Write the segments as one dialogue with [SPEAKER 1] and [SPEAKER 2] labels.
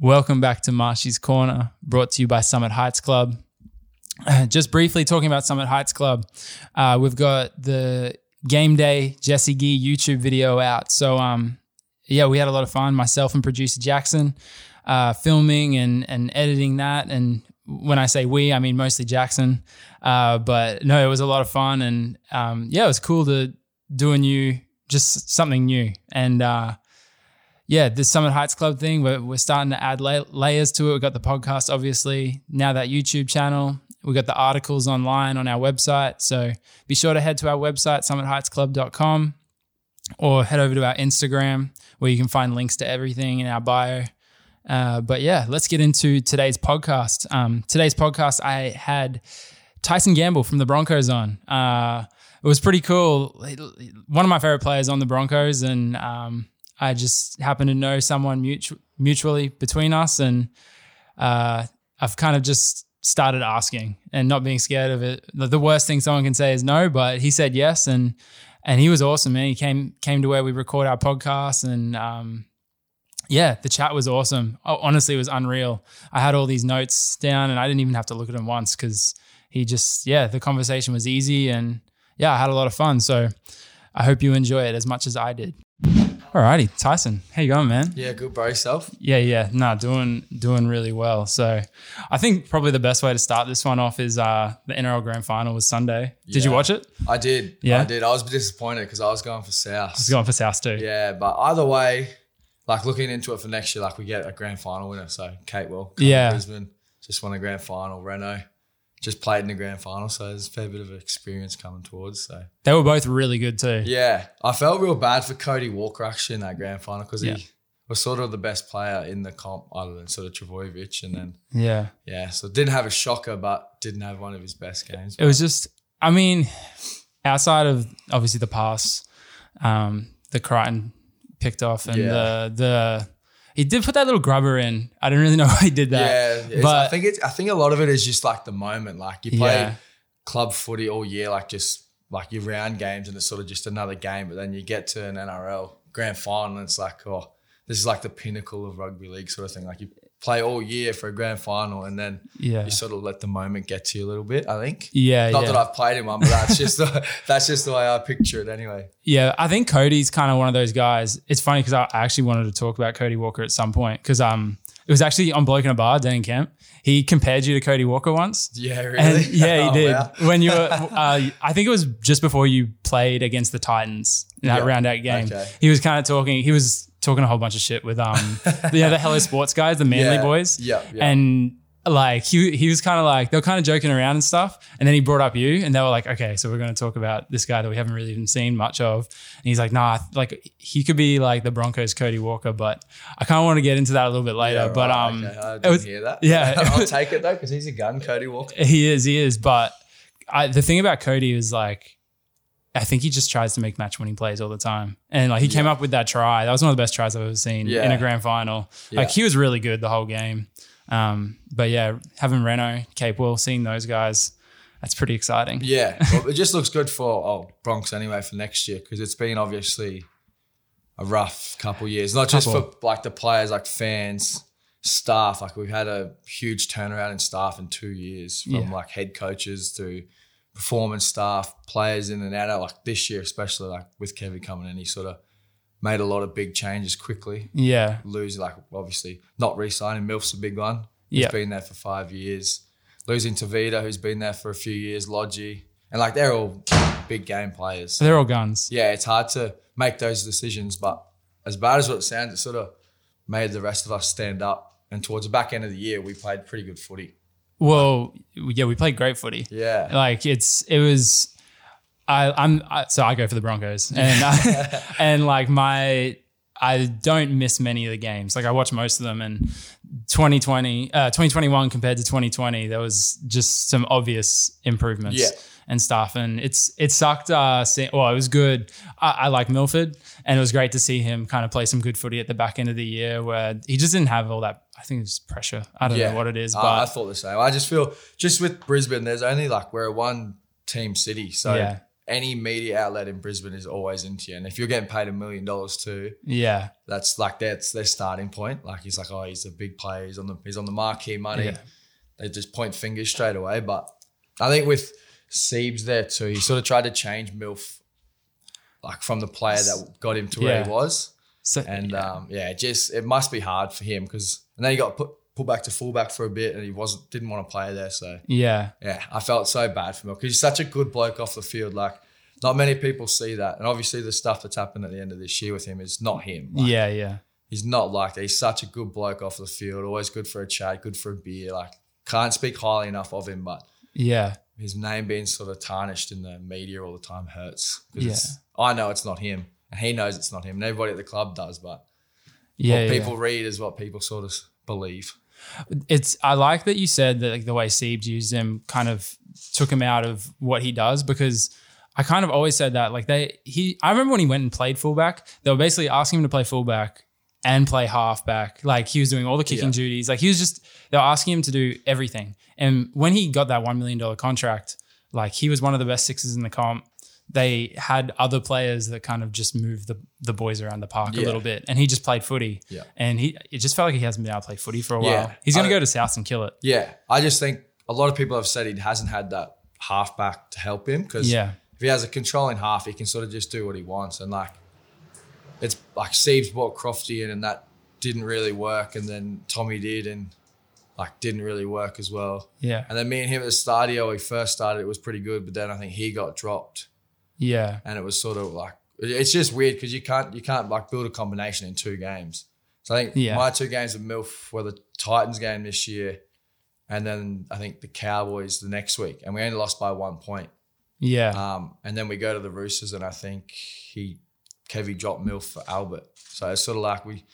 [SPEAKER 1] Welcome back to Marshy's Corner, brought to you by Summit Heights Club. Just briefly talking about Summit Heights Club, uh, we've got the game day Jesse Gee YouTube video out. So, um, yeah, we had a lot of fun, myself and producer Jackson, uh, filming and, and editing that. And when I say we, I mean mostly Jackson. Uh, but no, it was a lot of fun. And um, yeah, it was cool to do a new, just something new. And, uh, yeah, this Summit Heights Club thing, we're, we're starting to add la- layers to it. We've got the podcast, obviously, now that YouTube channel. We've got the articles online on our website. So be sure to head to our website, summitheightsclub.com, or head over to our Instagram where you can find links to everything in our bio. Uh, but yeah, let's get into today's podcast. Um, today's podcast, I had Tyson Gamble from the Broncos on. Uh, it was pretty cool. One of my favorite players on the Broncos, and um, I just happen to know someone mutu- mutually between us, and uh, I've kind of just started asking and not being scared of it. The the worst thing someone can say is no, but he said yes, and and he was awesome. Man, he came came to where we record our podcast, and um, yeah, the chat was awesome. Oh, honestly, it was unreal. I had all these notes down, and I didn't even have to look at them once because he just yeah, the conversation was easy, and yeah, I had a lot of fun. So I hope you enjoy it as much as I did. Alrighty, Tyson, how you going, man?
[SPEAKER 2] Yeah, good by yourself.
[SPEAKER 1] Yeah, yeah, nah, doing doing really well. So, I think probably the best way to start this one off is uh, the NRL Grand Final was Sunday. Did you
[SPEAKER 2] Yeah.
[SPEAKER 1] watch it?
[SPEAKER 2] I did.
[SPEAKER 1] Yeah?
[SPEAKER 2] I did. I was disappointed because I was going for South.
[SPEAKER 1] It's going for South too.
[SPEAKER 2] Yeah, but either way, like looking into it for next year, like we get a grand final winner. So Kate will. come to
[SPEAKER 1] Yeah.
[SPEAKER 2] Brisbane just won a grand final. Reno just played in the grand final, so there's a fair bit of experience coming towards. So
[SPEAKER 1] They were both really good too.
[SPEAKER 2] yeah, I felt real bad for Cody Walker actually in that grand final because
[SPEAKER 1] Yeah.
[SPEAKER 2] he was sort of the best player in the comp, other than sort of Travojevic, and then
[SPEAKER 1] yeah.
[SPEAKER 2] yeah, so didn't have a shocker, but didn't have one of his best games.
[SPEAKER 1] It was just, I mean, outside of obviously the pass, um, the Crichton picked off and
[SPEAKER 2] Yeah.
[SPEAKER 1] the the he did put that little grubber in. I didn't really know why he did that.
[SPEAKER 2] Yeah, it's-
[SPEAKER 1] But-
[SPEAKER 2] I think it's I think a lot of it is just like the moment. Like you play
[SPEAKER 1] Yeah.
[SPEAKER 2] club footy all year, like just like your round games, and it's sort of just another game. But then you get to an NRL grand final, and it's like, oh, this is like the pinnacle of rugby league sort of thing. Like you play all year for a grand final, and then
[SPEAKER 1] Yeah.
[SPEAKER 2] you sort of let the moment get to you a little bit. I think.
[SPEAKER 1] Yeah,
[SPEAKER 2] Not
[SPEAKER 1] yeah.
[SPEAKER 2] that I've played in one, but that's just the, that's just the way I picture it anyway.
[SPEAKER 1] Yeah, I think Cody's kind of one of those guys. It's funny because I actually wanted to talk about Cody Walker at some point because um, it was actually on Bloke in a Bar, Dan Kemp. He compared you to Cody Walker once.
[SPEAKER 2] Yeah, really.
[SPEAKER 1] And yeah, he
[SPEAKER 2] Oh,
[SPEAKER 1] did.
[SPEAKER 2] wow.
[SPEAKER 1] When you were, uh, I think it was just before you played against the Titans in that
[SPEAKER 2] Yeah.
[SPEAKER 1] round out game.
[SPEAKER 2] Okay.
[SPEAKER 1] He was kind of talking. He was talking a whole bunch of shit with um, you know, the Hello Sports guys, the Manly
[SPEAKER 2] Yeah.
[SPEAKER 1] boys.
[SPEAKER 2] Yeah, yeah.
[SPEAKER 1] And like he he was kind of like they were kind of joking around and stuff, and then he brought up you, and they were like, okay, so we're going to talk about this guy that we haven't really even seen much of, and he's like, nah, like he could be like the Broncos Cody Walker, but I kind of want to get into that a little bit later.
[SPEAKER 2] Yeah,
[SPEAKER 1] but
[SPEAKER 2] right,
[SPEAKER 1] um,
[SPEAKER 2] okay. I
[SPEAKER 1] it
[SPEAKER 2] didn't
[SPEAKER 1] was
[SPEAKER 2] hear that.
[SPEAKER 1] yeah, it
[SPEAKER 2] I'll
[SPEAKER 1] was-
[SPEAKER 2] take it though because he's a gun, Cody Walker.
[SPEAKER 1] He is, he is. But I, the thing about Cody is like, I think he just tries to make match winning plays all the time. And like he came up with that try. That was one of the best tries I've ever seen in
[SPEAKER 2] Yeah.
[SPEAKER 1] a grand final.
[SPEAKER 2] Yeah.
[SPEAKER 1] Like he was really good the whole game. Um, but yeah, having Reno, Cape Will, seeing those guys, that's pretty exciting.
[SPEAKER 2] Yeah, well, it just looks good for oh, Bronx anyway for next year because it's been obviously a rough couple years, not just
[SPEAKER 1] Couple.
[SPEAKER 2] for like the players, like fans, staff. Like we've had a huge turnaround in staff in two years from
[SPEAKER 1] Yeah.
[SPEAKER 2] like head coaches to performance staff, players in and out. of Like this year, especially like with Kevin coming in, he sort of made a lot of big changes quickly.
[SPEAKER 1] Yeah.
[SPEAKER 2] Lose like obviously not re-signing Milf's a big one. He's
[SPEAKER 1] Yeah.
[SPEAKER 2] been there for five years. Losing to Vita, who's been there for a few years, Lodgy, and like they're all big game players.
[SPEAKER 1] So they're all guns.
[SPEAKER 2] Yeah, it's hard to make those decisions, but as bad as what it sounds, it sort of made the rest of us stand up. And towards the back end of the year, we played pretty good footy.
[SPEAKER 1] Well, yeah, we played great footy.
[SPEAKER 2] Yeah,
[SPEAKER 1] like it's it was I, I'm I, so I go for the Broncos and I, and like my I don't miss many of the games like I watch most of them and 2020 uh, 2021 compared to 2020 there was just some obvious improvements
[SPEAKER 2] Yeah.
[SPEAKER 1] and stuff and it's it sucked uh see, well it was good I, I like Milford and it was great to see him kind of play some good footy at the back end of the year where he just didn't have all that I think it's pressure I don't know what it is
[SPEAKER 2] I-
[SPEAKER 1] but
[SPEAKER 2] Ah, I, thought the same. I just feel just with Brisbane, there's only like we're a one team city, so
[SPEAKER 1] Yeah.
[SPEAKER 2] any media outlet in Brisbane is always into you. And if you're getting paid a million dollars too,
[SPEAKER 1] Yeah.
[SPEAKER 2] that's like that's their starting point. Like he's like, oh, he's a big player. He's on the he's on the marquee money.
[SPEAKER 1] Yeah.
[SPEAKER 2] They just point fingers straight away. But I think with Siebes there too, he sort of tried to change Milf, like from the player that got him to where
[SPEAKER 1] Yeah.
[SPEAKER 2] he was.
[SPEAKER 1] So
[SPEAKER 2] And um, yeah, it just it must be hard for him because and then he got put put back to fullback for a bit, and he wasn't didn't want to play there. So
[SPEAKER 1] yeah.
[SPEAKER 2] yeah, I felt so bad for Milk because he's such a good bloke off the field. Like, not many people see that. And obviously, the stuff that's happened at the end of this year with him is not him. Like,
[SPEAKER 1] yeah. Yeah.
[SPEAKER 2] He's not like that. He's such a good bloke off the field, always good for a chat, good for a beer. Like, can't speak highly enough of him, but
[SPEAKER 1] Yeah.
[SPEAKER 2] his name being sort of tarnished in the media all the time hurts. 'Cause
[SPEAKER 1] Yeah.
[SPEAKER 2] it's- I know it's not him, and he knows it's not him, and everybody at the club does, but
[SPEAKER 1] Yeah.
[SPEAKER 2] what
[SPEAKER 1] yeah.
[SPEAKER 2] people read is what people sort of believe.
[SPEAKER 1] it's I like that you said that like the way Siebes used him kind of took him out of what he does because I kind of always said that like they he I remember when he went and played fullback they were basically asking him to play fullback and play halfback like he was doing all the kicking
[SPEAKER 2] Yeah.
[SPEAKER 1] duties like he was just they were asking him to do everything and when he got that one million dollar contract like he was one of the best sixes in the comp they had other players that kind of just moved the, the boys around the park a
[SPEAKER 2] Yeah.
[SPEAKER 1] little bit and he just played footy
[SPEAKER 2] Yeah.
[SPEAKER 1] and he it just felt like he hasn't been able to play footy for a while
[SPEAKER 2] Yeah.
[SPEAKER 1] he's going to
[SPEAKER 2] I-
[SPEAKER 1] go to South and kill it
[SPEAKER 2] Yeah, I just think a lot of people have said he hasn't had that halfback to help him because
[SPEAKER 1] Yeah.
[SPEAKER 2] if he has a controlling half, he can sort of just do what he wants. And like, it's like Steve's brought Crofty in, and that didn't really work. And then Tommy did, and like didn't really work as well.
[SPEAKER 1] Yeah.
[SPEAKER 2] And then me and him at the Stadio, he first started, it was pretty good, but then I think he got dropped,
[SPEAKER 1] Yeah.
[SPEAKER 2] and it was sort of like it's just weird because you can't you can't like build a combination in two games. So I think
[SPEAKER 1] Yeah.
[SPEAKER 2] my two games with Milf were the Titans game this year, and then I think the Cowboys the next week, and we only lost by one point.
[SPEAKER 1] Yeah.
[SPEAKER 2] Um, and then we go to the Roosters, and I think he Kevy dropped Milf for Albert. So it's sort of like we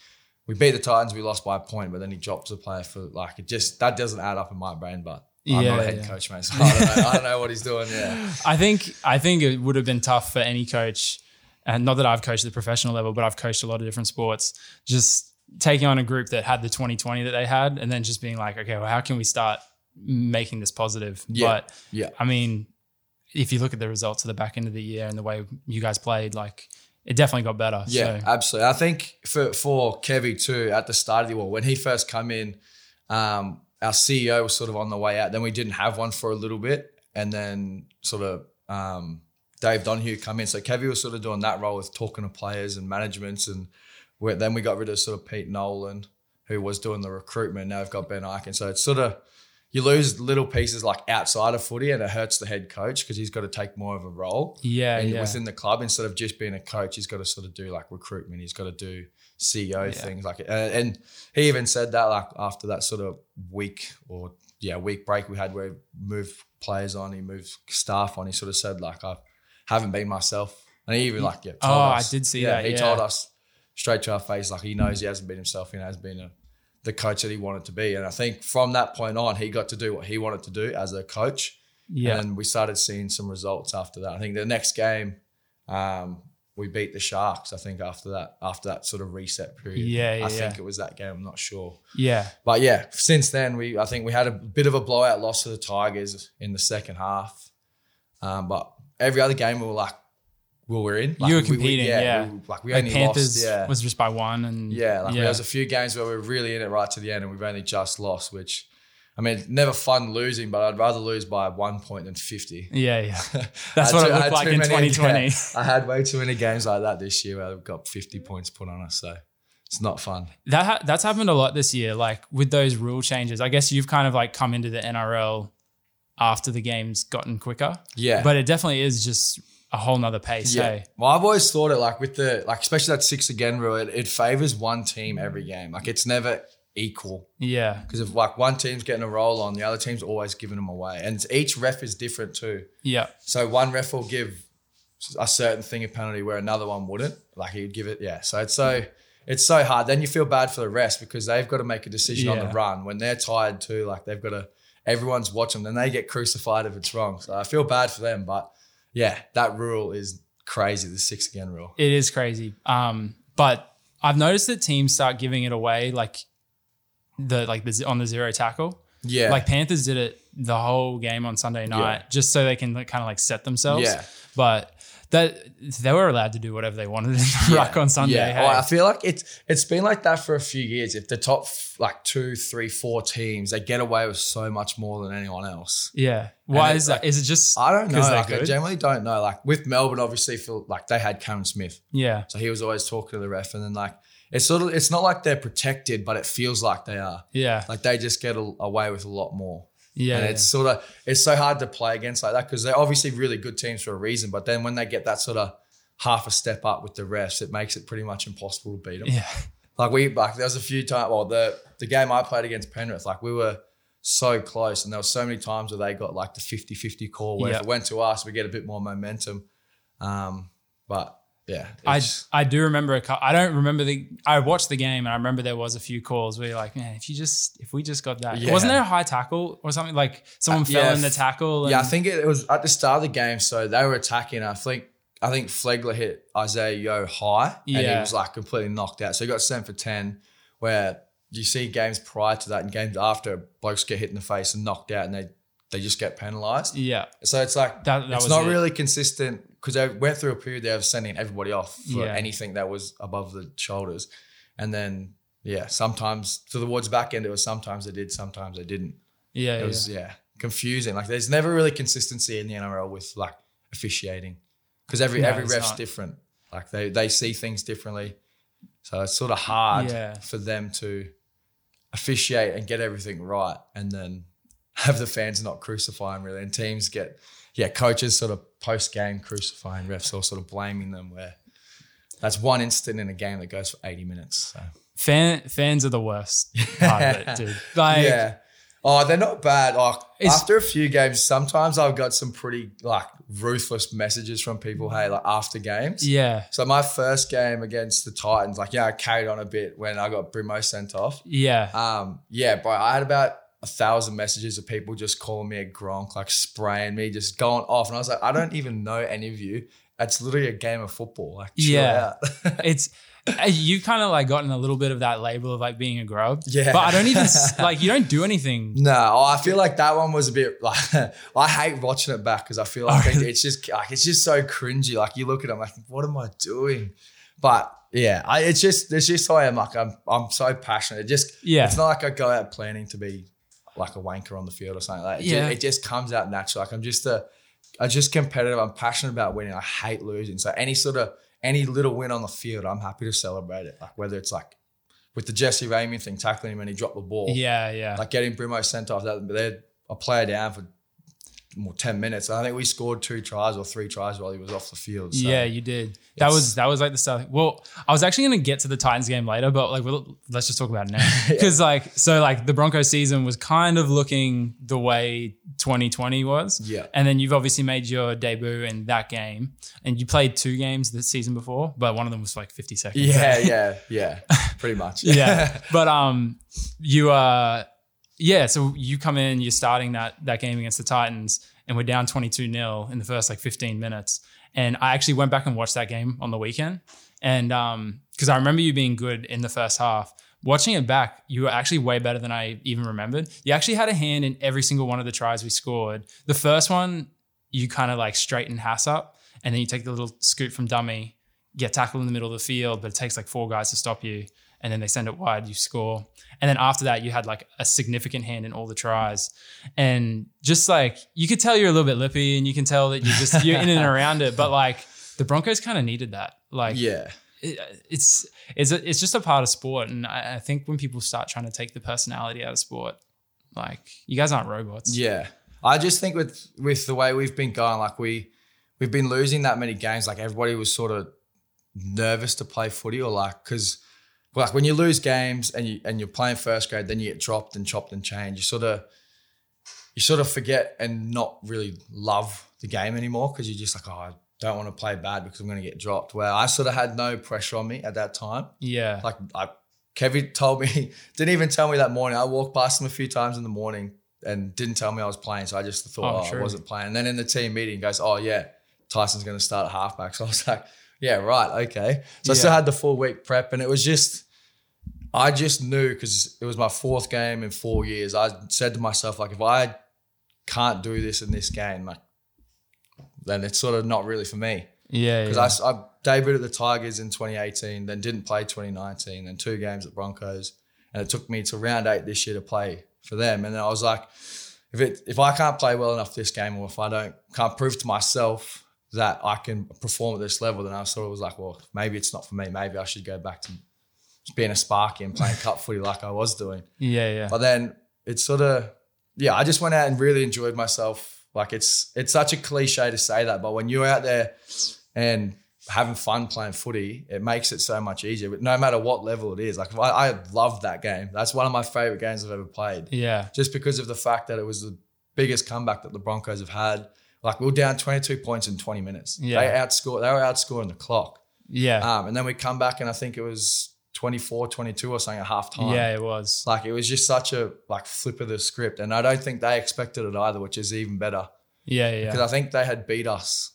[SPEAKER 2] we beat the Titans, we lost by a point, but then he drops a player for like it just that doesn't add up in my brain. But I'm
[SPEAKER 1] Yeah,
[SPEAKER 2] not a head
[SPEAKER 1] yeah.
[SPEAKER 2] coach, man, so I don't, know, I don't know what he's doing. Yeah,
[SPEAKER 1] I think I think it would have been tough for any coach, and not that I've coached at the professional level, but I've coached a lot of different sports. Just taking on a group that had the 2020 that they had, and then just being like, okay, well, how can we start making this positive?
[SPEAKER 2] Yeah.
[SPEAKER 1] But
[SPEAKER 2] yeah,
[SPEAKER 1] I mean, if you look at the results of the back end of the year and the way you guys played, like it definitely got better.
[SPEAKER 2] yeah,
[SPEAKER 1] So,
[SPEAKER 2] absolutely. I think for for Kevy too, at the start of the war when he first come in, um, our CEO was sort of on the way out. Then we didn't have one for a little bit, and then sort of um, Dave Donahue come in. So Kevy was sort of doing that role with talking to players and managements, and we then we got rid of sort of Pete Nolan, who was doing the recruitment. Now we've got Ben Eichen. So it's sort of you lose little pieces like outside of footy, and it hurts the head coach because he's got to take more of a role
[SPEAKER 1] yeah,
[SPEAKER 2] and
[SPEAKER 1] yeah.
[SPEAKER 2] within the club instead of just being a coach he's got to sort of do like recruitment he's got to do ceo things like uh, and he even said that like after that sort of week or yeah week break we had where he moved players on he moved staff on he sort of said like i haven't been myself and he even like yeah told
[SPEAKER 1] Oh,
[SPEAKER 2] us-
[SPEAKER 1] I did see that,
[SPEAKER 2] he
[SPEAKER 1] yeah.
[SPEAKER 2] told us straight to our face like he knows he hasn't been himself he hasn't been a, the coach that he wanted to be and i think from that point on he got to do what he wanted to do as a coach
[SPEAKER 1] yeah.
[SPEAKER 2] and we started seeing some results after that. I think the next game, um, we beat the Sharks. I think after that, after that sort of reset period.
[SPEAKER 1] Yeah, yeah,
[SPEAKER 2] I think
[SPEAKER 1] yeah.
[SPEAKER 2] it was that game. I'm not sure,
[SPEAKER 1] yeah.
[SPEAKER 2] but yeah. Since then, we I think we had a bit of a blowout loss to the Tigers in the second half, um, but every other game we were like, we were in. Like,
[SPEAKER 1] You were
[SPEAKER 2] we- we-
[SPEAKER 1] competing, yeah.
[SPEAKER 2] we- like we
[SPEAKER 1] Like
[SPEAKER 2] only
[SPEAKER 1] Panthers
[SPEAKER 2] lost. Yeah,
[SPEAKER 1] was just by one, and
[SPEAKER 2] yeah, like there was a few games where we were really in it right to the end, and we've only just lost. Which, I mean, never fun losing, but I'd rather lose by one point than fifty.
[SPEAKER 1] yeah, yeah.
[SPEAKER 2] I
[SPEAKER 1] That's what
[SPEAKER 2] had
[SPEAKER 1] it
[SPEAKER 2] too- I
[SPEAKER 1] looked
[SPEAKER 2] had
[SPEAKER 1] like
[SPEAKER 2] too
[SPEAKER 1] in
[SPEAKER 2] many-
[SPEAKER 1] 2020.
[SPEAKER 2] yeah, I had way too many games like that this year where we got 50 points put on us. So it's not fun.
[SPEAKER 1] That ha- that's happened a lot this year, like with those rule changes. I guess you've kind of like come into the NRL after the game's gotten quicker,
[SPEAKER 2] Yeah.
[SPEAKER 1] but it definitely is just a whole nother pace. Yeah, hey?
[SPEAKER 2] Well, I've always thought it like with the, like, especially that six again rule, it, it favors one team every game. Like it's never equal
[SPEAKER 1] yeah,
[SPEAKER 2] because if like one team's getting a roll on, the other team's always giving them away. And each ref is different too.
[SPEAKER 1] yeah,
[SPEAKER 2] So one ref will give a certain thing a penalty where another one wouldn't. Like he'd give it, yeah. So it's so it's so hard. Then you feel bad for the rest because they've got to make a decision on
[SPEAKER 1] Yeah.
[SPEAKER 2] the run when they're tired too. Like they've got to. Everyone's watching, then they get crucified if it's wrong. So I feel bad for them, but yeah, that rule is crazy. The six again rule.
[SPEAKER 1] it is crazy. Um, but I've noticed that teams start giving it away, like the like the z- on the zero tackle.
[SPEAKER 2] Yeah.
[SPEAKER 1] Like Panthers did it the whole game on Sunday night, just so they can like, kind of like set themselves.
[SPEAKER 2] Yeah.
[SPEAKER 1] But that they were allowed to do whatever they wanted in the ruck on Sunday.
[SPEAKER 2] Yeah, Oh,
[SPEAKER 1] hey?
[SPEAKER 2] I feel like it's it's been like that for a few years. If the top like two, three, four teams, they get away with so much more than anyone else.
[SPEAKER 1] yeah. Why
[SPEAKER 2] it,
[SPEAKER 1] is that? Is it just?
[SPEAKER 2] I don't know.
[SPEAKER 1] 'cause they're
[SPEAKER 2] Like, I
[SPEAKER 1] good?
[SPEAKER 2] generally don't know. Like with Melbourne, obviously, for like they had Cameron Smith,
[SPEAKER 1] yeah.
[SPEAKER 2] so he was always talking to the ref, and then like it's sort of it's not like they're protected, but it feels like they are.
[SPEAKER 1] Yeah.
[SPEAKER 2] Like they just get a, away with a lot more.
[SPEAKER 1] yeah.
[SPEAKER 2] and it's sort of it's so hard to play against like that because they're obviously really good teams for a reason. But then when they get that sort of half a step up with the refs, it makes it pretty much impossible to beat them.
[SPEAKER 1] yeah.
[SPEAKER 2] Like we like there was a few times. Well, the the game I played against Penrith, like we were so close, and there were so many times where they got like the 50-50 call. Where
[SPEAKER 1] Yeah.
[SPEAKER 2] if it went to us, we get a bit more momentum. Um, but yeah,
[SPEAKER 1] I,
[SPEAKER 2] it's-
[SPEAKER 1] I do remember a cou- I don't remember the I watched the game and I remember there was a few calls where you're like man if you just if we just got that
[SPEAKER 2] Yeah.
[SPEAKER 1] wasn't there a high tackle or something like someone
[SPEAKER 2] Uh,
[SPEAKER 1] fell
[SPEAKER 2] yeah,
[SPEAKER 1] in the
[SPEAKER 2] f-
[SPEAKER 1] tackle and,
[SPEAKER 2] Yeah, I think it, it was at the start of the game, so they were attacking. I think I think Flegler hit Isaiah Yo high, and he
[SPEAKER 1] Yeah.
[SPEAKER 2] was like completely knocked out. So he got sent for ten. Where you see games prior to that and games after, blokes get hit in the face and knocked out, and they they just get penalised.
[SPEAKER 1] yeah
[SPEAKER 2] So it's like
[SPEAKER 1] That- that
[SPEAKER 2] it's
[SPEAKER 1] was
[SPEAKER 2] not
[SPEAKER 1] it.
[SPEAKER 2] really consistent because they went through a period there of sending everybody off for
[SPEAKER 1] Yeah.
[SPEAKER 2] anything that was above the shoulders, and then yeah, sometimes to the towards the back end it was sometimes they did, sometimes they didn't
[SPEAKER 1] yeah
[SPEAKER 2] it
[SPEAKER 1] yeah.
[SPEAKER 2] was yeah confusing. Like there's never really consistency in the NRL with like officiating because every
[SPEAKER 1] No,
[SPEAKER 2] every
[SPEAKER 1] it's
[SPEAKER 2] ref's
[SPEAKER 1] not.
[SPEAKER 2] different. Like they they see things differently, so it's sort of hard
[SPEAKER 1] Yeah.
[SPEAKER 2] for them to officiate and get everything right, and then have the fans not crucify them really, and teams get yeah coaches sort of post game crucifying refs or sort of blaming them where. That's one instant in a game that goes for 80 minutes. So.
[SPEAKER 1] fan fans are the worst part of it dude like
[SPEAKER 2] yeah. Oh, they're not bad. Like
[SPEAKER 1] It's-
[SPEAKER 2] after a few games, sometimes I've got some pretty like ruthless messages from people. Hey, like after games.
[SPEAKER 1] yeah
[SPEAKER 2] So my first game against the Titans, like yeah, I carried on a bit when I got Brimo sent off.
[SPEAKER 1] yeah
[SPEAKER 2] Um, yeah, bro, I had about a thousand messages of people just calling me a gronk, like spraying me, just going off, and I was like, I don't even know any of you. That's literally a game of football. Like, chill
[SPEAKER 1] Yeah.
[SPEAKER 2] out.
[SPEAKER 1] it's uh, you kind of like gotten a little bit of that label of like being a grub
[SPEAKER 2] Yeah.
[SPEAKER 1] but I don't even s- like you don't do anything
[SPEAKER 2] No, oh, I feel like that one was a bit like I hate watching it back because I feel
[SPEAKER 1] Oh,
[SPEAKER 2] like it- it's just like it's just so cringy. Like you look at it, I'm like, what am I doing? But yeah, I, it's just it's just how I am. Like I'm I'm so passionate. It just
[SPEAKER 1] Yeah.
[SPEAKER 2] It's not like I go out planning to be like a wanker on the field or something. Like it ju-
[SPEAKER 1] Yeah.
[SPEAKER 2] it just comes out natural. Like I'm just a I'm just competitive. I'm passionate about winning. I hate losing. So any sort of any little win on the field, I'm happy to celebrate it. Like whether it's like with the Jesse Raymond thing, tackling him and he dropped the ball
[SPEAKER 1] yeah yeah
[SPEAKER 2] like getting Brimo sent off. That they're a player down for more ten minutes. I think we scored two tries or three tries while he was off the field. So.
[SPEAKER 1] yeah, you did. That
[SPEAKER 2] it's-
[SPEAKER 1] was that was like the stuff. Well, I was actually going to get to the Titans game later, but like, we'll, let's just talk about it now because like, so like the Broncos season was kind of looking the way 2020 was.
[SPEAKER 2] Yeah.
[SPEAKER 1] and then you've obviously made your debut in that game, and you played two games the season before, but one of them was like 50 seconds.
[SPEAKER 2] yeah, yeah, yeah. Pretty much.
[SPEAKER 1] yeah. But um, you uh, yeah. So you come in, you're starting that that game against the Titans, and we're down 22 0 in the first like 15 minutes. And I actually went back and watched that game on the weekend, and um, because I remember you being good in the first half. Watching it back, you were actually way better than I even remembered. You actually had a hand in every single one of the tries we scored. The first one, you kind of like straighten Hass up, and then you take the little scoop from dummy, get tackled in the middle of the field, but it takes like four guys to stop you, and then they send it wide, you score, and then after that, you had like a significant hand in all the tries, and just like you could tell you're a little bit lippy, and you can tell that you're just you're in and around it, but like the Broncos kind of needed that, like
[SPEAKER 2] yeah,
[SPEAKER 1] it, it's it's a, it's just a part of sport, and I, I think when people start trying to take the personality out of sport, like you guys aren't robots,
[SPEAKER 2] yeah. I just think with with the way we've been going, like we we've been losing that many games. Like everybody was sort of nervous to play footy, or like because like when you lose games and you and you're playing first grade, then you get dropped and chopped and changed. You sort of you sort of forget and not really love the game anymore because you're just like, oh, I don't want to play bad because I'm going to get dropped. Where I sort of had no pressure on me at that time.
[SPEAKER 1] yeah,
[SPEAKER 2] Like I, Kevin told me, didn't even tell me that morning. I walked past him a few times in the morning and didn't tell me I was playing. So I just
[SPEAKER 1] Oh,
[SPEAKER 2] thought, oh,
[SPEAKER 1] true.
[SPEAKER 2] I wasn't playing. And then in the team meeting, he goes, oh yeah, Tyson's going to start at halfback. So I was like, yeah, right, okay. So I still
[SPEAKER 1] Yeah.
[SPEAKER 2] had the full week prep, and it was just. I- I just knew because it was my fourth game in four years. I said to myself, like, if I can't do this in this game, like, then it's sort of not really for me.
[SPEAKER 1] Yeah. yeah.
[SPEAKER 2] Because I, I debuted at the Tigers in 2018, then didn't play 2019, then two games at Broncos, and it took me to round eight this year to play for them. And then I was like, if it if I can't play well enough this game, or if I don't can't prove to myself that I can perform at this level, then I sort of was like, well, maybe it's not for me. Maybe I should go back to being a sparky and playing cup footy like I was doing.
[SPEAKER 1] yeah. Yeah.
[SPEAKER 2] But then it's sort of yeah, I just went out and really enjoyed myself. Like it's it's such a cliche to say that, but when you're out there and having fun playing footy, it makes it so much easier. But no matter what level it is, like I, I love that game. That's one of my favorite games I've ever played,
[SPEAKER 1] Yeah.
[SPEAKER 2] just because of the fact that it was the biggest comeback that the Broncos have had. Like we were down 22 points in 20 minutes.
[SPEAKER 1] Yeah.
[SPEAKER 2] They outscored. They were outscoring the clock.
[SPEAKER 1] Yeah.
[SPEAKER 2] Um, and then we come back and I think it was 24, 22 or something at half time.
[SPEAKER 1] yeah. It was.
[SPEAKER 2] Like it was just such a like flip of the script, and I don't think they expected it either, which is even better
[SPEAKER 1] Yeah.
[SPEAKER 2] because
[SPEAKER 1] Yeah.
[SPEAKER 2] I think they had beat us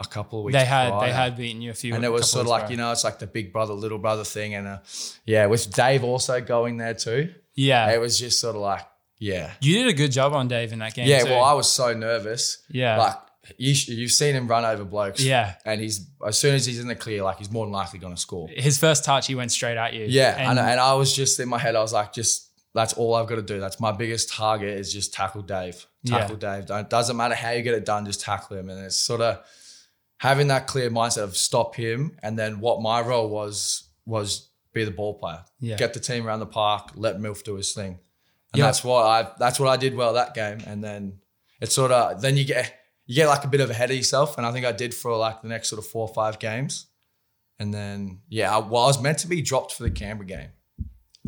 [SPEAKER 2] a couple of weeks.
[SPEAKER 1] They had
[SPEAKER 2] prior.
[SPEAKER 1] they had beaten you a few.
[SPEAKER 2] and it was sort of like you know, it's like the big brother, little brother thing, and uh, yeah, with Dave also going there too,
[SPEAKER 1] Yeah.
[SPEAKER 2] it was just sort of like yeah,
[SPEAKER 1] You did a good job on Dave in that game.
[SPEAKER 2] yeah.
[SPEAKER 1] too.
[SPEAKER 2] Well, I was so nervous,
[SPEAKER 1] yeah.
[SPEAKER 2] like you, sh- you've seen him run over blokes,
[SPEAKER 1] yeah.
[SPEAKER 2] and he's as soon as he's in the clear, like he's more than likely going to score.
[SPEAKER 1] His first touch, he went straight at you.
[SPEAKER 2] Yeah,
[SPEAKER 1] And,
[SPEAKER 2] and, and I was just in my head, I was like, just that's all I've got to do. That's my biggest target is just tackle Dave, tackle Dave. Don't, doesn't matter how you get it done, just tackle him. And it's sort of having that clear mindset of stop him, and then what my role was was be the ball player,
[SPEAKER 1] Yeah.
[SPEAKER 2] get the team around the park, let Milf do his thing, and
[SPEAKER 1] Yeah.
[SPEAKER 2] that's what I that's what I did well that game. And then it's sort of then you get you get like a bit of ahead of yourself, and I think I did for like the next sort of four or five games. And then, yeah, I, well, I was meant to be dropped for the Canberra game.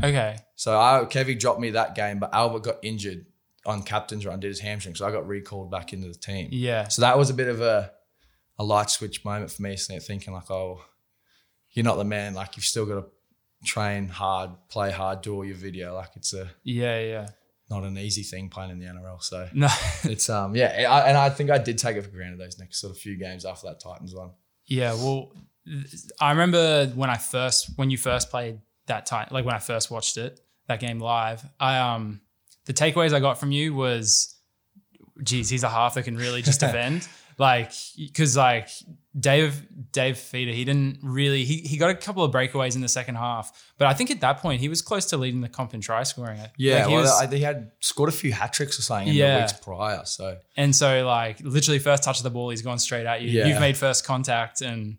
[SPEAKER 1] okay.
[SPEAKER 2] So I, Kevy dropped me that game, but Albert got injured on captain's run, did his hamstring. So I got recalled back into the team.
[SPEAKER 1] Yeah.
[SPEAKER 2] So that was a bit of a, a light switch moment for me, so thinking like, oh, you're not the man. Like, you've still got to train hard, play hard, do all your video. Like, it's a
[SPEAKER 1] Yeah. Yeah.
[SPEAKER 2] not an easy thing playing in the NRL. So
[SPEAKER 1] No.
[SPEAKER 2] it's, um yeah. I, and I think I did take it for granted those next sort of few games after that Titans one.
[SPEAKER 1] Yeah, well, th- I remember when I first when you first played that time, like when I first watched it that game live. I um the takeaways I got from you was, geez, he's a half that can really just defend, like because like Dave Dave Feeder he didn't really he he got a couple of breakaways in the second half, but I think at that point he was close to leading the comp in try scoring.
[SPEAKER 2] Yeah.
[SPEAKER 1] Like, he
[SPEAKER 2] well,
[SPEAKER 1] was-
[SPEAKER 2] I, he had scored a few hat tricks or something in
[SPEAKER 1] Yeah.
[SPEAKER 2] the weeks prior. So
[SPEAKER 1] and so like literally first touch of the ball, he's gone straight at you.
[SPEAKER 2] Yeah.
[SPEAKER 1] You've made first contact and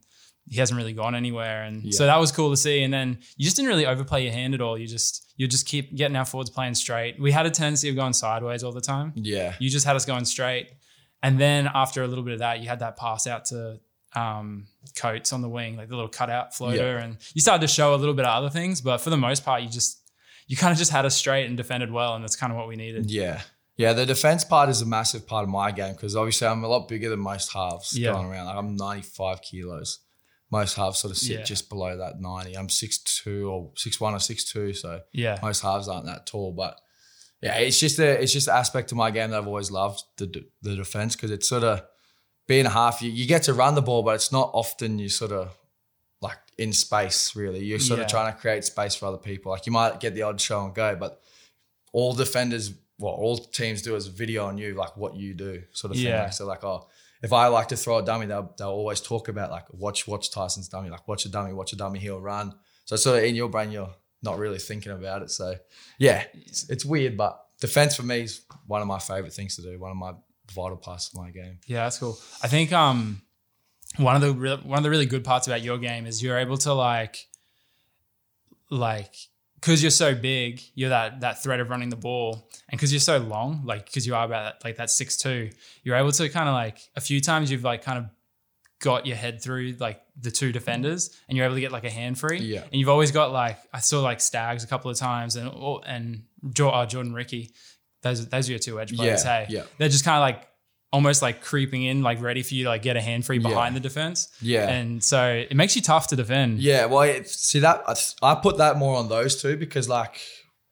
[SPEAKER 1] he hasn't really gone anywhere. And so
[SPEAKER 2] Yeah.
[SPEAKER 1] that was cool to see. And then you just didn't really overplay your hand at all. You just you just keep getting our forwards playing straight. We had a tendency of going sideways all the time.
[SPEAKER 2] yeah.
[SPEAKER 1] You just had us going straight. And then after a little bit of that, you had that pass out to um, Coates on the wing, like the little cutout floater, and you started to show a little bit of other things. But for the most part, you just you kind of just had us straight and defended well, and that's kind of what we needed.
[SPEAKER 2] Yeah. Yeah, the defense part is a massive part of my game because obviously I'm a lot bigger than most halves
[SPEAKER 1] Yeah.
[SPEAKER 2] going around. Like I'm 95 kilos. Most halves sort of sit
[SPEAKER 1] Yeah.
[SPEAKER 2] just below that 90. I'm 6'2 or 6'1 or 6'2. So
[SPEAKER 1] Yeah,
[SPEAKER 2] most halves aren't that tall. But yeah, it's just a it's just an aspect of my game that I've always loved the d- the defense because it's sort of being a half. You, you get to run the ball, but it's not often you sort of like in space really. You're sort
[SPEAKER 1] Yeah.
[SPEAKER 2] of trying to create space for other people. Like you might get the odd show and go, but all defenders, well, all teams do is video on you, like what you do, sort of thing.
[SPEAKER 1] Yeah.
[SPEAKER 2] Like, so like oh. If I like to throw a dummy, they'll, they'll always talk about like watch watch Tyson's dummy, like watch a dummy, watch a dummy, he'll run. So it's sort of in your brain, you're not really thinking about it. So yeah, it's, it's weird, but defense for me is one of my favorite things to do. One of my vital parts of my game.
[SPEAKER 1] Yeah, that's cool. I think um one of the real one of the really good parts about your game is you're able to like like because you're so big, you're that that threat of running the ball, and because you're so long, like because you are about that, like that six two, you're able to kind of like a few times you've like kind of got your head through like the two defenders, and you're able to get like a hand free,
[SPEAKER 2] Yeah.
[SPEAKER 1] and you've always got like I saw like Stags a couple of times, and or- and Jo- uh, Jordan Ricky, those those are your two edge players.
[SPEAKER 2] Yeah,
[SPEAKER 1] hey,
[SPEAKER 2] yeah.
[SPEAKER 1] they're just kind of like almost like creeping in, like ready for you to like get a hand free
[SPEAKER 2] Yeah.
[SPEAKER 1] behind the defense.
[SPEAKER 2] Yeah.
[SPEAKER 1] And so it makes you tough to defend.
[SPEAKER 2] yeah. Well, it, see that I, I put that more on those two because like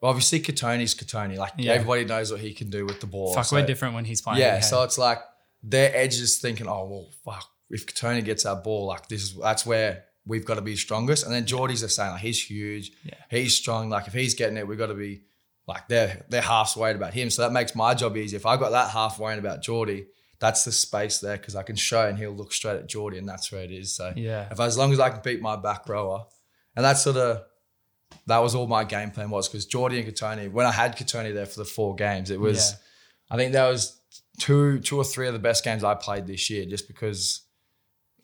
[SPEAKER 2] obviously Katoni's Katoni. Like
[SPEAKER 1] Yeah.
[SPEAKER 2] everybody knows what he can do with the ball.
[SPEAKER 1] Fuck,
[SPEAKER 2] So-
[SPEAKER 1] we're different when he's playing.
[SPEAKER 2] Yeah.
[SPEAKER 1] okay.
[SPEAKER 2] So it's like their edge is thinking, oh well, fuck. If Katoni gets that ball, like this is that's where we've got to be strongest. And then Geordie's the same. Like he's huge.
[SPEAKER 1] Yeah.
[SPEAKER 2] He's strong. Like if he's getting it, we've got to be like they're they're half worried about him. So that makes my job easy. If I got that half worrying about Geordie, that's the space there because I can show and he'll look straight at Geordie and that's where it is. So
[SPEAKER 1] Yeah.
[SPEAKER 2] if as long as I can beat my back rower, and that's sort of that was all my game plan was because Geordie and Katoni, when I had Katoni there for the four games, it was
[SPEAKER 1] Yeah.
[SPEAKER 2] I think that was two two or three of the best games I played this year just because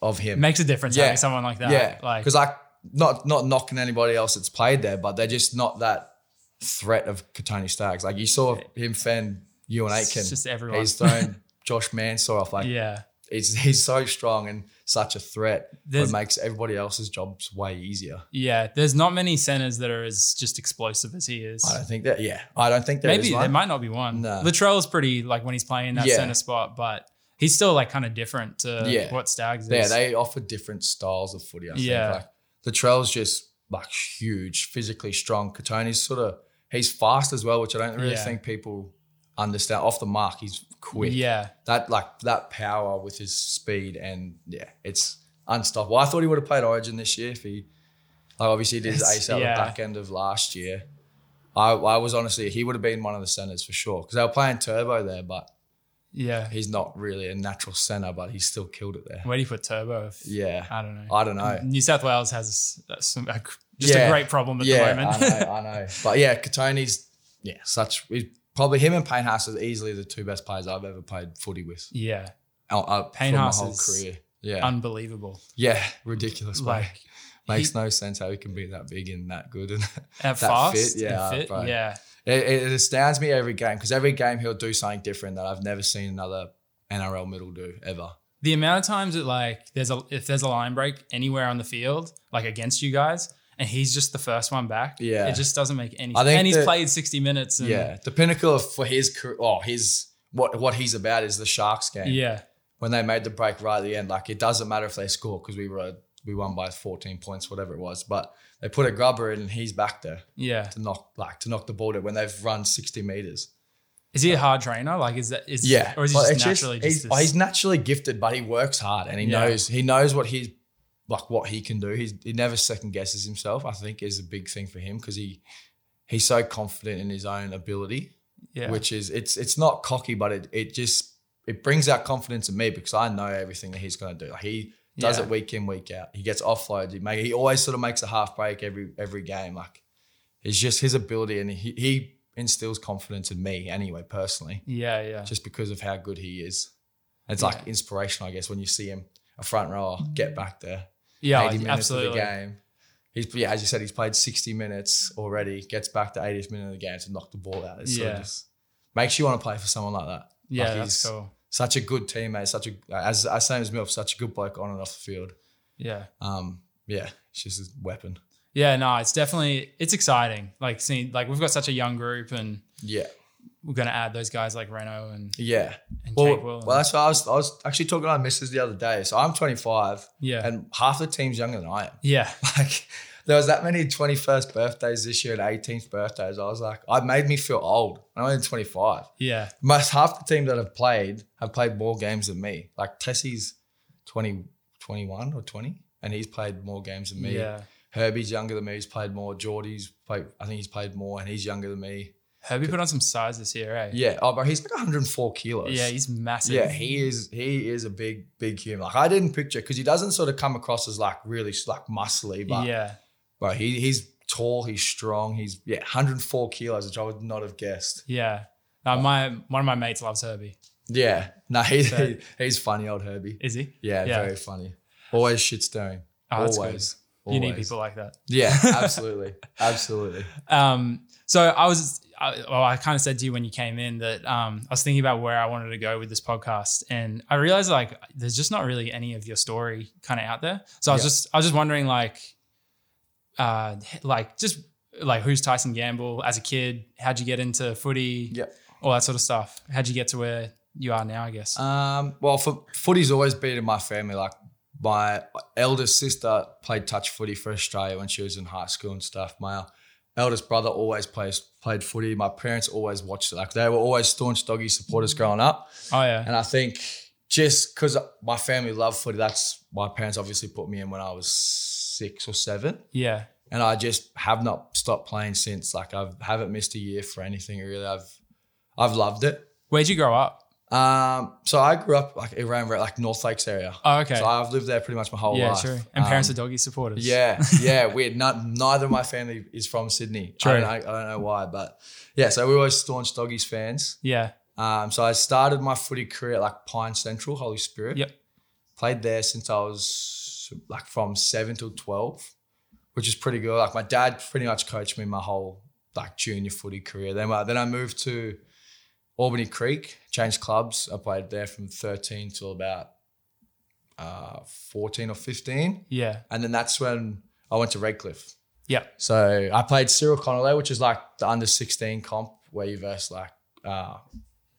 [SPEAKER 2] of him.
[SPEAKER 1] Makes a difference
[SPEAKER 2] Yeah.
[SPEAKER 1] having someone like that.
[SPEAKER 2] Yeah,
[SPEAKER 1] Like
[SPEAKER 2] because like not not knocking anybody else that's played there, but they're just not that threat of Katoni Stags. Like you saw him fend you and
[SPEAKER 1] it's
[SPEAKER 2] Aitken.
[SPEAKER 1] just everyone.
[SPEAKER 2] He's thrown Josh Mansour off. Like
[SPEAKER 1] yeah.
[SPEAKER 2] he's he's so strong and such a threat. but
[SPEAKER 1] There's-
[SPEAKER 2] it makes everybody else's jobs way easier.
[SPEAKER 1] Yeah. There's not many centers that are as just explosive as he is.
[SPEAKER 2] I don't think that. Yeah, I don't think there is
[SPEAKER 1] Maybe there
[SPEAKER 2] one.
[SPEAKER 1] might not be one.
[SPEAKER 2] No.
[SPEAKER 1] Latrell's pretty like when he's playing in that
[SPEAKER 2] Yeah.
[SPEAKER 1] center spot, but he's still like kind of different to
[SPEAKER 2] Yeah.
[SPEAKER 1] what Stags is.
[SPEAKER 2] Yeah, they offer different styles of footy. I
[SPEAKER 1] Yeah.
[SPEAKER 2] think. Like, the trail's just like huge, physically strong. Katoni's sort of he's fast as well, which I don't really
[SPEAKER 1] Yeah.
[SPEAKER 2] think people understand. Off the mark, he's quick.
[SPEAKER 1] Yeah.
[SPEAKER 2] that like that power with his speed and yeah, it's unstoppable. I thought he would have played Origin this year if he like obviously he did his
[SPEAKER 1] It's-
[SPEAKER 2] ace out
[SPEAKER 1] yeah.
[SPEAKER 2] the back end of last year. I, I was honestly he would have been one of the centers for sure because they were playing Turbo there, but
[SPEAKER 1] Yeah.
[SPEAKER 2] he's not really a natural center, but he still killed it there.
[SPEAKER 1] Where do you put Turbo? If,
[SPEAKER 2] Yeah,
[SPEAKER 1] I don't know.
[SPEAKER 2] I don't know.
[SPEAKER 1] Um, New South Wales has uh, some, a, just a
[SPEAKER 2] Oh. Yeah.
[SPEAKER 1] great problem at
[SPEAKER 2] yeah,
[SPEAKER 1] the moment.
[SPEAKER 2] I know, I know. But yeah, Katoni's yeah such. He's, Probably him and Paynehouse is easily the two best players I've ever played footy with.
[SPEAKER 1] yeah.
[SPEAKER 2] Uh, uh, for
[SPEAKER 1] Paynehouse
[SPEAKER 2] my whole
[SPEAKER 1] is
[SPEAKER 2] career. Yeah,
[SPEAKER 1] Unbelievable.
[SPEAKER 2] yeah, ridiculous. Like,
[SPEAKER 1] Like
[SPEAKER 2] Makes
[SPEAKER 1] He-
[SPEAKER 2] no sense how he can be that big and that good. And
[SPEAKER 1] at
[SPEAKER 2] That
[SPEAKER 1] fast
[SPEAKER 2] fit,
[SPEAKER 1] and
[SPEAKER 2] yeah,
[SPEAKER 1] fit,
[SPEAKER 2] bro.
[SPEAKER 1] yeah,
[SPEAKER 2] it, it astounds me every game because every game he'll do something different that I've never seen another NRL middle do ever.
[SPEAKER 1] the amount of times that like there's a if there's a line break anywhere on the field like against you guys and he's just the first one back
[SPEAKER 2] Yeah.
[SPEAKER 1] it just doesn't make any
[SPEAKER 2] I think
[SPEAKER 1] and he's
[SPEAKER 2] that-
[SPEAKER 1] played 60 minutes and
[SPEAKER 2] Yeah, the pinnacle of, for his career, oh, his what what he's about is the Sharks game.
[SPEAKER 1] yeah
[SPEAKER 2] when they made the break right at the end, like it doesn't matter if they score because we were we won by 14 points, whatever it was. But they put a grubber in and he's back there
[SPEAKER 1] yeah
[SPEAKER 2] to knock like to knock the ball down when they've run 60 meters.
[SPEAKER 1] is he a hard trainer like is that is
[SPEAKER 2] Yeah,
[SPEAKER 1] or is he
[SPEAKER 2] Well,
[SPEAKER 1] just
[SPEAKER 2] it's
[SPEAKER 1] naturally just,
[SPEAKER 2] he's, oh,
[SPEAKER 1] this-
[SPEAKER 2] he's naturally gifted, but he works hard and he
[SPEAKER 1] Yeah.
[SPEAKER 2] knows he knows what he's like what he can do. He's, he never second guesses himself. I think is a big thing for him because he he's so confident in his own ability,
[SPEAKER 1] yeah
[SPEAKER 2] which is it's it's not cocky, but it it just it brings out confidence in me because I know everything that he's going to do. Like he does
[SPEAKER 1] Yeah.
[SPEAKER 2] it week in week out. He gets offloads. He make he always sort of makes a half break every every game. Like it's just his ability and he he instills confidence in me anyway personally
[SPEAKER 1] yeah yeah
[SPEAKER 2] just because of how good he is. It's
[SPEAKER 1] Yeah. Mm.
[SPEAKER 2] like inspirational, I guess, when you see him a front rower get back there.
[SPEAKER 1] yeah
[SPEAKER 2] 80 minutes of
[SPEAKER 1] absolutely
[SPEAKER 2] the game. He's yeah, as you said, he's played 60 minutes already, gets back to 80th minute of the game to knock the ball out. It's sort
[SPEAKER 1] Yeah.
[SPEAKER 2] of just makes you want to play for someone like that.
[SPEAKER 1] yeah
[SPEAKER 2] Like,
[SPEAKER 1] that's
[SPEAKER 2] he's
[SPEAKER 1] cool
[SPEAKER 2] Such a good teammate, such a as I same as Milf, such a good bloke on and off the field.
[SPEAKER 1] yeah
[SPEAKER 2] Um, yeah, it's just a weapon.
[SPEAKER 1] yeah no it's definitely it's exciting like seeing like we've got such a young group and
[SPEAKER 2] Yeah.
[SPEAKER 1] we're gonna add those guys like Reno and,
[SPEAKER 2] Yeah.
[SPEAKER 1] and
[SPEAKER 2] Well,
[SPEAKER 1] Cakewell and-
[SPEAKER 2] well, that's what I was I was actually talking to my missus the other day. So I'm 25
[SPEAKER 1] yeah
[SPEAKER 2] and half the team's younger than I am.
[SPEAKER 1] yeah
[SPEAKER 2] Like there was that many 21st birthdays this year and 18th birthdays. I was like, I made me feel old. I'm only 25.
[SPEAKER 1] yeah
[SPEAKER 2] Most half the team that have played have played more games than me. Like Tessie's 20, 21 or 20, and he's played more games than me.
[SPEAKER 1] yeah
[SPEAKER 2] Herbie's younger than me. He's played more. Geordie's played. I think he's played more, and he's younger than me.
[SPEAKER 1] Herbie put on some size this year, eh?
[SPEAKER 2] Yeah. Oh, bro, he's like 104 kilos.
[SPEAKER 1] Yeah, he's massive.
[SPEAKER 2] Yeah, he is. He is a big, big human. Like I didn't picture because he doesn't sort of come across as like really like muscly, but
[SPEAKER 1] yeah,
[SPEAKER 2] Bro, he, he's tall, he's strong, he's yeah, 104 kilos, which I would not have guessed.
[SPEAKER 1] yeah. Uh, my one of my mates loves Herbie.
[SPEAKER 2] Yeah. No, he,
[SPEAKER 1] So-
[SPEAKER 2] he- he's funny, old Herbie.
[SPEAKER 1] Is he?
[SPEAKER 2] Yeah,
[SPEAKER 1] Yeah.
[SPEAKER 2] very funny. Always shit stirring.
[SPEAKER 1] Oh, that's
[SPEAKER 2] Always.
[SPEAKER 1] good.
[SPEAKER 2] Always.
[SPEAKER 1] You need people like that.
[SPEAKER 2] Yeah, absolutely. absolutely.
[SPEAKER 1] Um, so I was, I, well, I kind of said to you when you came in that um, I was thinking about where I wanted to go with this podcast, and I realized like there's just not really any of your story kind of out there. So I was
[SPEAKER 2] Yeah.
[SPEAKER 1] just, I was just wondering like, uh, like just like who's Tyson Gamble as a kid? How'd you get into footy?
[SPEAKER 2] Yeah.
[SPEAKER 1] all that sort of stuff. How'd you get to where you are now? I guess.
[SPEAKER 2] Um, well, for footy's always been in my family. Like my eldest sister played touch footy for Australia when she was in high school and stuff. My eldest brother always plays played footy. My parents always watched it. Like they were always staunch doggy supporters growing up.
[SPEAKER 1] oh yeah.
[SPEAKER 2] And I think just because my family loved footy, that's my parents obviously put me in when I was six or seven.
[SPEAKER 1] Yeah.
[SPEAKER 2] and I just have not stopped playing since. Like I've haven't missed a year for anything really. I've I've loved it.
[SPEAKER 1] Where'd you grow up?
[SPEAKER 2] Um, so I grew up like around like North Lakes area.
[SPEAKER 1] Oh, okay.
[SPEAKER 2] So I've lived there pretty much my whole
[SPEAKER 1] yeah,
[SPEAKER 2] life.
[SPEAKER 1] true. And
[SPEAKER 2] Um,
[SPEAKER 1] parents are doggy supporters.
[SPEAKER 2] yeah, yeah, weird. Not, neither of my family is from Sydney.
[SPEAKER 1] True.
[SPEAKER 2] I don't, know, I don't know why, but yeah. So we were always staunch doggies fans.
[SPEAKER 1] Yeah.
[SPEAKER 2] Um, so I started my footy career at like Pine Central, Holy Spirit.
[SPEAKER 1] Yep.
[SPEAKER 2] Played there since I was like from seven till twelve, which is pretty good. Like my dad pretty much coached me my whole like junior footy career. Then I, then I moved to Albany Creek, changed clubs. I played there from thirteen till about uh, fourteen or fifteen,
[SPEAKER 1] Yeah.
[SPEAKER 2] and then that's when I went to Redcliffe.
[SPEAKER 1] Yeah.
[SPEAKER 2] So I played Cyril Connolly, which is like the under 16 comp where you verse like uh,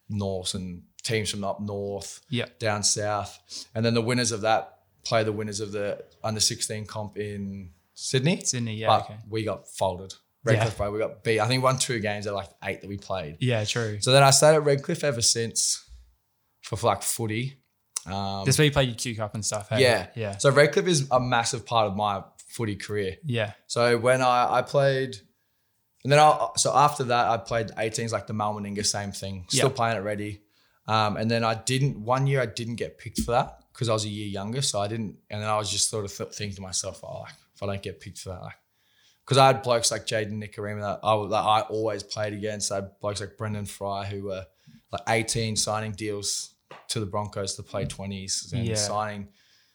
[SPEAKER 2] North and teams from up north,
[SPEAKER 1] Yeah.
[SPEAKER 2] down south. And then the winners of that play the winners of the under 16 comp in Sydney.
[SPEAKER 1] Sydney. Yeah.
[SPEAKER 2] but
[SPEAKER 1] okay.
[SPEAKER 2] we got folded.
[SPEAKER 1] Yeah.
[SPEAKER 2] Redcliffe, yeah. we got beat. I think we won two games out of like eight that we played.
[SPEAKER 1] Yeah. True.
[SPEAKER 2] So then I stayed at Redcliffe ever since for like footy. Um,
[SPEAKER 1] That's where you played your Q Cup and stuff. Hey?
[SPEAKER 2] yeah.
[SPEAKER 1] Yeah.
[SPEAKER 2] So Redcliffe is a massive part of my footy career.
[SPEAKER 1] Yeah.
[SPEAKER 2] So when I, I played, and then I so after that I played 18s like the Malmeninga, same thing, still
[SPEAKER 1] Yeah.
[SPEAKER 2] playing it ready. Um, and then I didn't one year I didn't get picked for that because I was a year younger, so I didn't. And then I was just sort of th- thinking to myself, oh, like if I don't get picked for that, like because I had blokes like Jaden Nicarima that I would- that I always played against. I had blokes like Brendan Fry who were like 18 signing deals to the Broncos to play 20s and
[SPEAKER 1] Yeah.
[SPEAKER 2] signing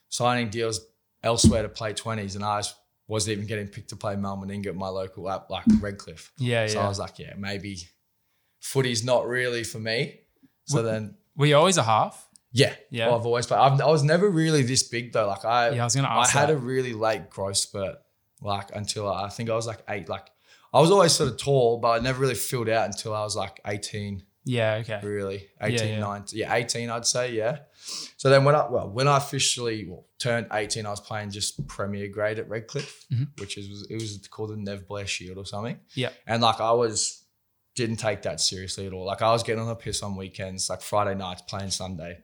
[SPEAKER 2] signing deals elsewhere to play 20s, and I was wasn't even getting picked to play Mal Meninga at my local app, like Redcliffe.
[SPEAKER 1] Yeah.
[SPEAKER 2] So
[SPEAKER 1] yeah.
[SPEAKER 2] I was like, yeah, maybe footy's not really for me. So then,
[SPEAKER 1] Were you always a half?
[SPEAKER 2] yeah,
[SPEAKER 1] Yeah.
[SPEAKER 2] Well, I've always played. I've, I was never really this big though. Like I,
[SPEAKER 1] Yeah. I was going to
[SPEAKER 2] I
[SPEAKER 1] ask.
[SPEAKER 2] had
[SPEAKER 1] that.
[SPEAKER 2] a really late growth spurt, like until I, I think I was like eight. Like I was always sort of tall, but I never really filled out until I was like 18
[SPEAKER 1] Yeah. Okay.
[SPEAKER 2] really
[SPEAKER 1] Yeah,
[SPEAKER 2] 18
[SPEAKER 1] yeah.
[SPEAKER 2] 19 yeah 18 i'd say yeah so then when i well when i officially well, turned 18 i was playing just premier grade at redcliffe
[SPEAKER 1] Mhm.
[SPEAKER 2] which is it was called the nev blair shield or something
[SPEAKER 1] Yeah.
[SPEAKER 2] and like i was didn't take that seriously at all like i was getting on the piss on weekends like friday nights playing sunday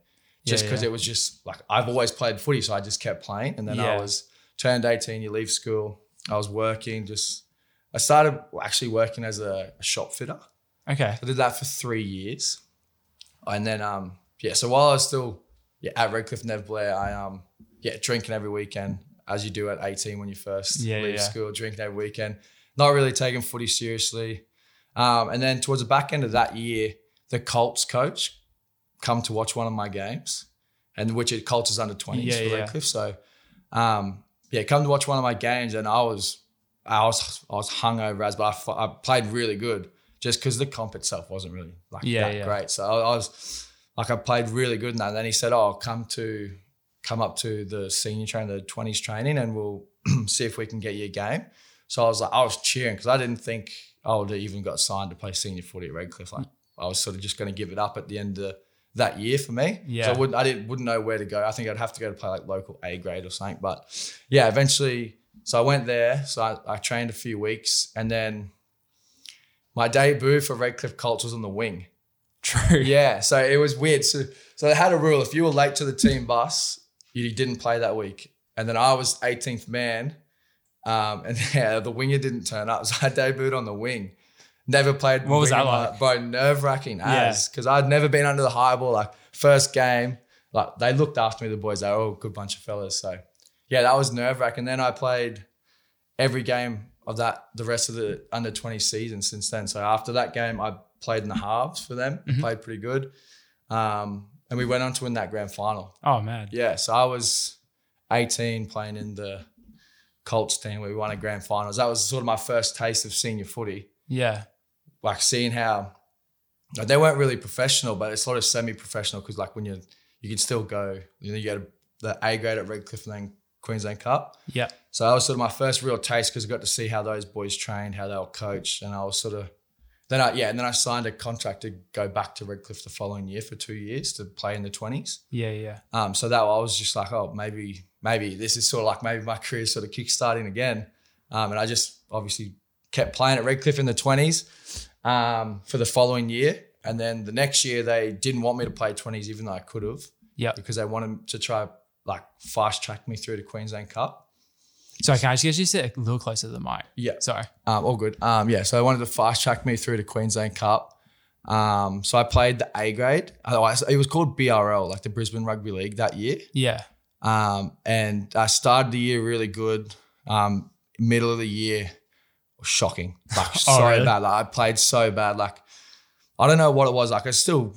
[SPEAKER 2] just
[SPEAKER 1] Yeah,
[SPEAKER 2] because
[SPEAKER 1] yeah.
[SPEAKER 2] it was just like i've always played footy so i just kept playing and then
[SPEAKER 1] Yeah.
[SPEAKER 2] i was turned 18 you leave school i was working just i started actually working as a shop fitter
[SPEAKER 1] Okay.
[SPEAKER 2] I did that for three years, and then um yeah. So while I was still yeah at Redcliffe Nev Blair, I um yeah drinking every weekend as you do at eighteen when you first
[SPEAKER 1] Yeah,
[SPEAKER 2] leave
[SPEAKER 1] yeah.
[SPEAKER 2] school, drinking every weekend, not really taking footy seriously. Um, and then towards the back end of that year, the Colts coach come to watch one of my games, and which it Colts is under twenties
[SPEAKER 1] Yeah,
[SPEAKER 2] for
[SPEAKER 1] yeah.
[SPEAKER 2] Redcliffe. So um yeah, come to watch one of my games, and I was I was I was hungover as, but I, fu- I played really good just because the comp itself wasn't really like
[SPEAKER 1] Yeah,
[SPEAKER 2] that
[SPEAKER 1] yeah.
[SPEAKER 2] great. So I, I was like I played really good in that. And then he said, "Oh, come to come up to the senior train, the twenties training, and we'll see if we can get you a game." So I was like, I was cheering because I didn't think I would have even got signed to play senior footy at Redcliffe. Like I was sort of just going to give it up at the end of that year for me.
[SPEAKER 1] Yeah.
[SPEAKER 2] So I wouldn't I didn't wouldn't know where to go. I think I'd have to go to play like local A grade or something. But yeah, eventually. So I went there. So I, I trained a few weeks, and then my debut for Redcliffe Colts was on the wing.
[SPEAKER 1] True.
[SPEAKER 2] Yeah, so it was weird. So, so they had a rule: if you were late to the team bus, you didn't play that week. And then I was 18th man, um, and yeah, the winger didn't turn up, so I debuted on the wing. Never played.
[SPEAKER 1] What was
[SPEAKER 2] wing
[SPEAKER 1] that
[SPEAKER 2] in my-
[SPEAKER 1] like?
[SPEAKER 2] Bro, nerve wracking
[SPEAKER 1] Yeah.
[SPEAKER 2] as because I'd never been under the high ball. Like first game, like they looked after me. The boys, they were all a good bunch of fellas. So yeah, that was nerve wracking. Then I played every game of that the rest of the under 20 season since then. So after that game, I played in the halves for them,
[SPEAKER 1] Mhm.
[SPEAKER 2] played pretty good. Um, and we went on to win that grand final.
[SPEAKER 1] Oh man.
[SPEAKER 2] Yeah, so I was 18 playing in the Colts team where we won a grand finals. That was sort of my first taste of senior footy,
[SPEAKER 1] Yeah.
[SPEAKER 2] like seeing how like, they weren't really professional, but it's sort of semi-professional because like when you you can still go, you know, you go to the A grade at Redcliffe and then Queensland Cup.
[SPEAKER 1] Yeah.
[SPEAKER 2] So that was sort of my first real taste because I got to see how those boys trained, how they were coached, and I was sort of then I yeah, and then I signed a contract to go back to Redcliffe the following year for two years to play in the twenties.
[SPEAKER 1] Yeah. Yeah.
[SPEAKER 2] Um, so that I was just like, oh, maybe maybe this is sort of like maybe my career sort of kickstarting again, um, and I just obviously kept playing at Redcliffe in the twenties um, for the following year, and then the next year they didn't want me to play twenties even though I could have
[SPEAKER 1] Yeah.
[SPEAKER 2] because they wanted to try like fast track me through to Queensland Cup.
[SPEAKER 1] Sorry, can I just get you to sit a little closer to the mic?
[SPEAKER 2] Yeah.
[SPEAKER 1] Sorry.
[SPEAKER 2] Um, all good. Um, yeah, so they wanted to fast track me through to Queensland Cup. Um, so I played the A grade. Otherwise, it was called BRL, like the Brisbane Rugby League that year.
[SPEAKER 1] Yeah.
[SPEAKER 2] Um, and I started the year really good. Um, middle of the year, was shocking. Like so
[SPEAKER 1] really?
[SPEAKER 2] bad. Like I played so bad. Like I don't know what it was. Like I still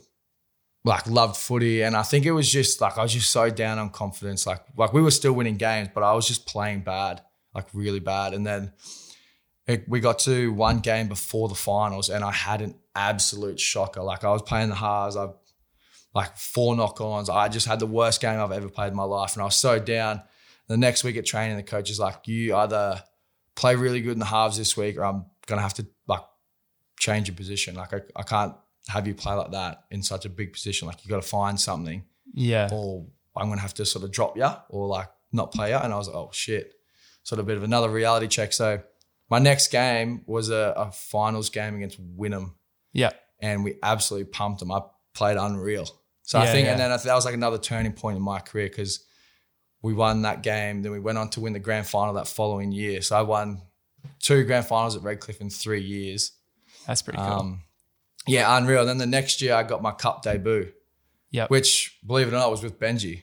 [SPEAKER 2] like loved footy, and I think it was just like I was just so down on confidence. Like like we were still winning games, but I was just playing bad, like really bad. And then it, we got to one game before the finals, and I had an absolute shocker. Like I was playing the halves. I like four knock ons. I just had the worst game I've ever played in my life. And I was so down. The next week at training, the coach is like, you either play really good in the halves this week or I'm going to have to like change your position. Like I, I can't have you play like that in such a big position. Like you got to find something
[SPEAKER 1] Yeah.
[SPEAKER 2] or I'm going to have to sort of drop you or like not play you. And I was like, oh shit. Sort of a bit of another reality check. So my next game was a, a finals game against Wynnum
[SPEAKER 1] Yeah.
[SPEAKER 2] and we absolutely pumped them. I played unreal. So
[SPEAKER 1] Yeah,
[SPEAKER 2] I think, and
[SPEAKER 1] yeah.
[SPEAKER 2] then I think that was like another turning point in my career because we won that game. Then we went on to win the grand final that following year. So I won two grand finals at Redcliffe in three years.
[SPEAKER 1] That's pretty cool.
[SPEAKER 2] Um, yeah, unreal. Then the next year I got my cup debut,
[SPEAKER 1] Yep.
[SPEAKER 2] which believe it or not was with Benji.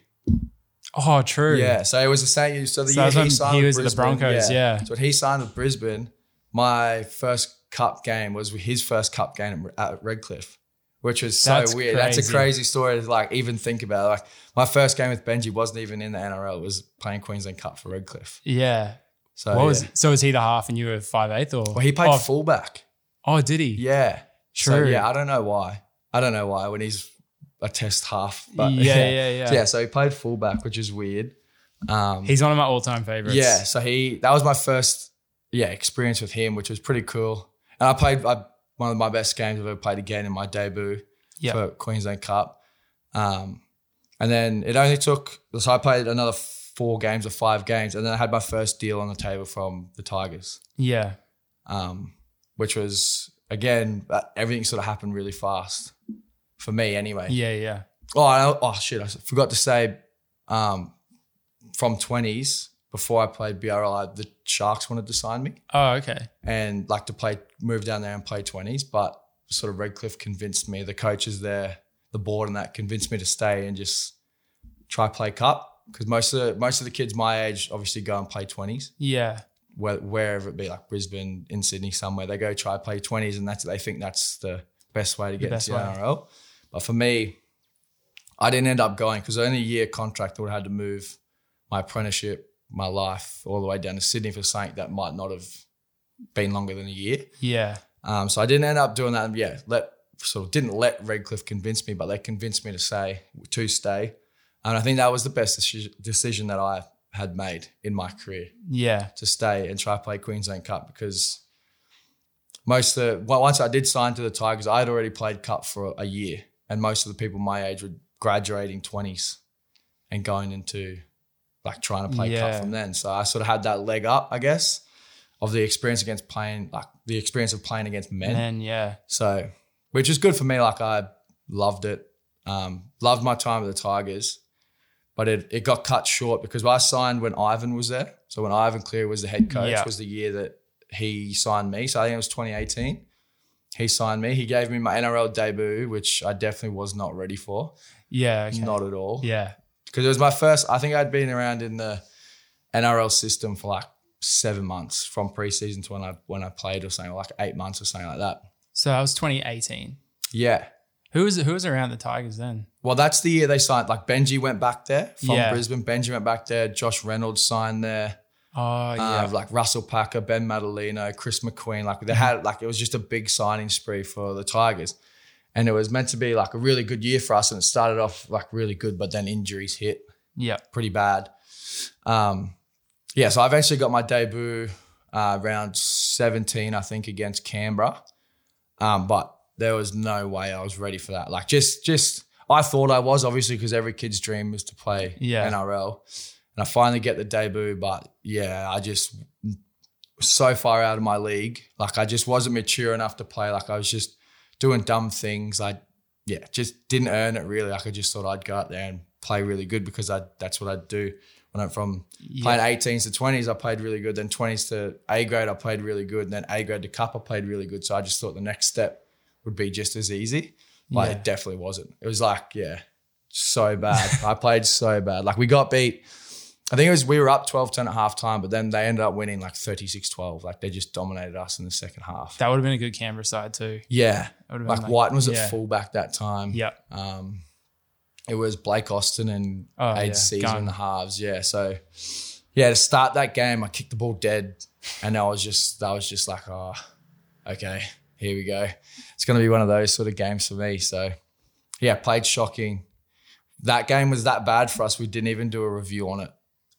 [SPEAKER 1] oh, true.
[SPEAKER 2] Yeah, so it was the same. year- So the
[SPEAKER 1] So
[SPEAKER 2] year
[SPEAKER 1] that's when
[SPEAKER 2] he signed
[SPEAKER 1] he
[SPEAKER 2] with
[SPEAKER 1] was at the
[SPEAKER 2] Brisbane,
[SPEAKER 1] Broncos, yeah.
[SPEAKER 2] So when he signed with Brisbane, my first cup game was his first cup game at Redcliffe, which was so
[SPEAKER 1] That's
[SPEAKER 2] weird. That's a
[SPEAKER 1] crazy.
[SPEAKER 2] crazy story to like even think about. Like my first game with Benji wasn't even in the NRL; it was playing Queensland Cup for Redcliffe.
[SPEAKER 1] Yeah.
[SPEAKER 2] So
[SPEAKER 1] what was
[SPEAKER 2] yeah.
[SPEAKER 1] so was he the half and you were five eighth or
[SPEAKER 2] Well, he played
[SPEAKER 1] oh,
[SPEAKER 2] fullback.
[SPEAKER 1] oh did he?
[SPEAKER 2] Yeah, So
[SPEAKER 1] True.
[SPEAKER 2] yeah, I don't know why. I don't know why when he's a test half. But
[SPEAKER 1] yeah, yeah, yeah.
[SPEAKER 2] So, yeah, so he played fullback, which is weird. Um,
[SPEAKER 1] He's one of my all time favorites.
[SPEAKER 2] Yeah, so he that was my first yeah experience with him, which was pretty cool. And I played I, one of my best games I've ever played again in my debut
[SPEAKER 1] Yeah.
[SPEAKER 2] for Queensland Cup. Um, and then it only took so I played another four games or five games, and then I had my first deal on the table from the Tigers,
[SPEAKER 1] Yeah.
[SPEAKER 2] um, which was again uh, everything sort of happened really fast for me anyway.
[SPEAKER 1] Yeah, yeah.
[SPEAKER 2] Oh, I, oh shit! I forgot to say, um, from twenties before I played BRL, I, the Sharks wanted to sign me
[SPEAKER 1] Oh, okay.
[SPEAKER 2] and like to play, move down there and play twenties. But sort of Redcliffe convinced me, the coaches there, the board, and that convinced me to stay and just try play cup because most of the, most of the kids my age obviously go and play twenties
[SPEAKER 1] Yeah.
[SPEAKER 2] where, wherever it be, like Brisbane, in Sydney, somewhere, they go try play 20s and that's they think that's the best way to get
[SPEAKER 1] best
[SPEAKER 2] into the
[SPEAKER 1] way.
[SPEAKER 2] NRL. But for me, I didn't end up going because only a year contract I would have had to move my apprenticeship, my life all the way down to Sydney for something that might not have been longer than a year.
[SPEAKER 1] Yeah.
[SPEAKER 2] Um, so I didn't end up doing that. And Yeah, let sort of didn't let Redcliffe convince me, but they convinced me to say to stay, and I think that was the best deci- decision that I had made in my career
[SPEAKER 1] Yeah.
[SPEAKER 2] to stay and try to play Queensland Cup because most of the well, once I did sign to the Tigers, I had already played Cup for a year, and most of the people my age were graduating twenties and going into like trying to play
[SPEAKER 1] Yeah.
[SPEAKER 2] Cup from then. So I sort of had that leg up, I guess, of the experience against playing like the experience of playing against men.
[SPEAKER 1] And then yeah.
[SPEAKER 2] So, which is good for me. Like I loved it. Um, loved my time at the Tigers, but it, it got cut short because I signed when Ivan was there. So when Ivan Clear was the head coach,
[SPEAKER 1] Yeah.
[SPEAKER 2] was the year that he signed me. So I think it was 2018. He signed me. He gave me my NRL debut, which I definitely was not ready for.
[SPEAKER 1] Yeah. Okay.
[SPEAKER 2] Not at all.
[SPEAKER 1] yeah.
[SPEAKER 2] Because it was my first, I think I'd been around in the NRL system for like seven months from preseason to when I when I played or something, like eight months or something like that.
[SPEAKER 1] So that was twenty eighteen.
[SPEAKER 2] Yeah.
[SPEAKER 1] Who was who was around the Tigers then?
[SPEAKER 2] Well, that's the year they signed. Like Benji went back there from
[SPEAKER 1] Yeah.
[SPEAKER 2] Brisbane. Benji went back there. Josh Reynolds signed there.
[SPEAKER 1] Oh yeah.
[SPEAKER 2] Uh, like Russell Packer, Ben Madalino, Chris McQueen. Like they had like it was just a big signing spree for the Tigers, and it was meant to be like a really good year for us. And it started off like really good, but then injuries hit
[SPEAKER 1] yeah.
[SPEAKER 2] pretty bad. Um, yeah, so I eventually got my debut uh, round 17, I think, against Canberra. Um, but there was no way I was ready for that. Like, just, just, I thought I was obviously because every kid's dream is to play
[SPEAKER 1] Yeah.
[SPEAKER 2] NRL. And I finally get the debut, but yeah, I just was so far out of my league. Like, I just wasn't mature enough to play. Like, I was just doing dumb things. I yeah, just didn't earn it really. Like I just thought I'd go out there and play really good because I that's what I'd do. when I'm from
[SPEAKER 1] Yeah.
[SPEAKER 2] playing 18s to 20s, I played really good. Then 20s to A grade, I played really good. And then A grade to cup, I played really good. So I just thought the next step would be just as easy. But
[SPEAKER 1] Yeah.
[SPEAKER 2] it definitely wasn't. It was like, yeah, so bad. I played so bad. Like we got beat. I think it was we were up 12 10 at half time, but then they ended up winning like 36 12. Like they just dominated us in the second half.
[SPEAKER 1] That would have been a good Canberra side too.
[SPEAKER 2] yeah.
[SPEAKER 1] That would've been
[SPEAKER 2] Like, Whiten was
[SPEAKER 1] yeah.
[SPEAKER 2] at fullback that time.
[SPEAKER 1] Yeah.
[SPEAKER 2] Um, it was Blake Austin and
[SPEAKER 1] Oh,
[SPEAKER 2] Aid
[SPEAKER 1] yeah.
[SPEAKER 2] Caesar
[SPEAKER 1] Gun.
[SPEAKER 2] in the halves. Yeah. So yeah, to start that game, I kicked the ball dead. And I was just that was just like, oh, okay, here we go. It's gonna be one of those sort of games for me. So yeah, played shocking. That game was that bad for us. We didn't even do a review on it.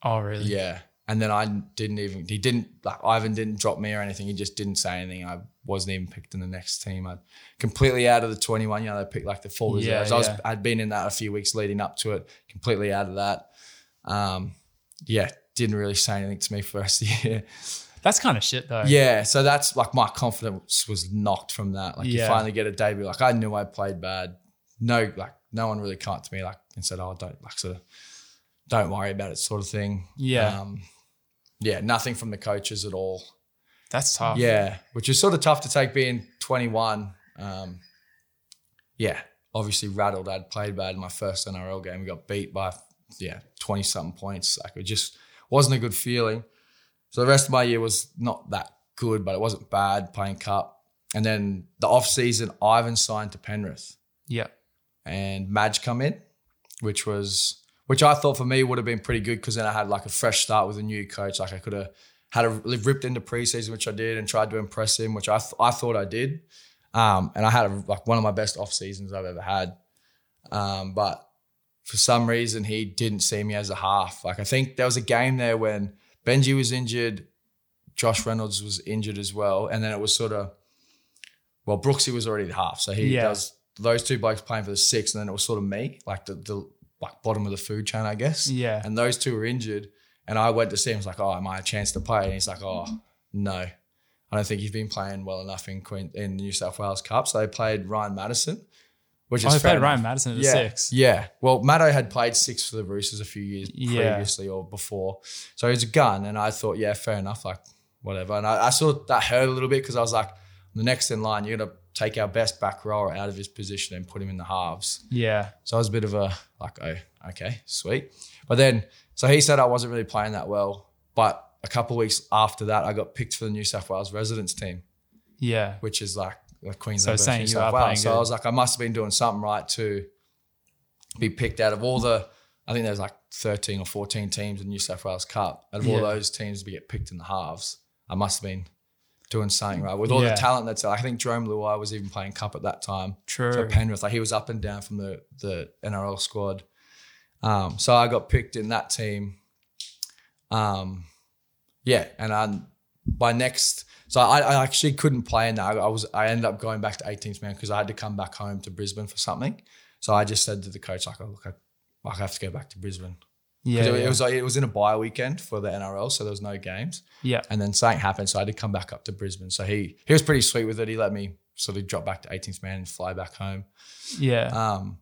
[SPEAKER 1] Oh, really?
[SPEAKER 2] Yeah. And then I didn't even he didn't like Ivan didn't drop me or anything. He just didn't say anything. I wasn't even picked in the next team. I completely out of the 21. You know, they picked like the full
[SPEAKER 1] Yeah,
[SPEAKER 2] reserves. I was
[SPEAKER 1] yeah.
[SPEAKER 2] I'd been in that a few weeks leading up to it, completely out of that. Um, yeah, didn't really say anything to me for the rest of the year.
[SPEAKER 1] That's kind of shit though.
[SPEAKER 2] Yeah. So that's like my confidence was knocked from that. Like
[SPEAKER 1] Yeah.
[SPEAKER 2] you finally get a debut. Like I knew I played bad. No, like no one really came up to me like and said, Oh, don't like sort of don't worry about it sort of thing.
[SPEAKER 1] Yeah.
[SPEAKER 2] Um, yeah, nothing from the coaches at all.
[SPEAKER 1] That's tough.
[SPEAKER 2] Yeah. Which is sort of tough to take being 21. Um, yeah. Obviously rattled. I'd played bad in my first NRL game. We got beat by yeah, 20 something points. Like it just wasn't a good feeling. So the rest of my year was not that good, but it wasn't bad playing cup. And then the off season, Ivan signed to Penrith
[SPEAKER 1] Yeah.
[SPEAKER 2] and Madge come in, which was which I thought for me would have been pretty good because then I had like a fresh start with a new coach. Like I could have had a ripped into preseason, which I did, and tried to impress him, which I th- I thought I did. Um, and I had a, like one of my best off seasons I've ever had. Um, but for some reason he didn't see me as a half. Like I think there was a game there when Benji was injured, Josh Reynolds was injured as well, and then it was sort of well Brooksy was already the half, so he
[SPEAKER 1] Yeah.
[SPEAKER 2] does those two blokes playing for the six, and then it was sort of me, like the the like bottom of the food chain, I guess.
[SPEAKER 1] Yeah.
[SPEAKER 2] And those two were injured, and I went to see him. I was like, "Oh, am I a chance to play?" And he's like, "Oh, no." I don't think he's been playing well enough in Queen, in New South Wales Cup. So they played Ryan Madison, which
[SPEAKER 1] Oh,
[SPEAKER 2] is
[SPEAKER 1] they
[SPEAKER 2] fair
[SPEAKER 1] played
[SPEAKER 2] enough.
[SPEAKER 1] Ryan Madison at the
[SPEAKER 2] Yeah.
[SPEAKER 1] six.
[SPEAKER 2] Yeah. Well, Maddo had played six for the Roosters a few years
[SPEAKER 1] Yeah.
[SPEAKER 2] previously or before. So he's a gun. And I thought, yeah, fair enough. Like, whatever. And I, I sort of that hurt a little bit because I was like, the next in line, you're going to take our best back rower out of his position and put him in the halves.
[SPEAKER 1] Yeah.
[SPEAKER 2] So I was a bit of a like, oh, okay, sweet. But then, so he said I wasn't really playing that well. But a couple of weeks after that, I got picked for the New South Wales residents team
[SPEAKER 1] Yeah.
[SPEAKER 2] which is like, like Queensland
[SPEAKER 1] So
[SPEAKER 2] versus
[SPEAKER 1] saying
[SPEAKER 2] New
[SPEAKER 1] you
[SPEAKER 2] South
[SPEAKER 1] are playing
[SPEAKER 2] Wales. So
[SPEAKER 1] good.
[SPEAKER 2] I was like, I must have been doing something right to be picked out of all the. I think there's like 13 or 14 teams in New South Wales Cup. Out of
[SPEAKER 1] Yeah.
[SPEAKER 2] all those teams to get picked in the halves, I must have been doing something right with all
[SPEAKER 1] Yeah.
[SPEAKER 2] the talent that's. I think Jerome Luai was even playing cup at that time.
[SPEAKER 1] True.
[SPEAKER 2] So Penrith, like he was up and down from the the NRL squad. Um, so I got picked in that team. Um, yeah, and I by next, so I, I actually couldn't play in that. I, I was I ended up going back to 18th man because I had to come back home to Brisbane for something. So I just said to the coach like, oh, look, I, like, I have to go back to Brisbane.
[SPEAKER 1] yeah.
[SPEAKER 2] 'Cause it,
[SPEAKER 1] yeah.
[SPEAKER 2] it was like, it was in a bye weekend for the NRL, so there was no games.
[SPEAKER 1] yeah.
[SPEAKER 2] And then something happened, so I had to come back up to Brisbane. So he he was pretty sweet with it. He let me sort of drop back to 18th man and fly back home
[SPEAKER 1] Yeah.
[SPEAKER 2] um,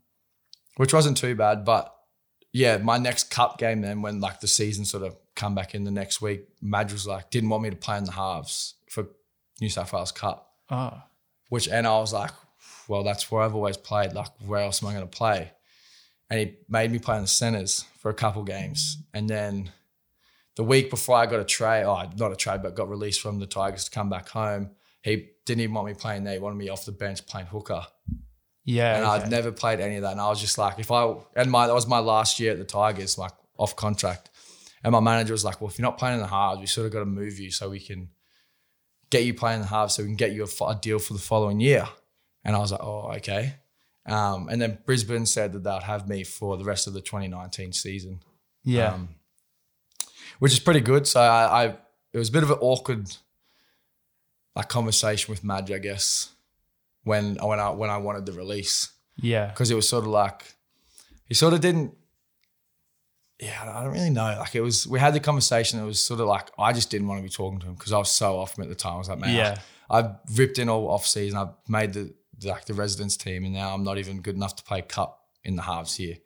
[SPEAKER 2] which wasn't too bad. But yeah, my next cup game then, when like the season sort of come back in the next week, Madge was like didn't want me to play in the halves for New South Wales Cup,
[SPEAKER 1] oh.
[SPEAKER 2] which and I was like, well, that's where I've always played. Like, where else am I going to play? And he made me play in the centres for a couple games, and then. The week before I got a trade, oh, not a trade, but got released from the Tigers to come back home. He didn't even want me playing there. He wanted me off the bench playing hooker
[SPEAKER 1] Yeah.
[SPEAKER 2] and
[SPEAKER 1] okay.
[SPEAKER 2] I'd never played any of that. And I was just like, if I and my that was my last year at the Tigers, like off contract. And my manager was like, well, if you're not playing in the halves, we sort of got to move you so we can get you playing in the halves, so we can get you a, fo- a deal for the following year. And I was like, oh, okay. Um, and then Brisbane said that they'd have me for the rest of the 2019 season
[SPEAKER 1] yeah.
[SPEAKER 2] um, which is pretty good. So I, I it was a bit of an awkward like conversation with Madge, I guess, when when I when I wanted the release
[SPEAKER 1] yeah.
[SPEAKER 2] because it was sort of like he sort of didn't. Yeah, I don't really know. Like it was, we had the conversation. It was sort of like I just didn't want to be talking to him because I was so off him at the time. I was like, man,
[SPEAKER 1] Yeah.
[SPEAKER 2] I've ripped in all off season. I've made the the- like the residence team, and now I'm not even good enough to play cup in the halves here.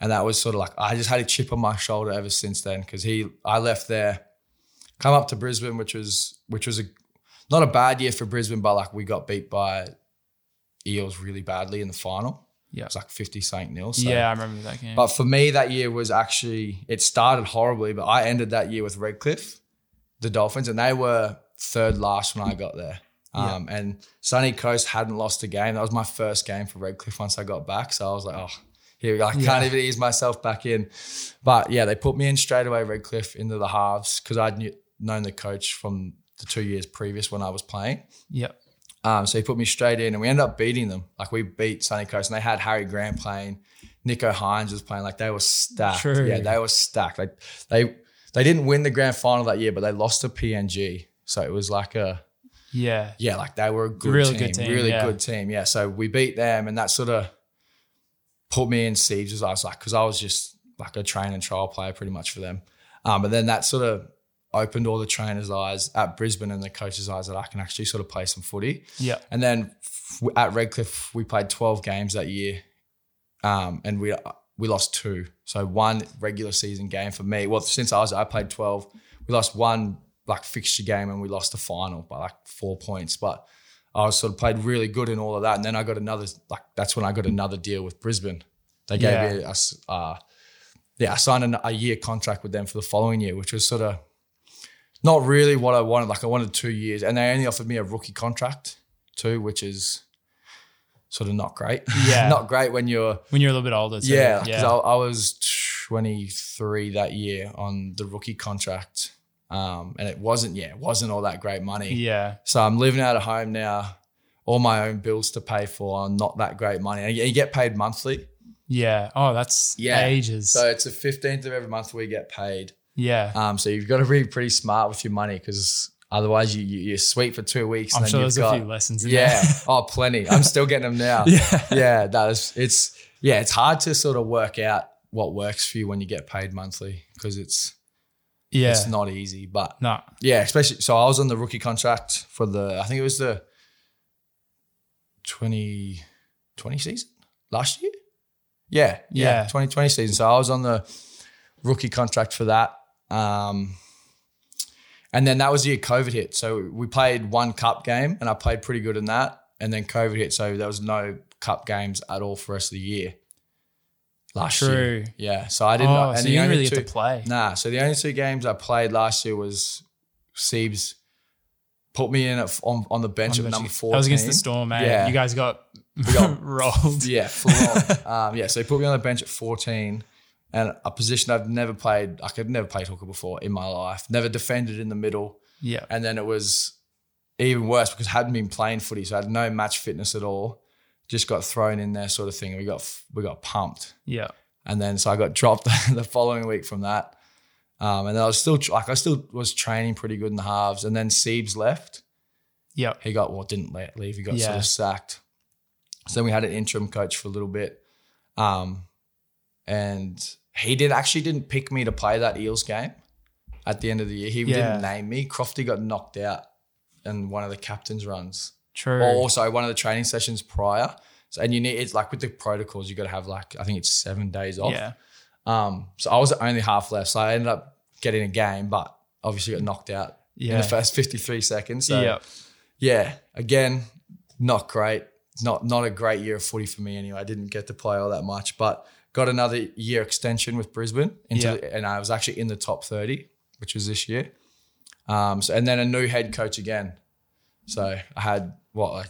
[SPEAKER 2] and that was sort of like I just had a chip on my shoulder ever since then because he I left there, come up to Brisbane, which was which was a not a bad year for Brisbane, but like we got beat by Eels really badly in the final.
[SPEAKER 1] Yeah.
[SPEAKER 2] It was like fifty something nil. So.
[SPEAKER 1] yeah, I remember that game.
[SPEAKER 2] But for me, that year was actually it started horribly, but I ended that year with Redcliffe, the Dolphins, and they were third last when I got there. Um, And Sunny Coast hadn't lost a game. That was my first game for Redcliffe once I got back. So I was like, oh, here we go. I can't even ease myself back in. But yeah, they put me in straight away, Redcliffe, into the halves because I'd knew, known the coach from the two years previous when I was playing.
[SPEAKER 1] yeah,
[SPEAKER 2] Um, so he put me straight in, and we ended up beating them. Like we beat Sunny Coast, and they had Harry Grant playing, Nico Hines was playing. Like they were stacked.
[SPEAKER 1] True.
[SPEAKER 2] Yeah, they were stacked. Like they they didn't win the grand final that year, but they lost to PNG. So it was like a
[SPEAKER 1] yeah,
[SPEAKER 2] yeah, like they were a good
[SPEAKER 1] Really
[SPEAKER 2] team,
[SPEAKER 1] good team,
[SPEAKER 2] really
[SPEAKER 1] yeah.
[SPEAKER 2] good team. Yeah, so we beat them, and that sort of put me in siege. As I was like, because I was just like a train and trial player pretty much for them. Um, but then that sort of opened all the trainers' eyes at Brisbane and the coaches' eyes that I can actually sort of play some footy.
[SPEAKER 1] yeah,
[SPEAKER 2] And then f- at Redcliffe, we played 12 games that year, um, and we we lost two. So one regular season game for me. Well, since I was I played 12, we lost one like fixture game, and we lost the final by like four points. But I was sort of played really good in all of that, and then I got another like that's when I got another deal with Brisbane. They gave
[SPEAKER 1] Yeah.
[SPEAKER 2] me us uh, yeah, I signed an, a year contract with them for the following year, which was sort of not really what I wanted. Like I wanted two years, and they only offered me a rookie contract too, which is sort of not great.
[SPEAKER 1] Yeah.
[SPEAKER 2] not great when you're
[SPEAKER 1] When you're a little bit older, so
[SPEAKER 2] yeah.
[SPEAKER 1] yeah,
[SPEAKER 2] Because I, I was 23 that year on the rookie contract, um, and it wasn't yeah, it wasn't all that great money.
[SPEAKER 1] yeah,
[SPEAKER 2] So I'm living out of home now. All my own bills to pay for, not that great money. And you you get paid monthly.
[SPEAKER 1] yeah. Oh, that's
[SPEAKER 2] Yeah.
[SPEAKER 1] ages.
[SPEAKER 2] So it's the 15th of every month we get paid.
[SPEAKER 1] yeah,
[SPEAKER 2] Um, so you've got to be pretty smart with your money because otherwise you, you you're sweet for two weeks.
[SPEAKER 1] I'm
[SPEAKER 2] and then
[SPEAKER 1] sure
[SPEAKER 2] you've
[SPEAKER 1] there's
[SPEAKER 2] got,
[SPEAKER 1] a few lessons. In
[SPEAKER 2] Yeah. oh, plenty. I'm still getting them now.
[SPEAKER 1] there. yeah,
[SPEAKER 2] yeah. That is. It's yeah. It's hard to sort of work out what works for you when you get paid monthly because it's
[SPEAKER 1] yeah.
[SPEAKER 2] it's not easy. But
[SPEAKER 1] no,
[SPEAKER 2] yeah, especially so I was on the rookie contract for the I think it was the 2020 season last year. Yeah,
[SPEAKER 1] Yeah.
[SPEAKER 2] yeah, 2020 season. So I was on the rookie contract for that. Um and then that was the year COVID hit. So we played one cup game and I played pretty good in that. And then COVID hit, so there was no cup games at all for us the year. Last year.
[SPEAKER 1] true.
[SPEAKER 2] Yeah. So I
[SPEAKER 1] Oh,
[SPEAKER 2] didn't and
[SPEAKER 1] so
[SPEAKER 2] the
[SPEAKER 1] you didn't
[SPEAKER 2] only
[SPEAKER 1] really
[SPEAKER 2] two-
[SPEAKER 1] get to play.
[SPEAKER 2] Nah. So the only two games I played last year was Siebes put me in at, on, on the bench at number four.
[SPEAKER 1] That was against the Storm, man.
[SPEAKER 2] Yeah.
[SPEAKER 1] You guys got,
[SPEAKER 2] got-
[SPEAKER 1] rolled.
[SPEAKER 2] Yeah, full on. um, yeah, so he put me on the bench at 14 and a position I've never played. I could never played hooker before in my life. Never defended in the middle.
[SPEAKER 1] Yeah,
[SPEAKER 2] And then it was even worse because I hadn't been playing footy, so I had no match fitness at all. Just got thrown in there sort of thing. And we got we got pumped.
[SPEAKER 1] yeah,
[SPEAKER 2] And then so I got dropped the following week from that. Um, and I was still like I still was training pretty good in the halves. And then Siebes left.
[SPEAKER 1] yeah,
[SPEAKER 2] He got well didn't let leave. He got sort
[SPEAKER 1] Yeah.
[SPEAKER 2] of sacked. So then we had an interim coach for a little bit. Um, and he did actually didn't pick me to play that Eels game at the end of the year. He
[SPEAKER 1] Yeah.
[SPEAKER 2] didn't name me. Crofty got knocked out in one of the captain's runs
[SPEAKER 1] true.
[SPEAKER 2] or also one of the training sessions prior. So, and you need it's like with the protocols, you got to have like I think it's seven days off.
[SPEAKER 1] yeah,
[SPEAKER 2] Um, so I was the only half left, so I ended up getting a game, but obviously got knocked out in
[SPEAKER 1] yeah,
[SPEAKER 2] the first 53 seconds. So
[SPEAKER 1] yeah,
[SPEAKER 2] yeah, again, not great. Not not a great year of footy for me anyway. I didn't get to play all that much, but got another year extension with Brisbane into
[SPEAKER 1] Yeah.
[SPEAKER 2] and I was actually in the top 30, which was this year. Um, so and then a new head coach again. So I had what like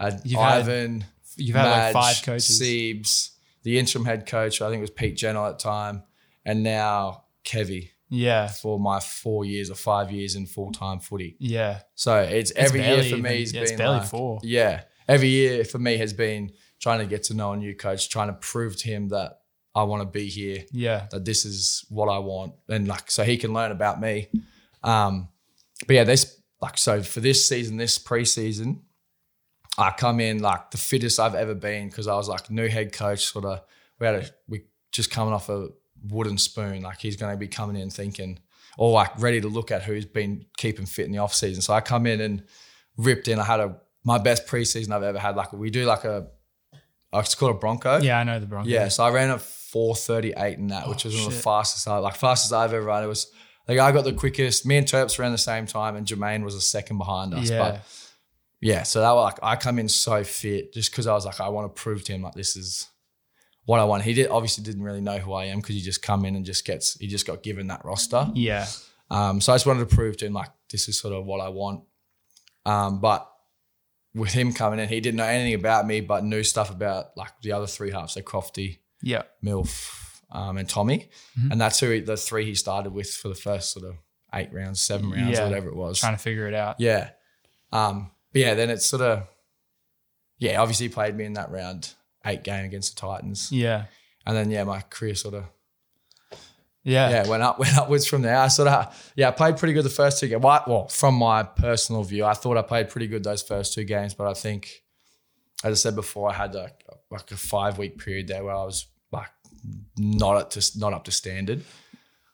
[SPEAKER 2] I had
[SPEAKER 1] You've had-
[SPEAKER 2] Ivan,
[SPEAKER 1] You've had like
[SPEAKER 2] Madge,
[SPEAKER 1] five coaches.
[SPEAKER 2] Siebes, the interim head coach, I think it was Pete Jennell at the time, and now Kevy
[SPEAKER 1] Yeah,
[SPEAKER 2] for my four years or five years in full time footy.
[SPEAKER 1] yeah,
[SPEAKER 2] So it's, every year
[SPEAKER 1] barely
[SPEAKER 2] for
[SPEAKER 1] even-
[SPEAKER 2] me has
[SPEAKER 1] yeah,
[SPEAKER 2] been
[SPEAKER 1] it's barely
[SPEAKER 2] like-
[SPEAKER 1] four.
[SPEAKER 2] Yeah, every year for me has been trying to get to know a new coach, trying to prove to him that I want to be here,
[SPEAKER 1] yeah,
[SPEAKER 2] that this is what I want, and like so he can learn about me. Um, but yeah, this like so for this season, this preseason, I come in like the fittest I've ever been because I was like new head coach, sort of. We had a we just coming off a wooden spoon. Like he's going to be coming in thinking, or like ready to look at who's been keeping fit in the off season. So I come in and ripped in. I had a my best preseason I've ever had. Like we do like a, oh, it's called a Bronco.
[SPEAKER 1] yeah. I know the Broncos.
[SPEAKER 2] Yeah, so I ran a 4:38 in that, which was one of the
[SPEAKER 1] Oh, shit.
[SPEAKER 2] fastest I like fastest I've ever run. It was like I got the quickest. Me and Terps ran the same time, and Jermaine was a second behind us.
[SPEAKER 1] Yeah.
[SPEAKER 2] But yeah, so that was like I come in so fit just because I was like I want to prove to him like this is what I want. He did obviously didn't really know who I am because he just come in and just gets he just got given that roster.
[SPEAKER 1] Yeah.
[SPEAKER 2] Um, so I just wanted to prove to him like this is sort of what I want. Um, but with him coming in, he didn't know anything about me, but knew stuff about like the other three halves, so Crofty,
[SPEAKER 1] Yeah.
[SPEAKER 2] Milf, um, and Tommy,
[SPEAKER 1] Mhm.
[SPEAKER 2] and that's who he, the three he started with for the first sort of eight rounds, seven rounds,
[SPEAKER 1] Yeah.
[SPEAKER 2] whatever it was.
[SPEAKER 1] Trying to figure it out.
[SPEAKER 2] Yeah. Um, but yeah, then it's sort of, yeah, obviously he played me in that round eight game against the Titans.
[SPEAKER 1] Yeah.
[SPEAKER 2] And then, yeah, my career sort of,
[SPEAKER 1] Yeah.
[SPEAKER 2] yeah, went up, went upwards from there. I sort of, yeah, I played pretty good the first two games. Well, I- well, from my personal view, I thought I played pretty good those first two games, but I think, as I said before, I had like, like a five week period there where I was like, not up to not up to standard.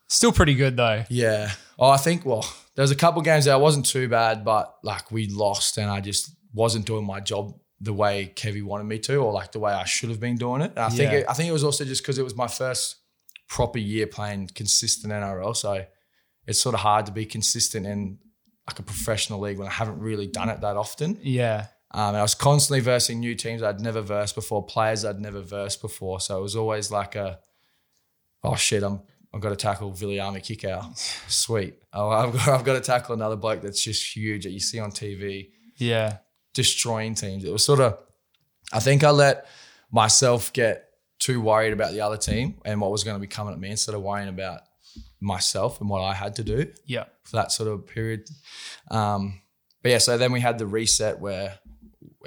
[SPEAKER 1] Still pretty good though.
[SPEAKER 2] Yeah. Oh, I think well, there was a couple games that wasn't too bad, but like we lost and I just wasn't doing my job the way Kevy wanted me to, or like the way I should have been doing it. And I think
[SPEAKER 1] Yeah.
[SPEAKER 2] it, I think it was also just because it was my first proper year playing consistent NRL, so it's sort of hard to be consistent in like a professional league when I haven't really done it that often.
[SPEAKER 1] Yeah.
[SPEAKER 2] Um, and I was constantly versing new teams I'd never versed before, players I'd never versed before. So it was always like a, oh shit, I'm I've got to tackle Viliami kick out. Sweet. Oh, I've got I've got to tackle another bloke that's just huge that you see on TV
[SPEAKER 1] Yeah.
[SPEAKER 2] destroying teams. It was sort of, I think I let myself get too worried about the other team and what was going to be coming at me instead of worrying about myself and what I had to do
[SPEAKER 1] Yeah.
[SPEAKER 2] for that sort of period. Um, but yeah, so then we had the reset where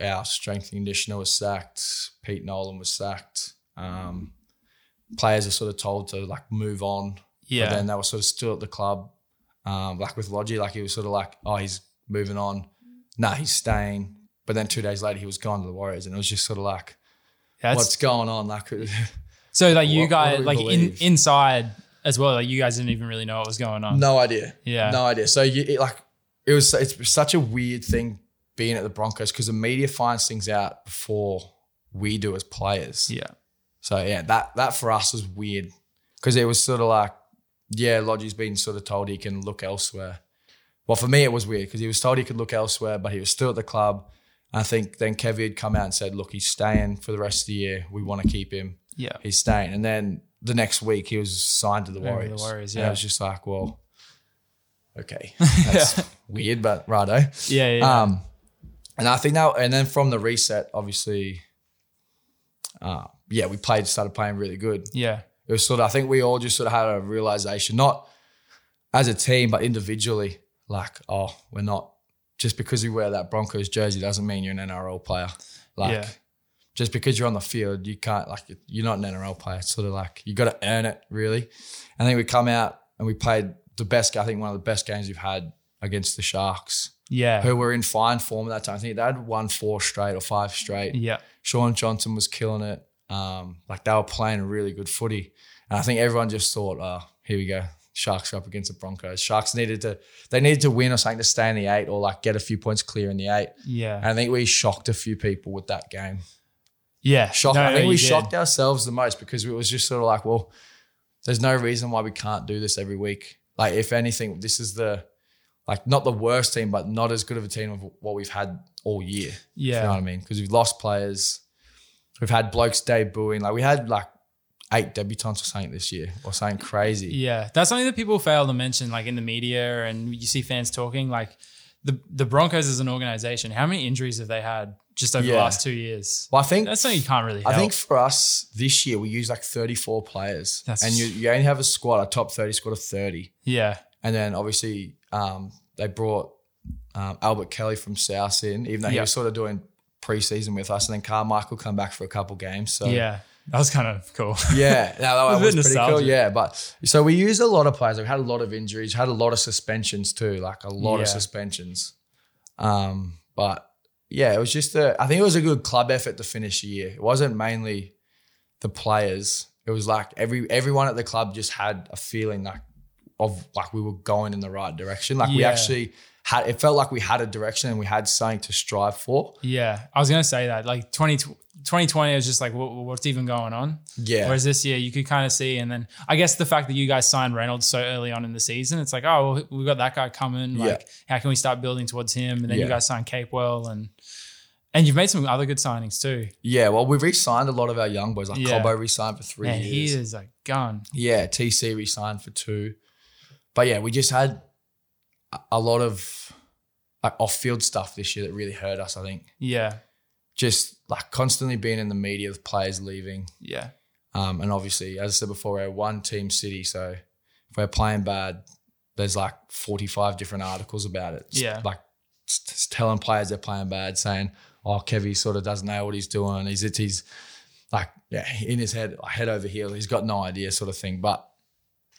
[SPEAKER 2] our strength and conditioner was sacked, Pete Nolan was sacked. Um, players are sort of told to like move on,
[SPEAKER 1] Yeah.
[SPEAKER 2] but then they were sort of still at the club. Um, like with Lodgy, like he was sort of like, oh, he's moving on. Nah, he's staying. But then two days later, he was gone to the Warriors, and it was just sort of like,
[SPEAKER 1] That's
[SPEAKER 2] what's going on? Like,
[SPEAKER 1] so like you
[SPEAKER 2] what- what
[SPEAKER 1] guys
[SPEAKER 2] do we
[SPEAKER 1] like in,
[SPEAKER 2] believe?
[SPEAKER 1] inside as well. Like you guys didn't even really know what was going on.
[SPEAKER 2] no idea.
[SPEAKER 1] Yeah.
[SPEAKER 2] No idea. So you it, like it was it's such a weird thing being at the Broncos because the media finds things out before we do as players.
[SPEAKER 1] Yeah.
[SPEAKER 2] So yeah, that that for us was weird because it was sort of like yeah, Lodgy's been sort of told he can look elsewhere. Well, for me it was weird because he was told he could look elsewhere, but he was still at the club. I think then Kevy had come out and said, "Look, he's staying for the rest of the year. We want to keep him.
[SPEAKER 1] Yeah.
[SPEAKER 2] He's staying." And then the next week he was signed to the
[SPEAKER 1] Remember the
[SPEAKER 2] Warriors.
[SPEAKER 1] Warriors,
[SPEAKER 2] And
[SPEAKER 1] yeah.
[SPEAKER 2] I was just like, "Well, okay, that's weird, but righto."
[SPEAKER 1] Yeah. Yeah.
[SPEAKER 2] Um, and I think now, and then from the reset, obviously, uh, yeah, we played, started playing really good.
[SPEAKER 1] yeah.
[SPEAKER 2] It was sort of, I think we all just sort of had a realization, not as a team, but individually, like, oh, we're not, just because you wear that Broncos jersey doesn't mean you're an NRL player. Like,
[SPEAKER 1] Yeah.
[SPEAKER 2] just because you're on the field, you can't, like, you're not an NRL player. It's sort of like, you got to earn it, really. And then we come out and we played the best, I think one of the best games we've had against the Sharks
[SPEAKER 1] Yeah.
[SPEAKER 2] who were in fine form at that time. I think they had won four straight or five straight.
[SPEAKER 1] Yeah.
[SPEAKER 2] Sean Johnson was killing it. Um, like they were playing really good footy. And I think everyone just thought, oh, here we go. Sharks are up against the Broncos. Sharks needed to they needed to win or something to stay in the eight or like get a few points clear in the eight. And
[SPEAKER 1] Yeah.
[SPEAKER 2] I think we shocked a few people with that game.
[SPEAKER 1] Yeah.
[SPEAKER 2] Shocked. I think
[SPEAKER 1] you
[SPEAKER 2] we
[SPEAKER 1] did.
[SPEAKER 2] shocked ourselves the most because it was just sort of like, well, there's no reason why we can't do this every week. Like, if anything, this is the like not the worst team, but not as good of a team of what we've had all year.
[SPEAKER 1] Yeah.
[SPEAKER 2] If you know what I mean? Because we've lost players. We've had blokes debuting. Like we had like eight debutants or something this year or something crazy.
[SPEAKER 1] Yeah, that's something that people fail to mention, like in the media, and you see fans talking. Like the the Broncos as an organization, how many injuries have they had just over the
[SPEAKER 2] Yeah.
[SPEAKER 1] last two years?
[SPEAKER 2] Well, I think
[SPEAKER 1] That's something you can't really. Help.
[SPEAKER 2] I think for us this year we used like 34 players,
[SPEAKER 1] That's-
[SPEAKER 2] and you, you only have a squad, a top 30 squad of 30.
[SPEAKER 1] Yeah,
[SPEAKER 2] And then obviously um, they brought um, Albert Kelly from South in, even though he
[SPEAKER 1] Yeah.
[SPEAKER 2] was sort of doing preseason with us. And then Carmichael come back for a couple games. So
[SPEAKER 1] yeah, that was kind of cool.
[SPEAKER 2] yeah, no,
[SPEAKER 1] A
[SPEAKER 2] that
[SPEAKER 1] bit
[SPEAKER 2] was pretty cool.
[SPEAKER 1] nostalgic.
[SPEAKER 2] Yeah, but so we used a lot of players. We had a lot of injuries, had a lot of suspensions too, like a lot
[SPEAKER 1] Yeah.
[SPEAKER 2] of suspensions. Um, but yeah, it was just a. I think it was a good club effort to finish the year. It wasn't mainly the players. It was like every everyone at the club just had a feeling like of like we were going in the right direction. Like we
[SPEAKER 1] Yeah.
[SPEAKER 2] actually had. It felt like we had a direction and we had something to strive for.
[SPEAKER 1] yeah, I was gonna say that. Like twenty 2020 was just like, what, what's even going on?
[SPEAKER 2] Yeah.
[SPEAKER 1] Whereas this year, you could kind of see, and then I guess the fact that you guys signed Reynolds so early on in the season, it's like, oh, well, we've got that guy coming. Like, how can we start building towards him? And then you
[SPEAKER 2] Yeah.
[SPEAKER 1] guys signed Capewell, and and you've made some other good signings too.
[SPEAKER 2] yeah. Well, we've re-signed a lot of our young boys. Like
[SPEAKER 1] Yeah.
[SPEAKER 2] Cobo re-signed for three
[SPEAKER 1] Man, he
[SPEAKER 2] years.
[SPEAKER 1] is a gun.
[SPEAKER 2] Yeah, TC resigned for two. But yeah, we just had a- a lot of like off-field stuff this year that really hurt us. I think
[SPEAKER 1] Yeah,
[SPEAKER 2] just like constantly being in the media with players leaving,
[SPEAKER 1] yeah,
[SPEAKER 2] um, and obviously, as I said before, we're a one-team city, so if we're playing bad, there's like 45 different articles about it.
[SPEAKER 1] Yeah.
[SPEAKER 2] like just- just telling players they're playing bad, saying, "Oh, Kevy sort of doesn't know what he's doing. He's it's he's like yeah, in his head, like, head over heels. He's got no idea, sort of thing." But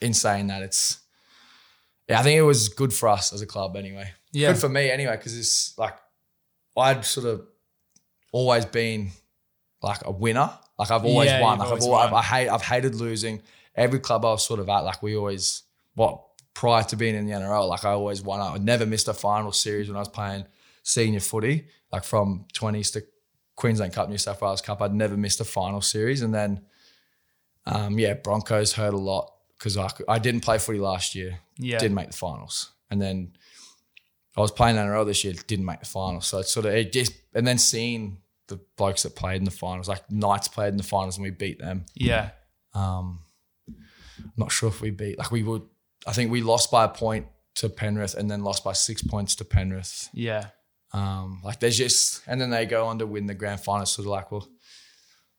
[SPEAKER 2] in saying that, it's yeah, I think it was good for us as a club anyway.
[SPEAKER 1] yeah,
[SPEAKER 2] Good for me anyway, because it's like I'd sort of always been like a winner. Like I've always
[SPEAKER 1] Yeah,
[SPEAKER 2] won.
[SPEAKER 1] you've
[SPEAKER 2] Like
[SPEAKER 1] always
[SPEAKER 2] I've, always,
[SPEAKER 1] won.
[SPEAKER 2] I hate. I've hated losing. Every club I was sort of at, like we always what prior to being in the NRL, like I always won. I never missed a final series when I was playing senior footy, like from twenties to Queensland Cup, New South Wales Cup. I'd never missed a final series, and then um, yeah, Broncos hurt a lot because I I didn't play footy last year
[SPEAKER 1] yeah,
[SPEAKER 2] didn't make the finals. And then I was playing NRL this year, didn't make the finals. So it's sort of it just and then seeing the blokes that played in the finals, like Knights played in the finals and we beat them.
[SPEAKER 1] yeah,
[SPEAKER 2] Um I'm not sure if we beat like we would I think we lost by a point to Penrith and then lost by six points to Penrith.
[SPEAKER 1] yeah,
[SPEAKER 2] Um like there's just and then they go on to win the grand final. Sort of like, well,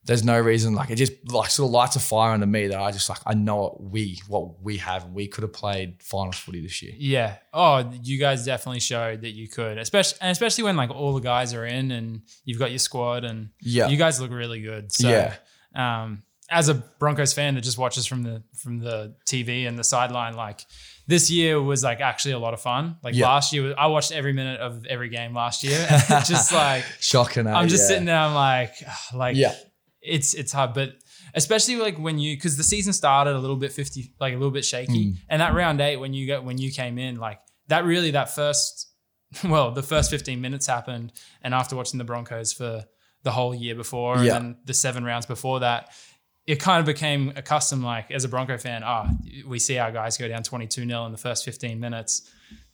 [SPEAKER 2] there's no reason like it just like sort of lights a fire under me that I just like I know what we what we have. We could have played finals footy this year.
[SPEAKER 1] yeah. Oh, you guys definitely showed that you could, especially and especially when like all the guys are in and you've got your squad and
[SPEAKER 2] Yeah.
[SPEAKER 1] you guys look really good. So,
[SPEAKER 2] yeah.
[SPEAKER 1] um, as a Broncos fan that just watches from the from the TV and the sideline, like this year was like actually a lot of fun. Like
[SPEAKER 2] Yeah.
[SPEAKER 1] last year, was, I watched every minute of every game last year, and it's just like
[SPEAKER 2] Shocking. eh?
[SPEAKER 1] I'm just
[SPEAKER 2] Yeah.
[SPEAKER 1] sitting there, I'm like, "Ugh," like
[SPEAKER 2] Yeah.
[SPEAKER 1] it's it's hard, but especially like when you because the season started a little bit fifty, like a little bit shaky,
[SPEAKER 2] Mm.
[SPEAKER 1] and that round eight when you got when you came in, like that really that first, well, the first fifteen minutes happened, and after watching the Broncos for the whole year before, and
[SPEAKER 2] Yeah.
[SPEAKER 1] then the seven rounds before that. It kind of became accustomed, like as a Bronco fan, ah, we see our guys go down 22 0 in the first 15 minutes.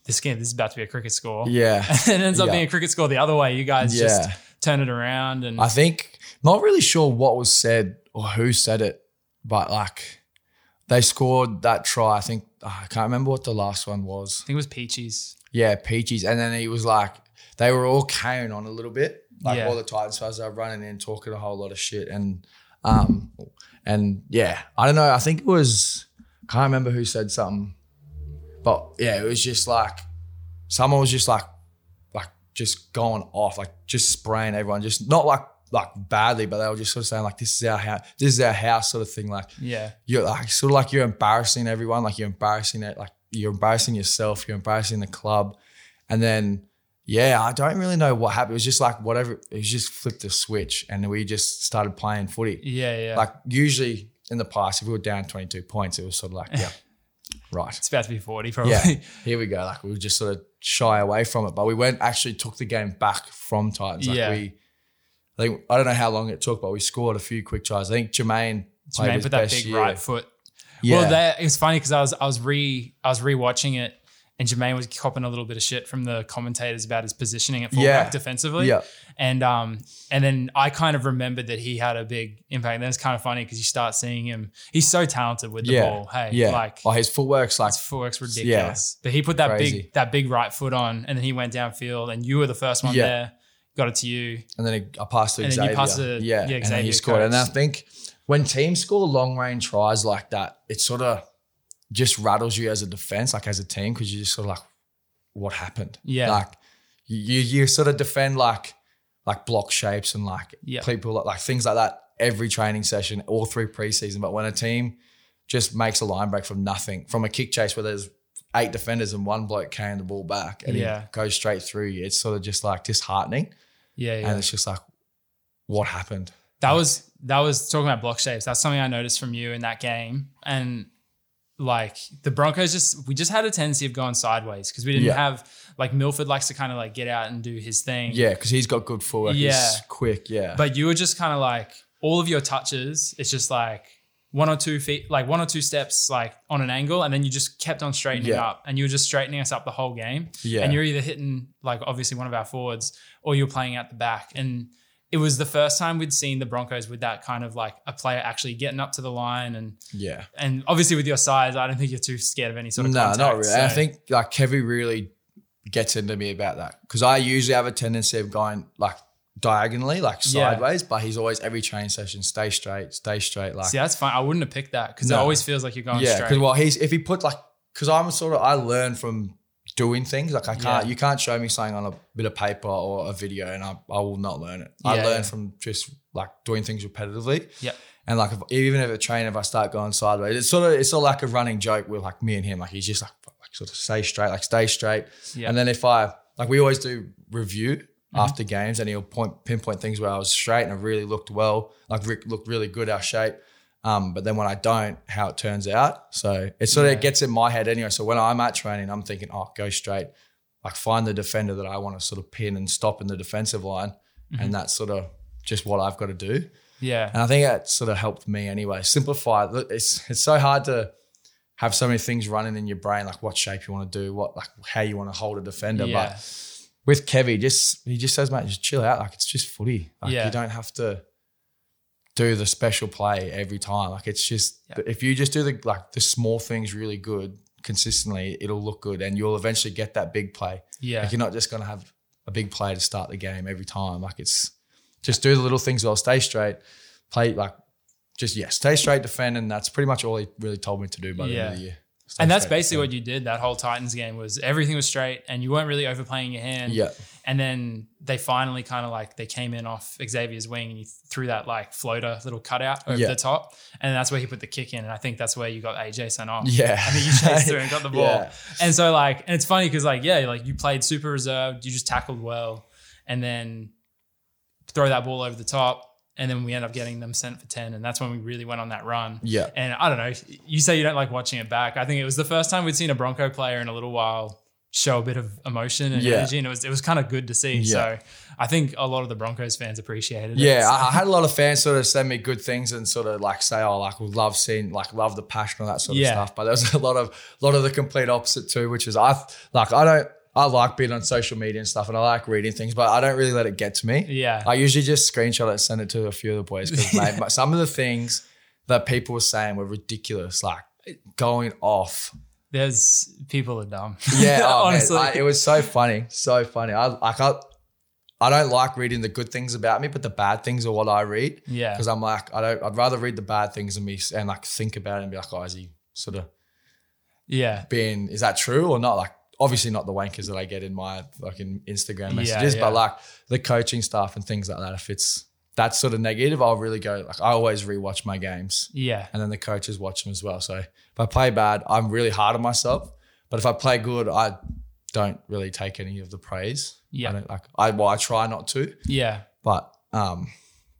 [SPEAKER 1] This game, this is about to be a cricket score.
[SPEAKER 2] Yeah.
[SPEAKER 1] and it ends up
[SPEAKER 2] Yeah.
[SPEAKER 1] being a cricket score the other way. You guys just
[SPEAKER 2] Yeah.
[SPEAKER 1] turn it around and
[SPEAKER 2] I think, not really sure what was said or who said it, but like they scored that try. I think, ah, I can't remember what the last one was.
[SPEAKER 1] I think it was Peaches.
[SPEAKER 2] Yeah, Peaches. And then he was like, they were all carrying on a little bit. Like
[SPEAKER 1] Yeah.
[SPEAKER 2] all the Titans fans are running in, talking a whole lot of shit. And, um, and yeah, I don't know. I think it was, can't remember who said something, but yeah, it was just like, someone was just like, like just going off, like just spraying everyone, just not like, like badly, but they were just sort of saying like, this is our house, this is our house sort of thing. Like,
[SPEAKER 1] Yeah.
[SPEAKER 2] you're like sort of like you're embarrassing everyone, like you're embarrassing it, like you're embarrassing yourself, you're embarrassing the club, and then yeah, I don't really know what happened. It was just like whatever. It was just flipped a switch, and we just started playing footy.
[SPEAKER 1] Yeah. Yeah.
[SPEAKER 2] Like usually in the past, if we were down 22 points, it was sort of like yeah, right,
[SPEAKER 1] it's about to be 40, probably.
[SPEAKER 2] yeah, here we go. Like we would just sort of shy away from it, but we went actually took the game back from Titans. Like
[SPEAKER 1] Yeah.
[SPEAKER 2] we, I think I don't know how long it took, but we scored a few quick tries. I think Jermaine.
[SPEAKER 1] So
[SPEAKER 2] played
[SPEAKER 1] man
[SPEAKER 2] his
[SPEAKER 1] put that
[SPEAKER 2] best
[SPEAKER 1] big
[SPEAKER 2] year.
[SPEAKER 1] right foot.
[SPEAKER 2] Yeah.
[SPEAKER 1] Well, that it was funny because I was I was re I was rewatching it and Jermaine was copping a little bit of shit from the commentators about his positioning at fullback
[SPEAKER 2] Yeah.
[SPEAKER 1] defensively.
[SPEAKER 2] Yeah.
[SPEAKER 1] And um and then I kind of remembered that he had a big impact. And then it's kind of funny because you start seeing him. He's so talented with the ball. Hey,
[SPEAKER 2] yeah.
[SPEAKER 1] like
[SPEAKER 2] oh, his footwork's like,
[SPEAKER 1] His footwork's ridiculous. But he put that
[SPEAKER 2] Crazy.
[SPEAKER 1] big that big right foot on, and then he went downfield, and you were the first one
[SPEAKER 2] Yeah.
[SPEAKER 1] there. Got it to you.
[SPEAKER 2] and then I passed to
[SPEAKER 1] And then
[SPEAKER 2] Xavier.
[SPEAKER 1] you passed to-
[SPEAKER 2] yeah,
[SPEAKER 1] yeah,
[SPEAKER 2] and then
[SPEAKER 1] Xavier
[SPEAKER 2] he scored. And I
[SPEAKER 1] Coates.
[SPEAKER 2] think when teams score long range tries like that, it sort of just rattles you as a defense, like as a team, because you're just sort of like, what happened?
[SPEAKER 1] Yeah.
[SPEAKER 2] like you you sort of defend like like block shapes and like
[SPEAKER 1] Yeah.
[SPEAKER 2] people like things like that every training session, all through preseason. But when a team just makes a line break from nothing, from a kick chase where there's eight defenders and one bloke carrying the ball back and
[SPEAKER 1] Yeah.
[SPEAKER 2] he goes straight through you, it's sort of just like disheartening.
[SPEAKER 1] Yeah, yeah.
[SPEAKER 2] and it's just like, what happened?
[SPEAKER 1] That was that was talking about block shapes. That's something I noticed from you in that game, and like the Broncos just we just had a tendency of going sideways because we didn't
[SPEAKER 2] Yeah.
[SPEAKER 1] have like Milford likes to kind of like get out and do his thing.
[SPEAKER 2] Yeah, because he's got good footwork.
[SPEAKER 1] Yeah.
[SPEAKER 2] He's quick. Yeah.
[SPEAKER 1] But you were just kind of like all of your touches, it's just like one or two feet, like one or two steps, like on an angle, and then you just kept on straightening
[SPEAKER 2] Yeah.
[SPEAKER 1] up, and you were just straightening us up the whole game.
[SPEAKER 2] Yeah.
[SPEAKER 1] And you're either hitting like obviously one of our forwards, or you're playing out the back. And it was the first time we'd seen the Broncos with that kind of like a player actually getting up to the line, and
[SPEAKER 2] yeah.
[SPEAKER 1] and obviously with your size, I don't think you're too scared of any sort of
[SPEAKER 2] no,
[SPEAKER 1] contact.
[SPEAKER 2] not really. I
[SPEAKER 1] so-
[SPEAKER 2] think like Kevy really gets into me about that because I usually have a tendency of going like diagonally, like
[SPEAKER 1] Yeah.
[SPEAKER 2] sideways. But he's always every train session, stay straight, stay straight. Like
[SPEAKER 1] See, that's fine. I wouldn't have picked that because it
[SPEAKER 2] No.
[SPEAKER 1] always feels like you're going
[SPEAKER 2] yeah, because
[SPEAKER 1] straight.
[SPEAKER 2] well, he's if he put like because I'm sort of I learn from doing things like I can't
[SPEAKER 1] Yeah.
[SPEAKER 2] you can't show me something on a bit of paper or a video and I, I will not learn it. I
[SPEAKER 1] Yeah,
[SPEAKER 2] learn
[SPEAKER 1] yeah.
[SPEAKER 2] from just like doing things repetitively.
[SPEAKER 1] Yep.
[SPEAKER 2] And like if, even if a train, if I start going sideways, it's sort of it's sort of like a running joke with like me and him. Like he's just like, fuck, like sort of stay straight, like stay straight.
[SPEAKER 1] Yeah. Mm-hmm.
[SPEAKER 2] And then if I like we always do review after games, and he'll point pinpoint things where I was straight and I really looked well, like Rick looked really good our shape. Um, but then when I don't, how it turns out. So it sort of
[SPEAKER 1] Yeah.
[SPEAKER 2] gets in my head anyway. So when I'm at training, I'm thinking, oh, go straight, like find the defender that I want to sort of pin and stop in the defensive line,
[SPEAKER 1] Mm-hmm.
[SPEAKER 2] and that's sort of just what I've got to do.
[SPEAKER 1] yeah.
[SPEAKER 2] And I think that sort of helped me anyway. Simplify. Look, It's it's so hard to have so many things running in your brain, like what shape you want to do, what like how you want to hold a defender.
[SPEAKER 1] Yeah.
[SPEAKER 2] But with Kevy, just he just says, mate, just chill out. Like it's just footy. Like
[SPEAKER 1] Yeah.
[SPEAKER 2] you don't have to do the special play every time. Like it's just
[SPEAKER 1] Yeah.
[SPEAKER 2] if you just do the like the small things really good consistently, it'll look good, and you'll eventually get that big play.
[SPEAKER 1] Yeah.
[SPEAKER 2] Like you're not just gonna have a big play to start the game every time. Like it's just do the little things well, stay straight, play like just yeah, stay straight, defend, and that's pretty much all he really told me to do by the end
[SPEAKER 1] Yeah.
[SPEAKER 2] of the year. Stay
[SPEAKER 1] and that's
[SPEAKER 2] straight,
[SPEAKER 1] basically what you did that whole Titans game was everything was straight and you weren't really overplaying your hand.
[SPEAKER 2] defend. yeah,
[SPEAKER 1] And then they finally kind of like they came in off Xavier's wing and you threw that like floater little cutout over
[SPEAKER 2] Yeah.
[SPEAKER 1] the top. And that's where he put the kick in. And I think that's where you got AJ sent off.
[SPEAKER 2] yeah.
[SPEAKER 1] I think you chased through and got the ball.
[SPEAKER 2] Yeah.
[SPEAKER 1] And so like, and it's funny because like, yeah, like you played super reserved, you just tackled well, and then throw that ball over the top. And then we end up getting them sent for 10. And that's when we really went on that run.
[SPEAKER 2] Yeah.
[SPEAKER 1] And I don't know, you say you don't like watching it back. I think it was the first time we'd seen a Bronco player in a little while show a bit of emotion and
[SPEAKER 2] Yeah.
[SPEAKER 1] energy. And it was it was kind of good to see. So I think a lot of the Broncos fans appreciated it.
[SPEAKER 2] Yeah,
[SPEAKER 1] So-
[SPEAKER 2] I, I had a lot of fans sort of send me good things and sort of like say, "Oh, like we love seeing, like love the passion and that sort
[SPEAKER 1] Yeah.
[SPEAKER 2] of stuff." But there was a lot of, lot of the complete opposite too, which is I like I don't, I like being on social media and stuff, and I like reading things, but I don't really let it get to me.
[SPEAKER 1] Yeah.
[SPEAKER 2] I usually just screenshot it and send it to a few of the boys because some of the things that people were saying were ridiculous, like going off.
[SPEAKER 1] There's people are dumb.
[SPEAKER 2] Yeah, oh, man,
[SPEAKER 1] honestly.
[SPEAKER 2] I- it was so funny, so funny. I like I, I don't like reading the good things about me, but the bad things are what I read
[SPEAKER 1] yeah.
[SPEAKER 2] because I'm like I don't. I'd rather read the bad things and me and like think about it and be like, oh, is he sort of
[SPEAKER 1] Yeah.
[SPEAKER 2] being is that true or not? Like obviously not the wankers that I get in my fucking Instagram
[SPEAKER 1] Yeah,
[SPEAKER 2] messages,
[SPEAKER 1] yeah.
[SPEAKER 2] but like the coaching stuff and things like that. If it's that sort of negative, I'll really go like I always rewatch my games
[SPEAKER 1] Yeah.
[SPEAKER 2] and then the coaches watch them as well. So if I play bad, I'm really hard on myself. But if I play good, I don't really take any of the praise. I
[SPEAKER 1] Yeah.
[SPEAKER 2] don't like I well, I try not to,
[SPEAKER 1] Yeah.
[SPEAKER 2] but um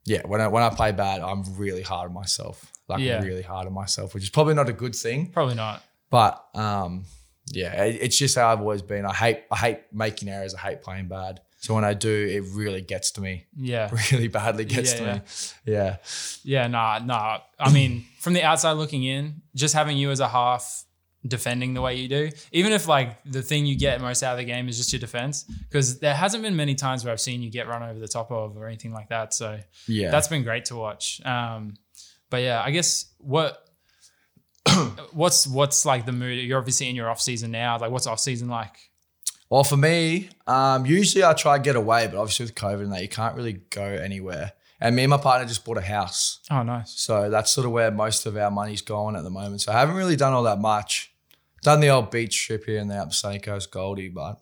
[SPEAKER 2] yeah, when I when I play bad, I'm really hard on myself. Like
[SPEAKER 1] Yeah.
[SPEAKER 2] really hard on myself, which is probably not a good thing.
[SPEAKER 1] Probably not.
[SPEAKER 2] But um, yeah, it, it's just how I've always been. I hate I hate making errors. I hate playing bad. So when I do, it really gets to me.
[SPEAKER 1] Yeah.
[SPEAKER 2] Really badly
[SPEAKER 1] Yeah,
[SPEAKER 2] gets to me. Yeah.
[SPEAKER 1] Yeah, nah, nah. I mean, from the outside looking in, just having you as a half defending the way you do, even if like the thing you get most out of the game is just your defense, because there hasn't been many times where I've seen you get run over the top of or anything like that. So
[SPEAKER 2] Yeah.
[SPEAKER 1] that's been great to watch. Um, but yeah, I guess what what's what's like the mood? You're obviously in your off season now. Like, what's off season like?
[SPEAKER 2] well for me, um, usually I try to get away, but obviously with COVID and that you can't really go anywhere. And me and my partner just bought a house.
[SPEAKER 1] Oh, nice.
[SPEAKER 2] So that's sort of where most of our money's going at the moment. So I haven't really done all that much. Done the old beach trip here and there up Sunny Coast Goldie, but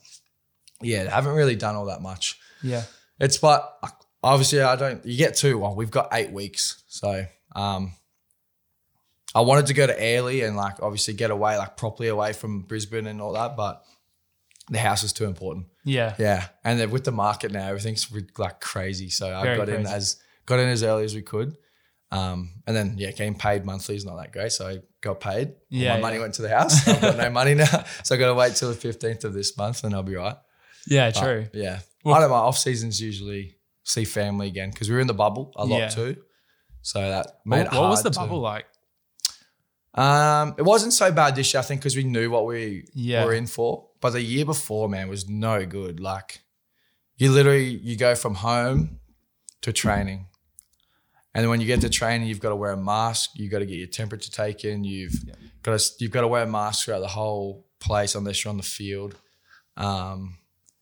[SPEAKER 2] yeah, haven't really done all that much.
[SPEAKER 1] Yeah,
[SPEAKER 2] It's but obviously I don't. You get two. Well, we've got eight weeks, so um, I wanted to go to Airlie and like obviously get away, like properly away from Brisbane and all that, but the house is too important.
[SPEAKER 1] yeah,
[SPEAKER 2] Yeah, and then with the market now, everything's re- like crazy. So I
[SPEAKER 1] Very
[SPEAKER 2] got in
[SPEAKER 1] crazy.
[SPEAKER 2] as got in as early as we could. Um, and then yeah, getting paid monthly is not that great. So I got paid. All
[SPEAKER 1] Yeah,
[SPEAKER 2] my
[SPEAKER 1] yeah.
[SPEAKER 2] money went to the house. I've got no money now, so I got to wait till the fifteenth of this month, and I'll be right.
[SPEAKER 1] Yeah,
[SPEAKER 2] But,
[SPEAKER 1] true.
[SPEAKER 2] yeah,
[SPEAKER 1] Well-
[SPEAKER 2] I don't. My off seasons usually see family again because we were in the bubble a lot
[SPEAKER 1] Yeah.
[SPEAKER 2] too. So that
[SPEAKER 1] What,
[SPEAKER 2] made it
[SPEAKER 1] what was
[SPEAKER 2] hard
[SPEAKER 1] the
[SPEAKER 2] to-
[SPEAKER 1] bubble like?
[SPEAKER 2] um, it wasn't so bad this year, I think, because we knew what we
[SPEAKER 1] Yeah.
[SPEAKER 2] were in for. But the year before, man, was no good. Like, you literally you go from home to training, and then when you get to training, you've got to wear a mask. You got to get your temperature taken. You've
[SPEAKER 1] Yeah.
[SPEAKER 2] got to you've got to wear a mask throughout the whole place unless you're on the field. Um,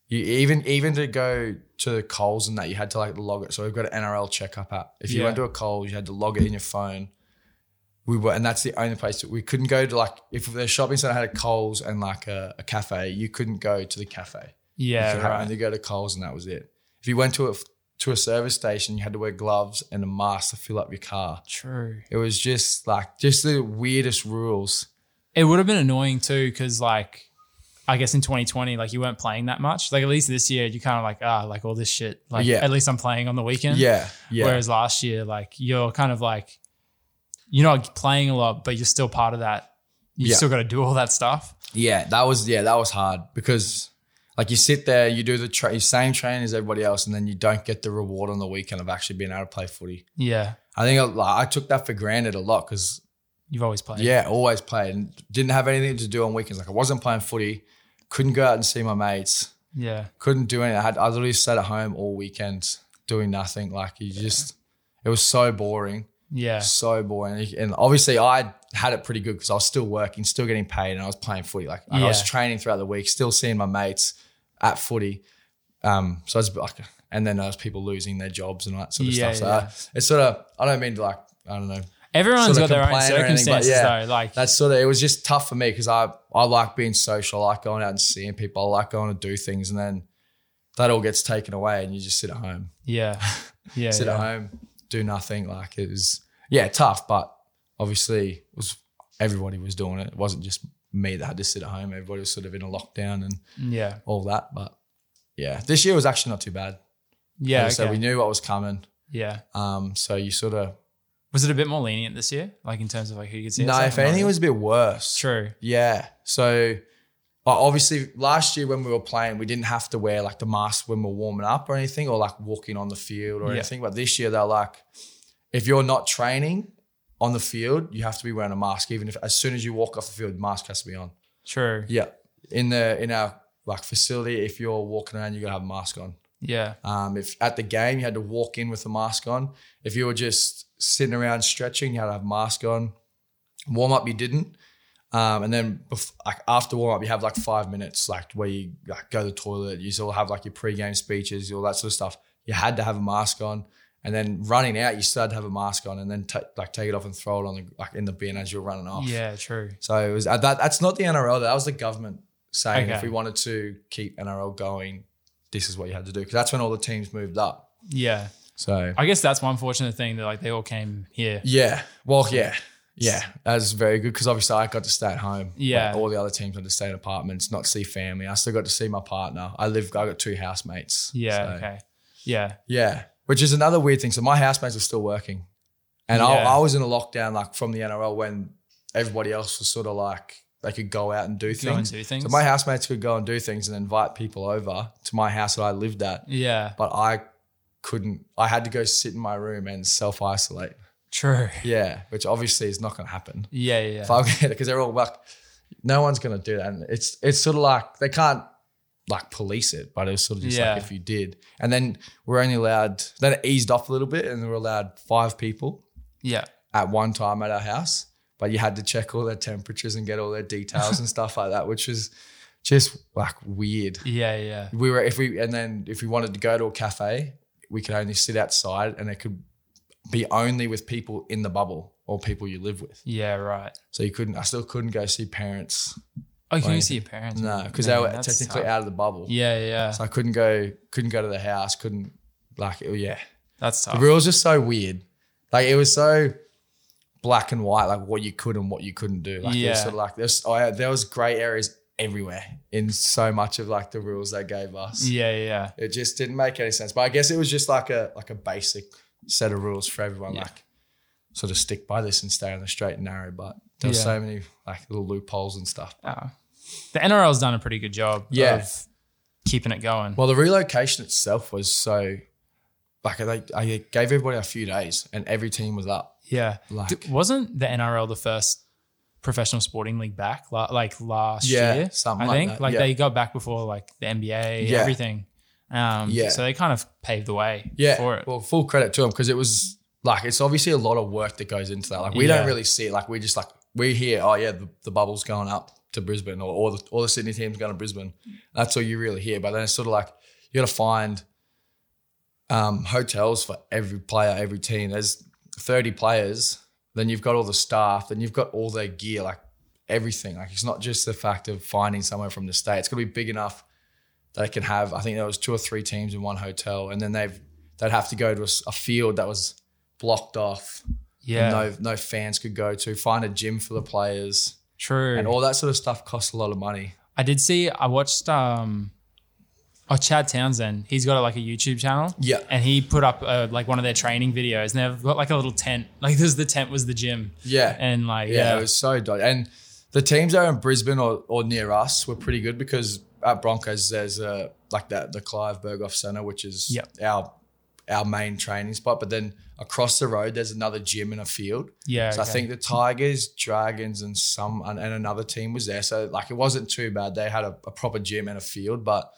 [SPEAKER 2] you even even to go to the Coles and that you had to like log it. So we've got an NRL checkup app. If you
[SPEAKER 1] Yeah.
[SPEAKER 2] went to a Coles, you had to log it in your phone. We were, and that's the only place that we couldn't go to. Like, if the shopping center had a Coles and like a, a cafe, you couldn't go to the cafe. you
[SPEAKER 1] Yeah,
[SPEAKER 2] could
[SPEAKER 1] right.
[SPEAKER 2] only go to Coles, and that was it. If you went to a to a service station, you had to wear gloves and a mask to fill up your car.
[SPEAKER 1] True.
[SPEAKER 2] It was just like just the weirdest rules.
[SPEAKER 1] It would have been annoying too, because like, I guess in 2020, like you weren't playing that much. Like at least this year, you're kind of like ah, like all this shit. Like
[SPEAKER 2] Yeah.
[SPEAKER 1] at least I'm playing on the weekend.
[SPEAKER 2] Yeah, yeah.
[SPEAKER 1] Whereas last year, like you're kind of like, you're not playing a lot, but you're still part of that. You
[SPEAKER 2] Yeah.
[SPEAKER 1] still got to do all that stuff.
[SPEAKER 2] Yeah, that was yeah, that was hard because like you sit there, you do the tra- same training as everybody else, and then you don't get the reward on the weekend of actually being able to play footy.
[SPEAKER 1] Yeah,
[SPEAKER 2] I think I, like, I took that for granted a lot because
[SPEAKER 1] you've always played.
[SPEAKER 2] yeah, always played and didn't have anything to do on weekends. Like I wasn't playing footy, couldn't go out and see my mates,
[SPEAKER 1] yeah,
[SPEAKER 2] couldn't do anything. I had I literally sat at home all weekend doing nothing. Like you just, it was so boring.
[SPEAKER 1] yeah.
[SPEAKER 2] so boring. And obviously, I had it pretty good because I was still working, still getting paid, and I was playing footy. Like I was
[SPEAKER 1] Yeah.
[SPEAKER 2] training throughout the week, still seeing my mates at footy. Um, so it's like, and then there's people losing their jobs and all that sort of
[SPEAKER 1] Yeah,
[SPEAKER 2] stuff. So I, it's sort of, I don't mean to like, I don't know.
[SPEAKER 1] Everyone's
[SPEAKER 2] Sort
[SPEAKER 1] got
[SPEAKER 2] of
[SPEAKER 1] their own
[SPEAKER 2] complain or anything, but
[SPEAKER 1] circumstances
[SPEAKER 2] yeah,
[SPEAKER 1] though. Like
[SPEAKER 2] That's sort of, it was just tough for me because I, I like being social. I like going out and seeing people. I like going to do things, and then that all gets taken away, and you just sit at home,
[SPEAKER 1] yeah, yeah,
[SPEAKER 2] sit
[SPEAKER 1] yeah.
[SPEAKER 2] at home, do nothing. Like it was, yeah, tough, but obviously it was everybody was doing it. It wasn't just me that had to sit at home. Everybody was sort of in a lockdown and
[SPEAKER 1] yeah,
[SPEAKER 2] all that. But yeah, this year was actually not too bad.
[SPEAKER 1] yeah.
[SPEAKER 2] So
[SPEAKER 1] okay.
[SPEAKER 2] we knew what was coming.
[SPEAKER 1] yeah.
[SPEAKER 2] Um, so you sort of
[SPEAKER 1] Was it a bit more lenient this year, like in terms of like who you could see?
[SPEAKER 2] no,
[SPEAKER 1] outside?
[SPEAKER 2] if anything, it
[SPEAKER 1] really.
[SPEAKER 2] was a bit worse.
[SPEAKER 1] true.
[SPEAKER 2] Yeah. So uh, obviously last year when we were playing, we didn't have to wear like the mask when we we're warming up or anything, or like walking on the field or
[SPEAKER 1] Yeah.
[SPEAKER 2] anything. But this year they're like, if you're not training on the field, you have to be wearing a mask. Even if as soon as you walk off the field, mask has to be on.
[SPEAKER 1] True.
[SPEAKER 2] Yeah. In the in our like facility, if you're walking around, you gotta have a mask on.
[SPEAKER 1] Yeah.
[SPEAKER 2] Um, if at the game you had to walk in with a mask on, if you were just sitting around stretching, you had to have a mask on. Warm up, you didn't. Um, and then bef- like after warm up, you have like five minutes, like where you like go to the toilet. You still have like your pre-game speeches, all that sort of stuff. You had to have a mask on, and then running out, you still had to have a mask on, and then ta like take it off and throw it on the like in the bin as you're running off.
[SPEAKER 1] Yeah. True.
[SPEAKER 2] So it was uh, that. That's not the NRL. That was the government saying
[SPEAKER 1] Okay.
[SPEAKER 2] if we wanted to keep NRL going, this is what you had to do. Because that's when all the teams moved up.
[SPEAKER 1] Yeah.
[SPEAKER 2] So
[SPEAKER 1] I guess that's one fortunate thing that like they all came here.
[SPEAKER 2] yeah, well yeah, yeah. That's very good because obviously I got to stay at home.
[SPEAKER 1] Yeah.
[SPEAKER 2] Like, all the other teams had to stay in apartments, not see family. I still got to see my partner. I live. I got two housemates.
[SPEAKER 1] Yeah.
[SPEAKER 2] So,
[SPEAKER 1] Okay. Yeah.
[SPEAKER 2] Yeah. Which is another weird thing. So my housemates were still working, and
[SPEAKER 1] Yeah.
[SPEAKER 2] I, I was in a lockdown like from the NRL when everybody else was sort of like they could go out and do
[SPEAKER 1] Go and
[SPEAKER 2] things.
[SPEAKER 1] do things.
[SPEAKER 2] So my housemates could go and do things and invite people over to my house that I lived at,
[SPEAKER 1] yeah.
[SPEAKER 2] but I couldn't. I had to go sit in my room and self isolate.
[SPEAKER 1] True.
[SPEAKER 2] Yeah, which obviously is not going to happen.
[SPEAKER 1] Yeah. Yeah.
[SPEAKER 2] If
[SPEAKER 1] Yeah.
[SPEAKER 2] I because they're all like, no one's going to do that, and it's it's sort of like they can't like police it, but it was sort of just
[SPEAKER 1] Yeah.
[SPEAKER 2] like if you did, and then we're only allowed. Then it eased off a little bit, and we were allowed five people
[SPEAKER 1] yeah.
[SPEAKER 2] at one time at our house, but you had to check all their temperatures and get all their details and stuff like that, which was just like weird.
[SPEAKER 1] Yeah. Yeah.
[SPEAKER 2] We were if we and then if we wanted to go to a cafe, we could only sit outside and it could be only with people in the bubble or people you live with.
[SPEAKER 1] Yeah. Right.
[SPEAKER 2] So you couldn't I still couldn't go see parents.
[SPEAKER 1] Oh, you can you
[SPEAKER 2] Like-
[SPEAKER 1] see your parents?
[SPEAKER 2] No, because
[SPEAKER 1] Man,
[SPEAKER 2] they were
[SPEAKER 1] that's
[SPEAKER 2] technically
[SPEAKER 1] tough.
[SPEAKER 2] out of the bubble.
[SPEAKER 1] Yeah. Yeah.
[SPEAKER 2] So I couldn't go couldn't go to the house, couldn't like it, yeah.
[SPEAKER 1] That's
[SPEAKER 2] The
[SPEAKER 1] tough.
[SPEAKER 2] rules just so weird. Like it was so black and white, like what you could and what you couldn't do. Like it
[SPEAKER 1] Yeah.
[SPEAKER 2] was sort of like there's oh yeah, there was grey areas everywhere in so much of like the rules they gave us.
[SPEAKER 1] Yeah. Yeah.
[SPEAKER 2] It just didn't make any sense. But I guess it was just like a like a basic set of rules for everyone.
[SPEAKER 1] Yeah.
[SPEAKER 2] Like sort of stick by this and stay on the straight and narrow. But there's
[SPEAKER 1] Yeah.
[SPEAKER 2] so many like little loopholes and stuff.
[SPEAKER 1] Uh, the NRL's done a pretty good job
[SPEAKER 2] Yeah.
[SPEAKER 1] of keeping it going.
[SPEAKER 2] Well, the relocation itself was so like they I gave everybody a few days and every team was up.
[SPEAKER 1] yeah.
[SPEAKER 2] Like
[SPEAKER 1] D- wasn't the NRL the first professional sporting league back la- like last
[SPEAKER 2] Yeah,
[SPEAKER 1] year?
[SPEAKER 2] something
[SPEAKER 1] I
[SPEAKER 2] like
[SPEAKER 1] think
[SPEAKER 2] that,
[SPEAKER 1] like
[SPEAKER 2] yeah.
[SPEAKER 1] they got back before like the NBA,
[SPEAKER 2] Yeah.
[SPEAKER 1] everything. Um,
[SPEAKER 2] Yeah.
[SPEAKER 1] So they kind of paved the way
[SPEAKER 2] yeah,
[SPEAKER 1] for it.
[SPEAKER 2] well, full credit to them because it was like it's obviously a lot of work that goes into that. Like we
[SPEAKER 1] Yeah.
[SPEAKER 2] don't really see it. Like we just like we hear, oh yeah, the, the bubble's going up to Brisbane or all the all the Sydney teams going to Brisbane. That's all you really hear. But then it's sort of like you got to find um, hotels for every player, every team. There's 30 players. Then you've got all the staff. Then you've got all their gear, like everything. Like it's not just the fact of finding somewhere from the state. It's gonna be big enough that it can have. I think there was two or three teams in one hotel, and then they've they'd have to go to a, s- a field that was blocked off.
[SPEAKER 1] yeah.
[SPEAKER 2] No, no fans could go to. Find a gym for the players,
[SPEAKER 1] true.
[SPEAKER 2] and all that sort of stuff costs a lot of money.
[SPEAKER 1] I did see. I watched. um Oh, Chad Townsend. He's got like a YouTube channel.
[SPEAKER 2] Yeah.
[SPEAKER 1] And he put up uh, like one of their training videos, and they've got like a little tent. Like this, the tent was the gym,
[SPEAKER 2] Yeah,
[SPEAKER 1] and like
[SPEAKER 2] Yeah,
[SPEAKER 1] yeah,
[SPEAKER 2] it was so dope. And the teams that are in Brisbane or, or near us were pretty good because at Broncos there's a like that the Clive Berghoff Center, which is
[SPEAKER 1] Yep.
[SPEAKER 2] our our main training spot. But then across the road there's another gym and a field.
[SPEAKER 1] yeah.
[SPEAKER 2] So I
[SPEAKER 1] okay.
[SPEAKER 2] think the Tigers, Dragons, and some and, and another team was there. So like it wasn't too bad. They had a, a proper gym and a field, but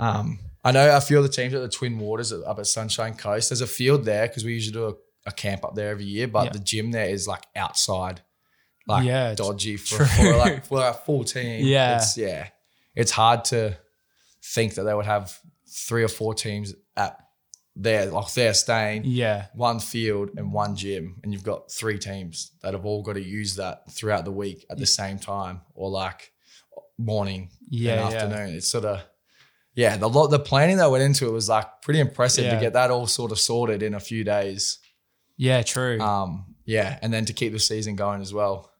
[SPEAKER 2] um, I know a few of the teams at the Twin Waters up at Sunshine Coast. There's a field there because we usually do a, a camp up there every year, but
[SPEAKER 1] Yeah.
[SPEAKER 2] the gym there is like outside, like
[SPEAKER 1] Yeah, it's
[SPEAKER 2] dodgy for,
[SPEAKER 1] true.
[SPEAKER 2] for like for a full team.
[SPEAKER 1] Yeah.
[SPEAKER 2] it's, yeah, it's hard to think that they would have three or four teams at their like they're staying
[SPEAKER 1] yeah,
[SPEAKER 2] one field and one gym, and you've got three teams that have all got to use that throughout the week at the same time, or like morning
[SPEAKER 1] yeah,
[SPEAKER 2] and
[SPEAKER 1] yeah.
[SPEAKER 2] afternoon. It's sort of yeah, the lot the planning that went into it was like pretty impressive
[SPEAKER 1] Yeah.
[SPEAKER 2] to get that all sort of sorted in a few days.
[SPEAKER 1] Yeah, true.
[SPEAKER 2] Um, yeah, and then to keep the season going as well,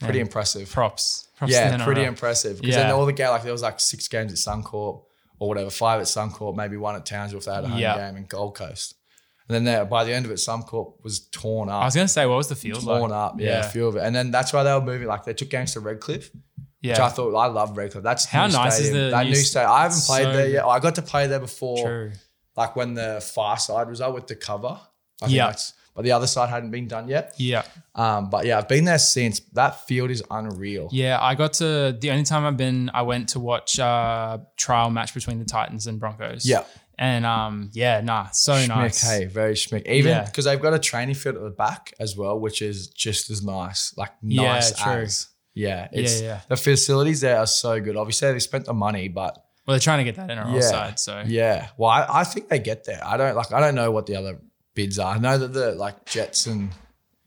[SPEAKER 2] pretty
[SPEAKER 1] And
[SPEAKER 2] impressive.
[SPEAKER 1] props. props to
[SPEAKER 2] yeah,
[SPEAKER 1] the
[SPEAKER 2] pretty
[SPEAKER 1] NRL.
[SPEAKER 2] impressive. Because
[SPEAKER 1] Yeah.
[SPEAKER 2] then all the game like there was like six games at Suncorp or whatever, five at Suncorp, maybe one at Townsville if they had a home
[SPEAKER 1] Yeah.
[SPEAKER 2] game in Gold Coast. And then there, by the end of it, Suncorp was torn up
[SPEAKER 1] I was gonna say, what was the field
[SPEAKER 2] torn
[SPEAKER 1] like?
[SPEAKER 2] up. Yeah,
[SPEAKER 1] Yeah.
[SPEAKER 2] a few of it. And then that's why they were moving. Like they took games to Redcliffe, which I
[SPEAKER 1] Yeah,
[SPEAKER 2] thought I love Redcliffe. That's
[SPEAKER 1] How
[SPEAKER 2] new
[SPEAKER 1] nice is
[SPEAKER 2] stadium.
[SPEAKER 1] the
[SPEAKER 2] that
[SPEAKER 1] new
[SPEAKER 2] new
[SPEAKER 1] s-
[SPEAKER 2] stadium? I haven't played
[SPEAKER 1] so
[SPEAKER 2] there
[SPEAKER 1] good.
[SPEAKER 2] yet. I got to play there before,
[SPEAKER 1] true.
[SPEAKER 2] like when the far side was up with the cover. I think
[SPEAKER 1] Yeah.
[SPEAKER 2] that's- But the other side hadn't been done yet.
[SPEAKER 1] Yeah,
[SPEAKER 2] Um, but yeah, I've been there since. That field is unreal.
[SPEAKER 1] yeah. I got to the only time I've been, I went to watch uh trial match between the Titans and Broncos.
[SPEAKER 2] Yeah.
[SPEAKER 1] and um, yeah, nah, so
[SPEAKER 2] schmick,
[SPEAKER 1] nice.
[SPEAKER 2] hey, very schmick. Even
[SPEAKER 1] Yeah.
[SPEAKER 2] because they've got a training field at the back as well, which is just as nice. Like
[SPEAKER 1] Yeah,
[SPEAKER 2] nice
[SPEAKER 1] true.
[SPEAKER 2] as. Yeah, it's
[SPEAKER 1] yeah.
[SPEAKER 2] the facilities there are so good. Obviously, they spent the money, but
[SPEAKER 1] Well, they're trying to get that NRL
[SPEAKER 2] Yeah.
[SPEAKER 1] side, so
[SPEAKER 2] Yeah. Well, I, I think they get there. I don't like. I don't know what the other bids are. I know that the like Jets and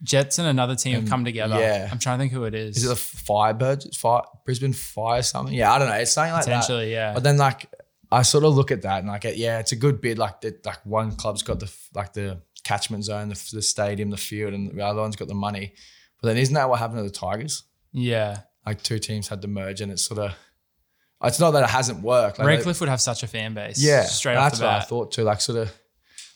[SPEAKER 1] Jets and another team have
[SPEAKER 2] And-
[SPEAKER 1] come together.
[SPEAKER 2] yeah.
[SPEAKER 1] I'm trying to think who it is.
[SPEAKER 2] is it the Firebirds? Fire Brisbane Fire something? Yeah, I don't know. It's something like that.
[SPEAKER 1] Potentially, yeah.
[SPEAKER 2] But then like I sort of look at that and I get yeah, it's a good bid. Like that, like one club's got the like the catchment zone, the, the stadium, the field, and the other one's got the money. But then isn't that what happened to the Tigers?
[SPEAKER 1] yeah.
[SPEAKER 2] Like two teams had to merge, and it's sort of. It's not that it hasn't worked. Like,
[SPEAKER 1] Redcliffe would have such a fan base.
[SPEAKER 2] Yeah,
[SPEAKER 1] Straight
[SPEAKER 2] and
[SPEAKER 1] off
[SPEAKER 2] that's
[SPEAKER 1] the
[SPEAKER 2] what I
[SPEAKER 1] bat.
[SPEAKER 2] thought too. Like sort of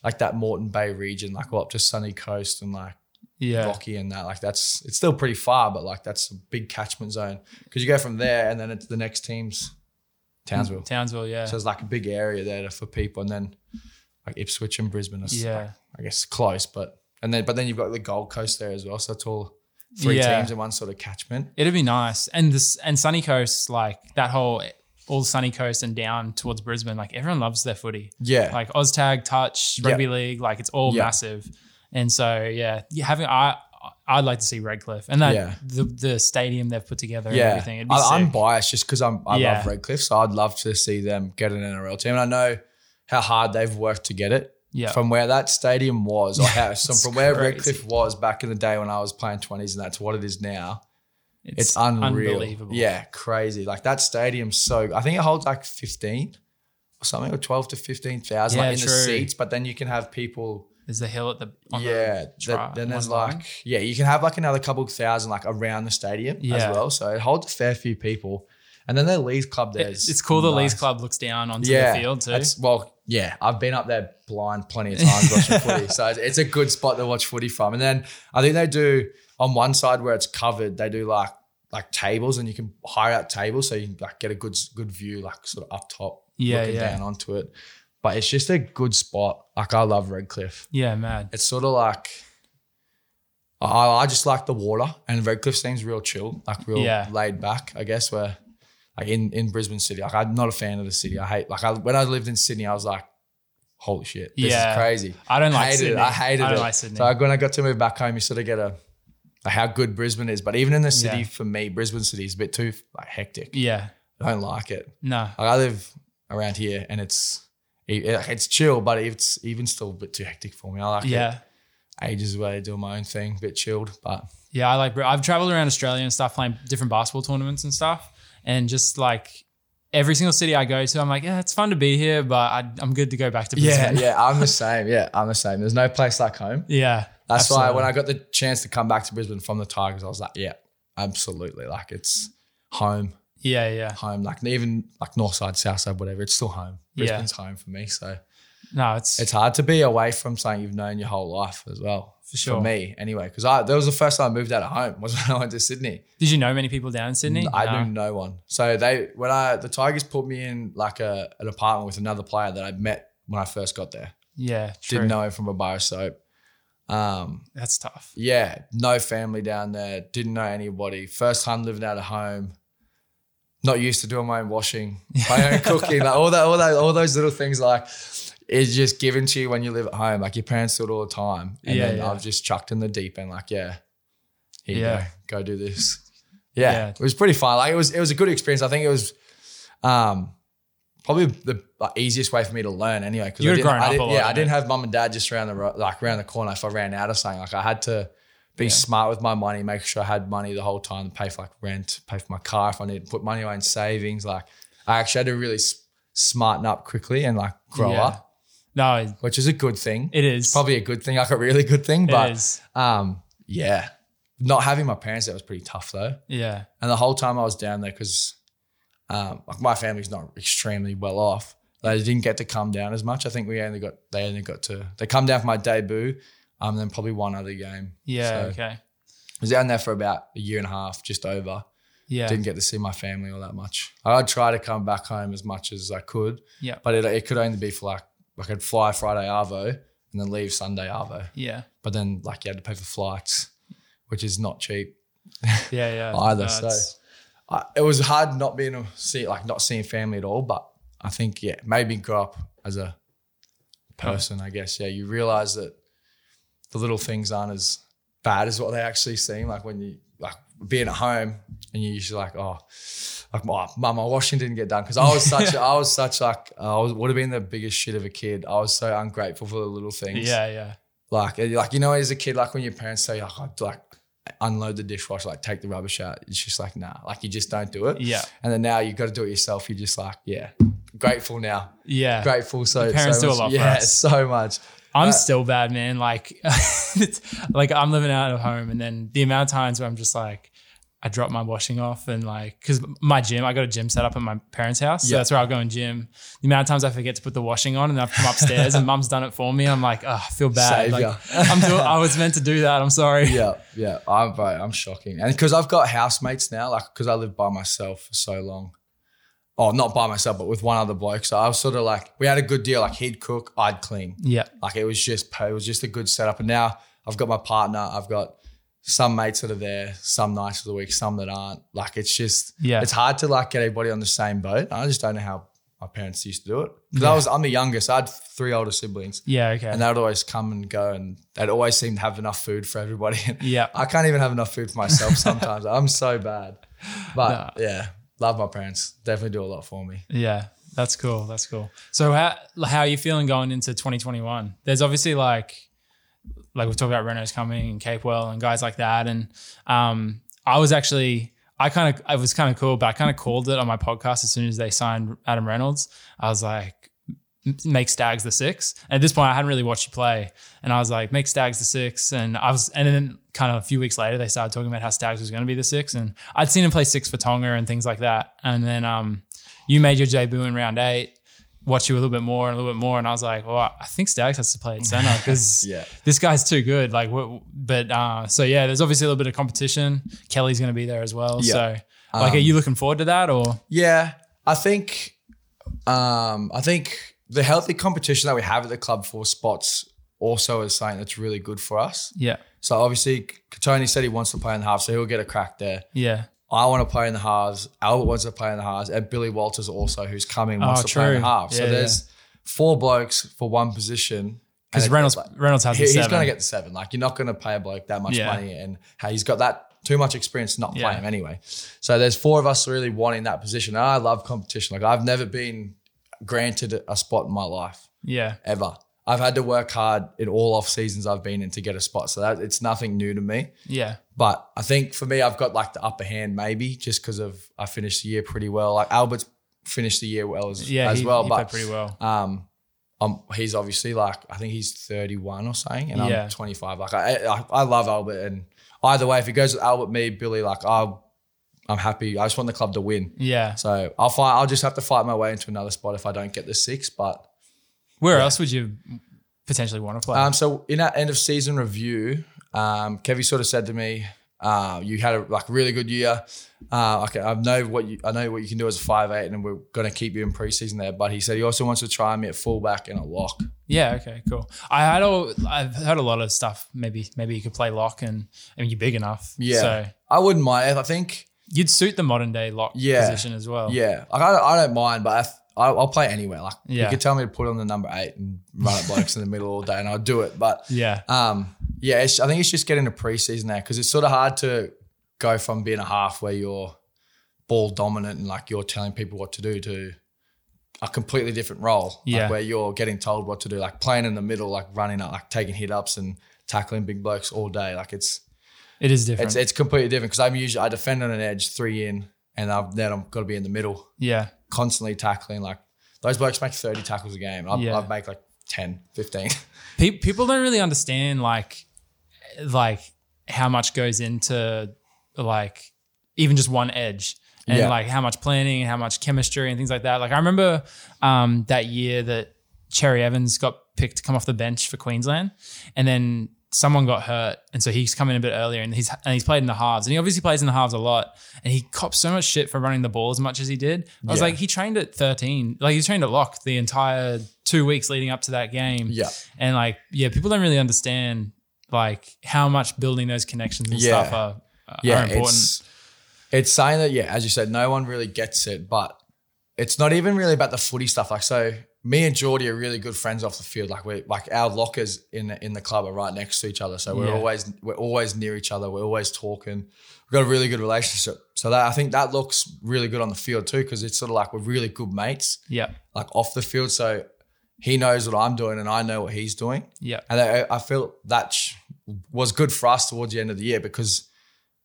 [SPEAKER 2] like that Moreton Bay region, like well, up to Sunny Coast and like
[SPEAKER 1] Yeah.
[SPEAKER 2] Rocky and that. Like that's it's still pretty far, but like that's a big catchment zone because you go from there and then it's the next team's Townsville.
[SPEAKER 1] Townsville, yeah.
[SPEAKER 2] So it's like a big area there to- for people, and then like Ipswich and Brisbane. Are, yeah,
[SPEAKER 1] yeah.
[SPEAKER 2] I guess close, but and then but then you've got the Gold Coast there as well. So it's all three
[SPEAKER 1] Yeah.
[SPEAKER 2] teams in one sort of catchment.
[SPEAKER 1] It'd be nice. And this and Sunny Coast, like that whole all Sunny Coast and down towards Brisbane, like everyone loves their footy.
[SPEAKER 2] Yeah,
[SPEAKER 1] Like Oztag, Touch,
[SPEAKER 2] Yeah.
[SPEAKER 1] Rugby League, like it's all
[SPEAKER 2] Yeah.
[SPEAKER 1] massive. And so yeah, yeah, having I I'd like to see Redcliffe and that
[SPEAKER 2] Yeah.
[SPEAKER 1] the the stadium they've put together and
[SPEAKER 2] yeah.
[SPEAKER 1] everything. It'd be
[SPEAKER 2] I, I'm
[SPEAKER 1] sick.
[SPEAKER 2] biased just because I'm I
[SPEAKER 1] Yeah.
[SPEAKER 2] love Redcliffe, so I'd love to see them get an NRL team. And I know how hard they've worked to get it.
[SPEAKER 1] yeah.
[SPEAKER 2] From where that stadium was, or how, some,
[SPEAKER 1] It's
[SPEAKER 2] from where
[SPEAKER 1] crazy.
[SPEAKER 2] Redcliffe was back in the day when I was playing 20s, and that's what it is now. It's, unreal.
[SPEAKER 1] unbelievable.
[SPEAKER 2] Yeah, crazy. Like that stadium's so, I think it holds like 15 or something, or 12 to 15,000
[SPEAKER 1] Yeah,
[SPEAKER 2] like in the
[SPEAKER 1] true.
[SPEAKER 2] seats, but then you can have people
[SPEAKER 1] There's the hill at the on
[SPEAKER 2] yeah,
[SPEAKER 1] the
[SPEAKER 2] th-
[SPEAKER 1] tri-
[SPEAKER 2] then there's
[SPEAKER 1] one
[SPEAKER 2] like
[SPEAKER 1] line.
[SPEAKER 2] yeah, you can have like another couple of thousand like around the stadium
[SPEAKER 1] Yeah.
[SPEAKER 2] as well. So it holds a fair few people, and then their Leeds club
[SPEAKER 1] It-
[SPEAKER 2] there's
[SPEAKER 1] it's cool the Leeds Club looks down onto the field too.
[SPEAKER 2] That's, well, yeah, I've been up there blind plenty of times watching footy. So it's, it's a good spot to watch footy from. And then I think they do on one side where it's covered, they do like like tables and you can hire out tables so you can like get a good good view, like sort of up top,
[SPEAKER 1] Yeah,
[SPEAKER 2] looking
[SPEAKER 1] yeah.
[SPEAKER 2] down onto it. But it's just a good spot. Like I love Redcliffe.
[SPEAKER 1] Yeah, mad.
[SPEAKER 2] It's sort of like I, I just like the water and Redcliffe seems real chill, like real
[SPEAKER 1] Yeah.
[SPEAKER 2] laid back, I guess, where like in, in Brisbane City. Like I'm not a fan of the city. I hate like I, when I lived in Sydney, I was like, holy shit, this
[SPEAKER 1] Yeah.
[SPEAKER 2] is crazy.
[SPEAKER 1] I don't like
[SPEAKER 2] hated
[SPEAKER 1] Sydney.
[SPEAKER 2] it. I hated
[SPEAKER 1] I don't
[SPEAKER 2] it.
[SPEAKER 1] like Sydney.
[SPEAKER 2] So like, when I got to move back home, you sort of get a like, how good Brisbane is. But even in the city,
[SPEAKER 1] Yeah.
[SPEAKER 2] for me, Brisbane City is a bit too like hectic.
[SPEAKER 1] yeah,
[SPEAKER 2] I don't like it.
[SPEAKER 1] no,
[SPEAKER 2] Like I live around here and it's it- it's chill, but it's even still a bit too hectic for me. I like it
[SPEAKER 1] yeah.
[SPEAKER 2] ages away doing my own thing, a bit chilled. But
[SPEAKER 1] Yeah, I like. I've traveled around Australia and stuff, playing different basketball tournaments and stuff, and just like every single city I go to, I'm like, yeah, it's fun to be here, but I, I'm good to go back to
[SPEAKER 2] yeah,
[SPEAKER 1] Brisbane.
[SPEAKER 2] yeah, I'm the same. Yeah, I'm the same. There's no place like home.
[SPEAKER 1] yeah,
[SPEAKER 2] That's why
[SPEAKER 1] absolutely.
[SPEAKER 2] when I got the chance to come back to Brisbane from the Tigers, I was like, yeah, absolutely. Like it's home,
[SPEAKER 1] Yeah, yeah.
[SPEAKER 2] home. Like even like north side, south side, whatever. It's still home.
[SPEAKER 1] Yeah.
[SPEAKER 2] Brisbane's home for me. So
[SPEAKER 1] No, it's,
[SPEAKER 2] it's hard to be away from something you've known your whole life as well.
[SPEAKER 1] For sure.
[SPEAKER 2] For me, anyway, because I that was the first time I moved out of home was when I went to Sydney.
[SPEAKER 1] Did you know many people down in Sydney?
[SPEAKER 2] I
[SPEAKER 1] No.
[SPEAKER 2] knew no one. So they when I the Tigers put me in like a an apartment with another player that I met when I first got there.
[SPEAKER 1] Yeah, true.
[SPEAKER 2] Didn't know him from a bar soap. Um,
[SPEAKER 1] That's tough.
[SPEAKER 2] yeah, no family down there. Didn't know anybody. First time living out of home. Not used to doing my own washing, my own cooking, like all that, all that, all those little things. Like it's just given to you when you live at home. Like your parents do it all the time, and
[SPEAKER 1] Yeah,
[SPEAKER 2] then
[SPEAKER 1] yeah.
[SPEAKER 2] I've just chucked in the deep end. Like yeah, here
[SPEAKER 1] Yeah.
[SPEAKER 2] you go, go do this. Yeah,
[SPEAKER 1] Yeah.
[SPEAKER 2] it was pretty fun. Like it was, it was a good experience. I think it was, um, probably the like, easiest way for me to learn anyway. Because
[SPEAKER 1] You
[SPEAKER 2] I
[SPEAKER 1] would've
[SPEAKER 2] didn't,
[SPEAKER 1] grown
[SPEAKER 2] I
[SPEAKER 1] up
[SPEAKER 2] didn't-
[SPEAKER 1] a lot, eh?
[SPEAKER 2] yeah, I
[SPEAKER 1] innit?
[SPEAKER 2] didn't have mum and dad just around the ro- like around the corner if I ran out of something. Like I had to be
[SPEAKER 1] Yeah.
[SPEAKER 2] smart with my money, make sure I had money the whole time to pay for like rent, pay for my car if I needed, put money away in savings. Like I actually had to really s- smarten up quickly and like grow
[SPEAKER 1] Yeah.
[SPEAKER 2] up,
[SPEAKER 1] No, it-
[SPEAKER 2] which is a good thing.
[SPEAKER 1] it is.
[SPEAKER 2] Probably a good thing, like a really good thing. But
[SPEAKER 1] it is.
[SPEAKER 2] um, yeah, not having my parents that was pretty tough though.
[SPEAKER 1] Yeah,
[SPEAKER 2] And the whole time I was down there, because um, like my family's not extremely well off, they didn't get to come down as much. I think we only got they only got to they come down for my debut, um, then probably one other game.
[SPEAKER 1] yeah,
[SPEAKER 2] So
[SPEAKER 1] okay,
[SPEAKER 2] I was down there for about a year and a half, just over.
[SPEAKER 1] yeah,
[SPEAKER 2] Didn't get to see my family all that much. I'd try to come back home as much as I could,
[SPEAKER 1] yeah,
[SPEAKER 2] but it, it could only be for like like I'd fly Friday Arvo and then leave Sunday Arvo.
[SPEAKER 1] yeah,
[SPEAKER 2] But then like you had to pay for flights, which is not cheap.
[SPEAKER 1] yeah, yeah.
[SPEAKER 2] Either, so-
[SPEAKER 1] it's-
[SPEAKER 2] I, it was hard not being a see like not seeing family at all. But I think yeah, maybe grow up as a person. I guess yeah, you realize that the little things aren't as bad as what they actually seem. Like when you like being at home and you're usually like oh. Like my mum, my washing didn't get done because I was such, I was such like, I was, would have been the biggest shit of a kid. I was so ungrateful for the little things.
[SPEAKER 1] yeah, yeah,
[SPEAKER 2] Like, like you know, as a kid, like when your parents say, like, oh, like unload the dishwasher, like take the rubbish out. It's just like, nah, like you just don't do it.
[SPEAKER 1] yeah,
[SPEAKER 2] And then now you've got to do it yourself. You're just like, yeah, grateful now,
[SPEAKER 1] yeah.
[SPEAKER 2] grateful. So
[SPEAKER 1] parents do
[SPEAKER 2] so
[SPEAKER 1] a
[SPEAKER 2] much-
[SPEAKER 1] lot for
[SPEAKER 2] yeah,
[SPEAKER 1] us.
[SPEAKER 2] so much.
[SPEAKER 1] I'm
[SPEAKER 2] Uh,
[SPEAKER 1] still bad, man. Like, it's, like I'm living out of home, and then the amount of times where I'm just like, I drop my washing off, and like, because my gym, I got a gym set up at my parents' house, so
[SPEAKER 2] Yeah.
[SPEAKER 1] that's where I'll go and gym. The amount of times I forget to put the washing on, and I've come upstairs, and Mum's done it for me, and I'm like, oh, I feel bad. Like,
[SPEAKER 2] Saviour.
[SPEAKER 1] I'm doing, I was meant to do that. I'm sorry.
[SPEAKER 2] Yeah, yeah. I'm bro, I'm shocking, and because I've got housemates now, like because I lived by myself for so long. Oh, not by myself, but with one other bloke. So I was sort of like, we had a good deal. Like he'd cook, I'd clean.
[SPEAKER 1] Yeah,
[SPEAKER 2] Like it was just it was just a good setup. And now I've got my partner. I've got some mates that are there, some nights of the week, some that aren't. Like it's just
[SPEAKER 1] Yeah.
[SPEAKER 2] it's hard to like get everybody on the same boat. I just don't know how my parents used to do it. Because I was I'm the youngest. I had three older siblings,
[SPEAKER 1] yeah, okay,
[SPEAKER 2] and they would always come and go, and they'd always seem to have enough food for everybody.
[SPEAKER 1] yeah.
[SPEAKER 2] I can't even have enough food for myself sometimes. I'm so bad. But yeah, love my parents. Definitely do a lot for me.
[SPEAKER 1] Yeah, that's cool. That's cool. So how how are you feeling going into 2021? There's obviously like like we've talked about Renault's coming and Capewell and guys like that. And um, I was actually I kind of I was kind of cool, but I kind of called it on my podcast as soon as they signed Adam Reynolds. I was like, m- make Stags the six. And at this point, I hadn't really watched you play, and I was like, make Stags the six. And I was, and then kind of a few weeks later, they started talking about how Stags was going to be the six, and I'd seen him play six for Tonga and things like that. And then um, you made your debut in round eight. watch you a little bit more and a little bit more. And I was like, well, I think Stags has to play at center because
[SPEAKER 2] Yeah.
[SPEAKER 1] this guy's too good. Like, what, but uh, so yeah, there's obviously a little bit of competition. Kelly's going to be there as well.
[SPEAKER 2] Yeah. Um,
[SPEAKER 1] So, like, are you looking forward to that or?
[SPEAKER 2] Yeah, I think, um, I think the healthy competition that we have at the club for spots also is something that's really good for us.
[SPEAKER 1] Yeah.
[SPEAKER 2] So obviously, Tony said he wants to play in the half, so he'll get a crack there.
[SPEAKER 1] Yeah.
[SPEAKER 2] I want to play in the halves. Albert wants to play in the halves, and Billy Walters also, who's coming, wants
[SPEAKER 1] Oh,
[SPEAKER 2] to play in
[SPEAKER 1] true.
[SPEAKER 2] the halves. so
[SPEAKER 1] Yeah,
[SPEAKER 2] there's four blokes for one position.
[SPEAKER 1] Because
[SPEAKER 2] And
[SPEAKER 1] Reynolds,
[SPEAKER 2] it's like-
[SPEAKER 1] Reynolds has
[SPEAKER 2] he-
[SPEAKER 1] the
[SPEAKER 2] he's
[SPEAKER 1] seven.
[SPEAKER 2] going to get the seven. Like you're not going to pay a bloke that much
[SPEAKER 1] Yeah.
[SPEAKER 2] money, and hey, he's got that too much experience to not play
[SPEAKER 1] Yeah.
[SPEAKER 2] him anyway. So there's four of us really wanting that position, and I love competition. Like I've never been granted a spot in my life
[SPEAKER 1] yeah.
[SPEAKER 2] ever. I've had to work hard in all off seasons I've been in to get a spot, so that it's nothing new to me.
[SPEAKER 1] Yeah.
[SPEAKER 2] But I think for me, I've got like the upper hand maybe just because of I finished the year pretty well. Like Albert's finished the year well as,
[SPEAKER 1] Yeah.
[SPEAKER 2] as
[SPEAKER 1] he,
[SPEAKER 2] well,
[SPEAKER 1] he
[SPEAKER 2] but
[SPEAKER 1] played pretty well.
[SPEAKER 2] um, um, he's obviously like I think he's 31 or something, and
[SPEAKER 1] Yeah.
[SPEAKER 2] I'm 25. Like I, I, I love Albert, and either way, if he goes with Albert, me, Billy, like I, I'm happy. I just want the club to win.
[SPEAKER 1] Yeah.
[SPEAKER 2] So I'll fight. I'll just have to fight my way into another spot if I don't get the six. But
[SPEAKER 1] Where else would you potentially want to play?
[SPEAKER 2] um, so in our end of season review, um, Kevy sort of said to me, uh, "You had a like really good year. Uh, okay, I know what you I know what you can do as a five eight, and we're going to keep you in preseason there." But he said he also wants to try me at fullback and a lock.
[SPEAKER 1] yeah. Okay. Cool. I had all. I've heard a lot of stuff. Maybe maybe you could play lock, and I mean you're big enough.
[SPEAKER 2] Yeah.
[SPEAKER 1] So
[SPEAKER 2] I wouldn't mind. I think,
[SPEAKER 1] you'd suit the modern day lock
[SPEAKER 2] Yeah.
[SPEAKER 1] position as well.
[SPEAKER 2] yeah, like, I, I don't mind, but I th- I, I'll play anywhere. Like
[SPEAKER 1] Yeah.
[SPEAKER 2] you could tell me to put on the number eight and run at blokes in the middle all day, and I'll do it. But
[SPEAKER 1] Yeah.
[SPEAKER 2] um, yeah, it's, I think it's just getting to preseason there because it's sort of hard to go from being a half where you're ball dominant and like you're telling people what to do to a completely different role.
[SPEAKER 1] Yeah.
[SPEAKER 2] Like where you're getting told what to do, like playing in the middle, like running up, like taking hit ups and tackling big blokes all day. Like it's
[SPEAKER 1] It is different.
[SPEAKER 2] it's it's completely different because I'm usually I defend on an edge three in, and I've then I've got to be in the middle,
[SPEAKER 1] yeah.
[SPEAKER 2] constantly tackling. Like those blokes make thirty tackles a game. I,
[SPEAKER 1] Yeah.
[SPEAKER 2] I make like 10, 15.
[SPEAKER 1] Pe- people don't really understand like like how much goes into like even just one edge and
[SPEAKER 2] Yeah.
[SPEAKER 1] like how much planning and how much chemistry and things like that. Like I remember um, that year that Cherry Evans got picked to come off the bench for Queensland, and then someone got hurt, and so he's come in a bit earlier, and he's and he's played in the halves, and he obviously plays in the halves a lot, and he copped so much shit for running the ball as much as he did. I was
[SPEAKER 2] Yeah.
[SPEAKER 1] like, he trained at thirteen, like he trained at lock the entire two weeks leading up to that game,
[SPEAKER 2] Yeah.
[SPEAKER 1] and like yeah, people don't really understand like how much building those connections and
[SPEAKER 2] Yeah.
[SPEAKER 1] stuff are, are
[SPEAKER 2] Yeah,
[SPEAKER 1] important.
[SPEAKER 2] it's it's saying that yeah, as you said, no one really gets it, but it's not even really about the footy stuff. Like so, me and Geordie are really good friends off the field. Like we are like our lockers in in the club are right next to each other, so we're
[SPEAKER 1] Yeah.
[SPEAKER 2] always we're always near each other. We're always talking. We've got a really good relationship. So that I think that looks really good on the field too, because it's sort of like we're really good mates,
[SPEAKER 1] Yeah,
[SPEAKER 2] like off the field. So he knows what I'm doing and I know what he's doing.
[SPEAKER 1] yeah,
[SPEAKER 2] And I, I feel that sh- was good for us towards the end of the year because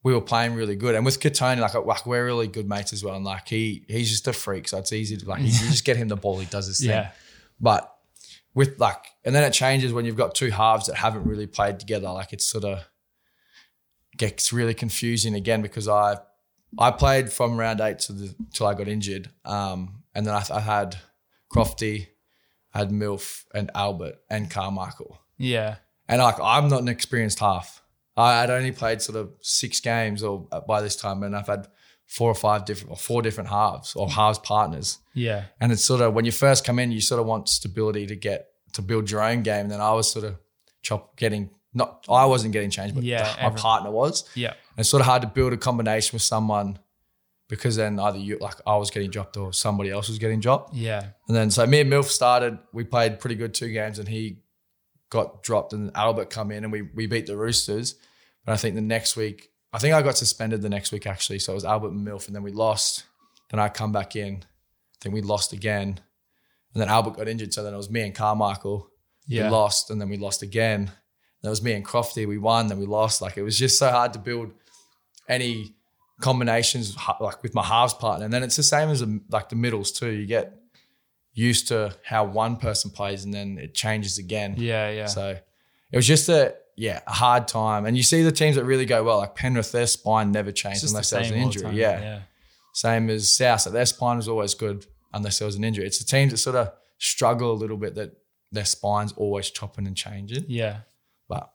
[SPEAKER 2] we were playing really good. And with Katoni, like, uh, like we're really good mates as well. And like he he's just a freak, so it's easy to like you just get him the ball, he does his thing.
[SPEAKER 1] yeah,
[SPEAKER 2] But with like, and then it changes when you've got two halves that haven't really played together. Like it's sort of gets really confusing again because I I played from round eight to the till I got injured, um, and then I, I had Crofty, I had Milf and Albert and Carmichael.
[SPEAKER 1] yeah,
[SPEAKER 2] And like, I'm not an experienced half. I had only played sort of six games or uh, by this time, and I've had four or five different or four different halves or halves partners.
[SPEAKER 1] yeah.
[SPEAKER 2] And it's sort of when you first come in, you sort of want stability to get to build your own game. And then I was sort of chop getting not I wasn't getting changed, but
[SPEAKER 1] Yeah,
[SPEAKER 2] my
[SPEAKER 1] everyone-
[SPEAKER 2] partner was.
[SPEAKER 1] Yeah.
[SPEAKER 2] And it's sort of hard to build a combination with someone because then either you like I was getting dropped or somebody else was getting dropped.
[SPEAKER 1] Yeah.
[SPEAKER 2] And then so me and Milf started. We played pretty good two games, and he got dropped. And Albert come in, and we we beat the Roosters. But I think the next week, I think I got suspended the next week actually. So it was Albert and Milf, and then we lost. Then I come back in. I think we lost again, and then Albert got injured. So then it was me and Carmichael.
[SPEAKER 1] Yeah.
[SPEAKER 2] We lost, and then we lost again. And it was me and Crofty. We won, then we lost. Like it was just so hard to build any combinations ha- like with my halves partner. And then it's the same as um, like the middles too. You get used to how one person plays, and then it changes again.
[SPEAKER 1] Yeah, yeah.
[SPEAKER 2] So it was just a yeah a hard time. And you see the teams that really go well, like Penrith, their spine never
[SPEAKER 1] It's
[SPEAKER 2] changed
[SPEAKER 1] just
[SPEAKER 2] unless
[SPEAKER 1] the
[SPEAKER 2] there was an
[SPEAKER 1] same all the
[SPEAKER 2] injury.
[SPEAKER 1] time.
[SPEAKER 2] yeah. Same as South, so their spine was always good unless there was an injury. It's the teams that sort of struggle a little bit that their spine's always chopping and changing.
[SPEAKER 1] Yeah.
[SPEAKER 2] But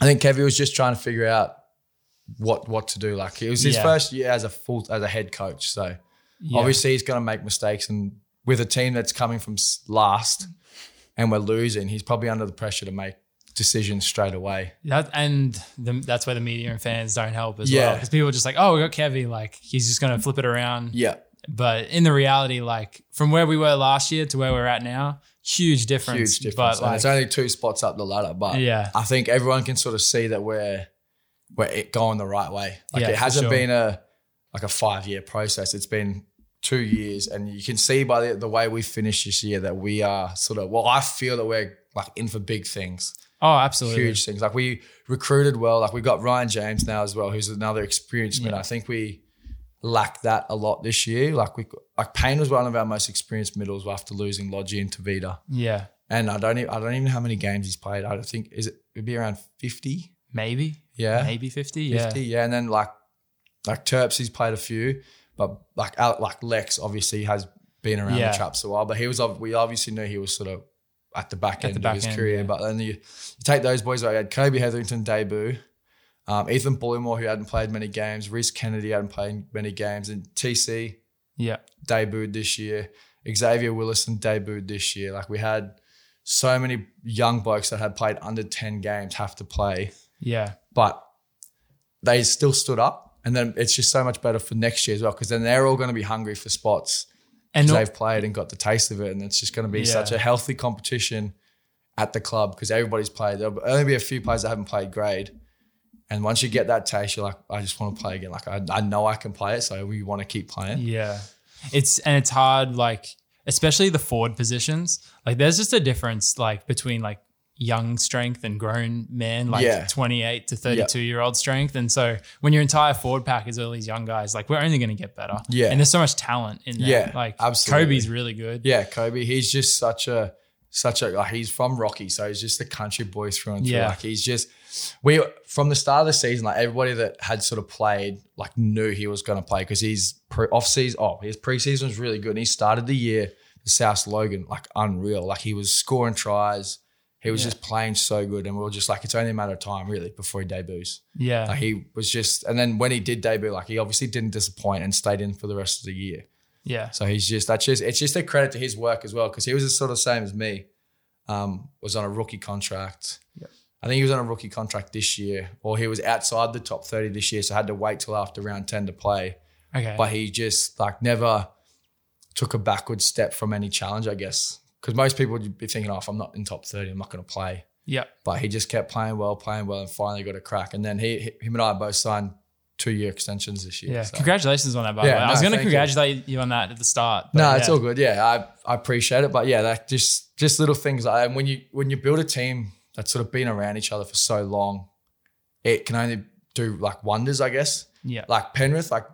[SPEAKER 2] I think Kevy was just trying to figure out what what to do. Like it was his
[SPEAKER 1] Yeah.
[SPEAKER 2] first year as a full as a head coach, so
[SPEAKER 1] Yeah.
[SPEAKER 2] obviously he's going to make mistakes. And with a team that's coming from s- last, and we're losing, he's probably under the pressure to make decisions straight away.
[SPEAKER 1] That, and the, that's where the media and fans don't help as well
[SPEAKER 2] Yeah.
[SPEAKER 1] because people are just like, "Oh, we got Kevy, like he's just going to flip it around."
[SPEAKER 2] Yeah,
[SPEAKER 1] But in the reality, like from where we were last year to where we're at now, huge difference.
[SPEAKER 2] huge difference.
[SPEAKER 1] But
[SPEAKER 2] and
[SPEAKER 1] like,
[SPEAKER 2] it's only two spots up the ladder, but
[SPEAKER 1] yeah,
[SPEAKER 2] I think everyone can sort of see that we're we're it going the right way. Like
[SPEAKER 1] Yeah,
[SPEAKER 2] it
[SPEAKER 1] for
[SPEAKER 2] hasn't
[SPEAKER 1] sure.
[SPEAKER 2] been a like a five year process. It's been two years, and you can see by the, the way we finished this year that we are sort of well. I feel that we're like in for big things,
[SPEAKER 1] oh, absolutely,
[SPEAKER 2] huge things. Like we recruited well. Like we got Ryan James now as well, who's another experienced mid.
[SPEAKER 1] Yeah.
[SPEAKER 2] I think we lacked that a lot this year. Like we like Payne was one of our most experienced middles after losing Lodgy and Tavita.
[SPEAKER 1] yeah,
[SPEAKER 2] And I don't even, I don't even know how many games he's played. I think is it would be around fifty.
[SPEAKER 1] maybe,
[SPEAKER 2] Yeah.
[SPEAKER 1] maybe fifty, yeah,
[SPEAKER 2] 50. Yeah. And then like, like Terps, he's played a few, but like, Al- like Lex obviously has been around
[SPEAKER 1] Yeah.
[SPEAKER 2] the traps a while, but he was, ob- we obviously knew he was sort of at the back
[SPEAKER 1] At
[SPEAKER 2] end
[SPEAKER 1] the back
[SPEAKER 2] of his
[SPEAKER 1] end,
[SPEAKER 2] career.
[SPEAKER 1] yeah.
[SPEAKER 2] But then you, you take those boys, like I had Kobe Hetherington debut, um, Ethan Bullimore, who hadn't played many games, Reese Kennedy hadn't played many games, and TC
[SPEAKER 1] yeah,
[SPEAKER 2] debuted this year, Xavier Willison debuted this year. Like we had so many young blokes that had played under 10 games have to play
[SPEAKER 1] yeah,
[SPEAKER 2] but they still stood up. And then it's just so much better for next year as well, because then they're all going to be hungry for spots
[SPEAKER 1] and
[SPEAKER 2] because
[SPEAKER 1] not-
[SPEAKER 2] they've played and got the taste of it. And it's just going to be
[SPEAKER 1] Yeah.
[SPEAKER 2] such a healthy competition at the club because everybody's played. There'll only be a few players that haven't played grade. And once you get that taste, you're like, I just want to play again. Like, I, I know I can play it. So we want to keep playing.
[SPEAKER 1] Yeah. It's and it's hard, like, especially the forward positions. Like there's just a difference like between like young strength and grown men, like
[SPEAKER 2] Yeah.
[SPEAKER 1] 28 to 32 year old strength. And so when your entire forward pack is all these young guys, like we're only gonna get better.
[SPEAKER 2] Yeah.
[SPEAKER 1] And there's so much talent in there.
[SPEAKER 2] Yeah,
[SPEAKER 1] Like
[SPEAKER 2] absolutely.
[SPEAKER 1] Kobe's really good.
[SPEAKER 2] Yeah, Kobe. He's just such a such a like, he's from Rocky, so he's just a country boy through and through.
[SPEAKER 1] Yeah.
[SPEAKER 2] Like he's just we from the start of the season, like everybody that had sort of played, like knew he was going to play because he's pre- off season. Oh, his preseason was really good. And he started the year for South Logan like unreal. Like he was scoring tries. He was
[SPEAKER 1] Yeah.
[SPEAKER 2] just playing so good, and we were just like, it's only a matter of time, really, before he debuts.
[SPEAKER 1] Yeah.
[SPEAKER 2] Like he was just, and then when he did debut, like he obviously didn't disappoint and stayed in for the rest of the year.
[SPEAKER 1] yeah.
[SPEAKER 2] So he's just that's just it's just a credit to his work as well because he was the sort of same as me. Um, was on a rookie contract.
[SPEAKER 1] Yep.
[SPEAKER 2] I think he was on a rookie contract this year, or he was outside the top thirty this year, so had to wait till after round ten to play.
[SPEAKER 1] Okay.
[SPEAKER 2] But he just like never took a backward step from any challenge, I guess. Because most people would be thinking, "Oh, if I'm not in top thirty, I'm not going to play."
[SPEAKER 1] yeah.
[SPEAKER 2] But he just kept playing well, playing well, and finally got a crack. And then he, him and I both signed two year extensions this year.
[SPEAKER 1] Yeah.
[SPEAKER 2] so.
[SPEAKER 1] Congratulations on that, by the
[SPEAKER 2] Yeah,
[SPEAKER 1] way. I was
[SPEAKER 2] no,
[SPEAKER 1] gonna
[SPEAKER 2] thank you.
[SPEAKER 1] congratulate you. on that at the start. but
[SPEAKER 2] No, it's
[SPEAKER 1] yeah.
[SPEAKER 2] all good. Yeah, I, I appreciate it, but yeah, that just just little things. Like, and when you when you build a team that's sort of been around each other for so long, it can only do like wonders, I guess.
[SPEAKER 1] Yeah.
[SPEAKER 2] Like Penrith, like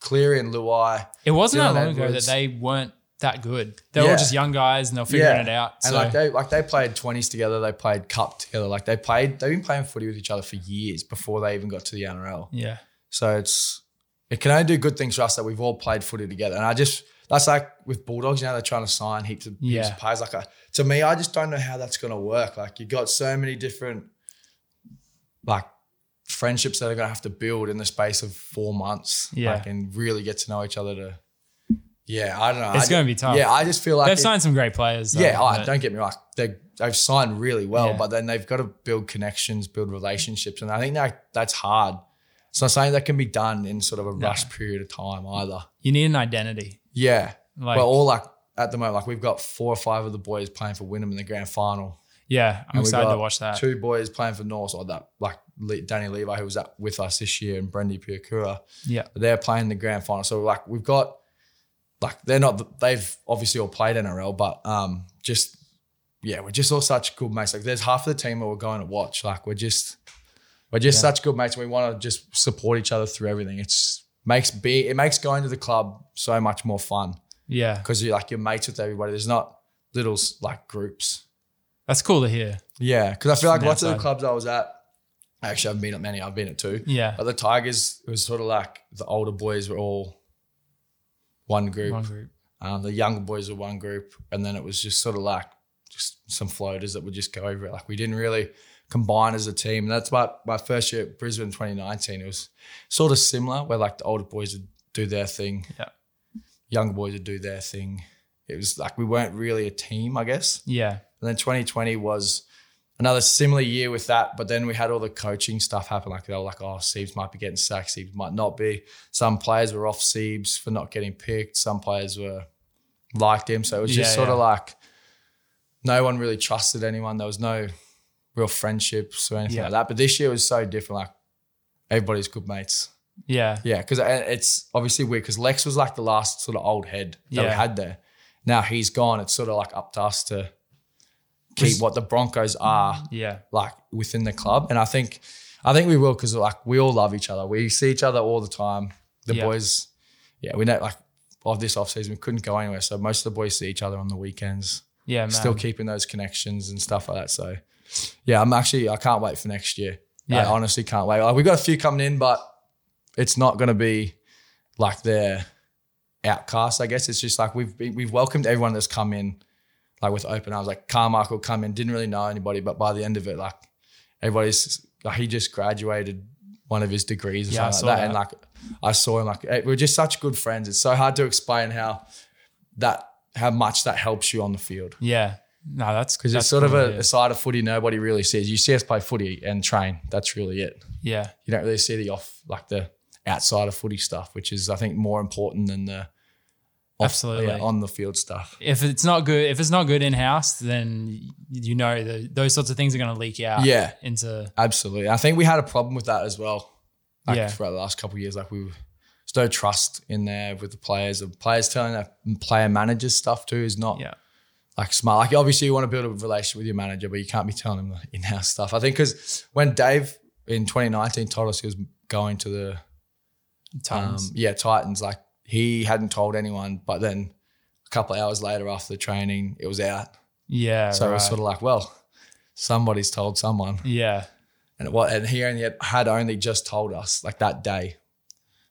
[SPEAKER 2] Cleary and Luai,
[SPEAKER 1] It wasn't that
[SPEAKER 2] Dylan
[SPEAKER 1] long ago that
[SPEAKER 2] Edwards.
[SPEAKER 1] they weren't that good. They were all
[SPEAKER 2] Yeah.
[SPEAKER 1] just young guys and they're figuring
[SPEAKER 2] Yeah.
[SPEAKER 1] it out.
[SPEAKER 2] and
[SPEAKER 1] So
[SPEAKER 2] like they like they played twenties together. They played cup together. Like they played. They've been playing footy with each other for years before they even got to the NRL.
[SPEAKER 1] yeah.
[SPEAKER 2] So it's it can only do good things for us that we've all played footy together. And I just that's like with Bulldogs now they're trying to sign heaps of heaps
[SPEAKER 1] Yeah.
[SPEAKER 2] of players. Like I, to me, I just don't know how that's going to work. Like you got so many different like friendships that are going to have to build in the space of four months.
[SPEAKER 1] Yeah.
[SPEAKER 2] like, and really get to know each other. To yeah, I don't know.
[SPEAKER 1] It's
[SPEAKER 2] I,
[SPEAKER 1] gonna be tough.
[SPEAKER 2] Yeah, I just feel like
[SPEAKER 1] They've
[SPEAKER 2] it-
[SPEAKER 1] signed some great players. Though,
[SPEAKER 2] yeah, oh,
[SPEAKER 1] but-
[SPEAKER 2] don't get me wrong. They they've signed really well,
[SPEAKER 1] Yeah.
[SPEAKER 2] but then they've got to build connections, build relationships, and I think that that's hard. It's not something that can be done in sort of a rush period of time either.
[SPEAKER 1] you need an identity.
[SPEAKER 2] Yeah,
[SPEAKER 1] Like,
[SPEAKER 2] we're all like at the moment, like we've got four or five of the boys playing for Wynnum in the grand final.
[SPEAKER 1] yeah, I'm
[SPEAKER 2] and we've
[SPEAKER 1] excited to
[SPEAKER 2] got
[SPEAKER 1] watch that.
[SPEAKER 2] Two boys playing for North, or that like Le- Danny Levi, who was at, with us this year, and Brendy Piakura
[SPEAKER 1] yeah,
[SPEAKER 2] they're playing the grand final. So like we've got like they're not they've obviously all played NRL, but um just yeah, we're just all such good mates. Like there's half of the team that we're going to watch. Like we're just we're just such good mates. We want to just support each other through everything. It's makes be it makes going to the club so much more fun
[SPEAKER 1] yeah,
[SPEAKER 2] because you're like you're mates with everybody. There's not little like groups.
[SPEAKER 1] that's cool to hear.
[SPEAKER 2] Yeah, because I feel like
[SPEAKER 1] From
[SPEAKER 2] lots of the
[SPEAKER 1] outside.
[SPEAKER 2] clubs I was at, actually I haven't been at many. I've been at two.
[SPEAKER 1] Yeah,
[SPEAKER 2] But the Tigers, it was sort of like the older boys were all one group.
[SPEAKER 1] one group.
[SPEAKER 2] Um, the younger boys were one group, and then it was just sort of like just some floaters that would just go over it. Like we didn't really combine as a team. And that's my, my first year at Brisbane 2019. It was sort of similar where like the older boys would do their thing.
[SPEAKER 1] Yeah.
[SPEAKER 2] Younger boys would do their thing. It was like we weren't really a team, I guess.
[SPEAKER 1] Yeah.
[SPEAKER 2] And then 2020 was another similar year with that. But then we had all the coaching stuff happen. Like they were like, oh, Siebes might be getting sacked, Siebes might not be. Some players were off Siebes for not getting picked. Some players were liked him. So it was just
[SPEAKER 1] Yeah,
[SPEAKER 2] sort of
[SPEAKER 1] yeah.
[SPEAKER 2] like no one really trusted anyone. There was no real friendships or anything
[SPEAKER 1] Yeah.
[SPEAKER 2] like that. But this year was so different. Like everybody's good mates.
[SPEAKER 1] Yeah.
[SPEAKER 2] Yeah, because it's obviously weird because Lex was like the last sort of old head that we
[SPEAKER 1] Yeah.
[SPEAKER 2] had there. Now he's gone. It's sort of like up to us to keep what the Broncos are
[SPEAKER 1] Yeah.
[SPEAKER 2] like within the club. And I think, I think we will because like we all love each other. We see each other all the time. The
[SPEAKER 1] Yeah.
[SPEAKER 2] boys, yeah, we know like of this off season we couldn't go anywhere, so most of the boys see each other on the weekends.
[SPEAKER 1] Yeah, man.
[SPEAKER 2] Still keeping those connections and stuff like that. So, yeah, I'm actually I can't wait for next year. I
[SPEAKER 1] Yeah.
[SPEAKER 2] honestly can't wait. Like we got a few coming in, but it's not going to be like they're outcast. I guess it's just like we've been, we've welcomed everyone that's come in like with open arms. Like Carmichael come in, didn't really know anybody, but by the end of it, like everybody's like he just graduated one of his degrees or
[SPEAKER 1] Yeah, I
[SPEAKER 2] something like that.
[SPEAKER 1] saw
[SPEAKER 2] and like I saw him like eh, we're just such good friends. It's so hard to explain how that how much that helps you on the field.
[SPEAKER 1] yeah. No, that's
[SPEAKER 2] Because
[SPEAKER 1] that's
[SPEAKER 2] it's sort of
[SPEAKER 1] cool,
[SPEAKER 2] a,
[SPEAKER 1] yeah.
[SPEAKER 2] a side of footy nobody really sees. You see us play footy and train. That's really it.
[SPEAKER 1] yeah.
[SPEAKER 2] You don't really see the off like the outside of footy stuff, which is I think more important than the off-
[SPEAKER 1] Absolutely.
[SPEAKER 2] yeah, on the field stuff.
[SPEAKER 1] If it's not good, if it's not good in house, then y- you know the, those sorts of things are going to leak out.
[SPEAKER 2] Yeah. Um,
[SPEAKER 1] Into
[SPEAKER 2] Absolutely. I think we had a problem with that as well. Like
[SPEAKER 1] Yeah.
[SPEAKER 2] throughout the last couple of years, like we were, there's no trust in there with the players. The players telling that player managers stuff too is not
[SPEAKER 1] yeah.
[SPEAKER 2] like smart. Like obviously you want to build a relationship with your manager, but you can't be telling him the in-house stuff. I think because when Dave in 2019 told us he was going to the um,
[SPEAKER 1] Tons.
[SPEAKER 2] yeah Titans, like he hadn't told anyone, but then a couple of hours later after the training, it was out.
[SPEAKER 1] yeah.
[SPEAKER 2] So it
[SPEAKER 1] right.
[SPEAKER 2] was sort of like, well, somebody's told someone,
[SPEAKER 1] yeah.
[SPEAKER 2] and what? And he only had, had only just told us like that day,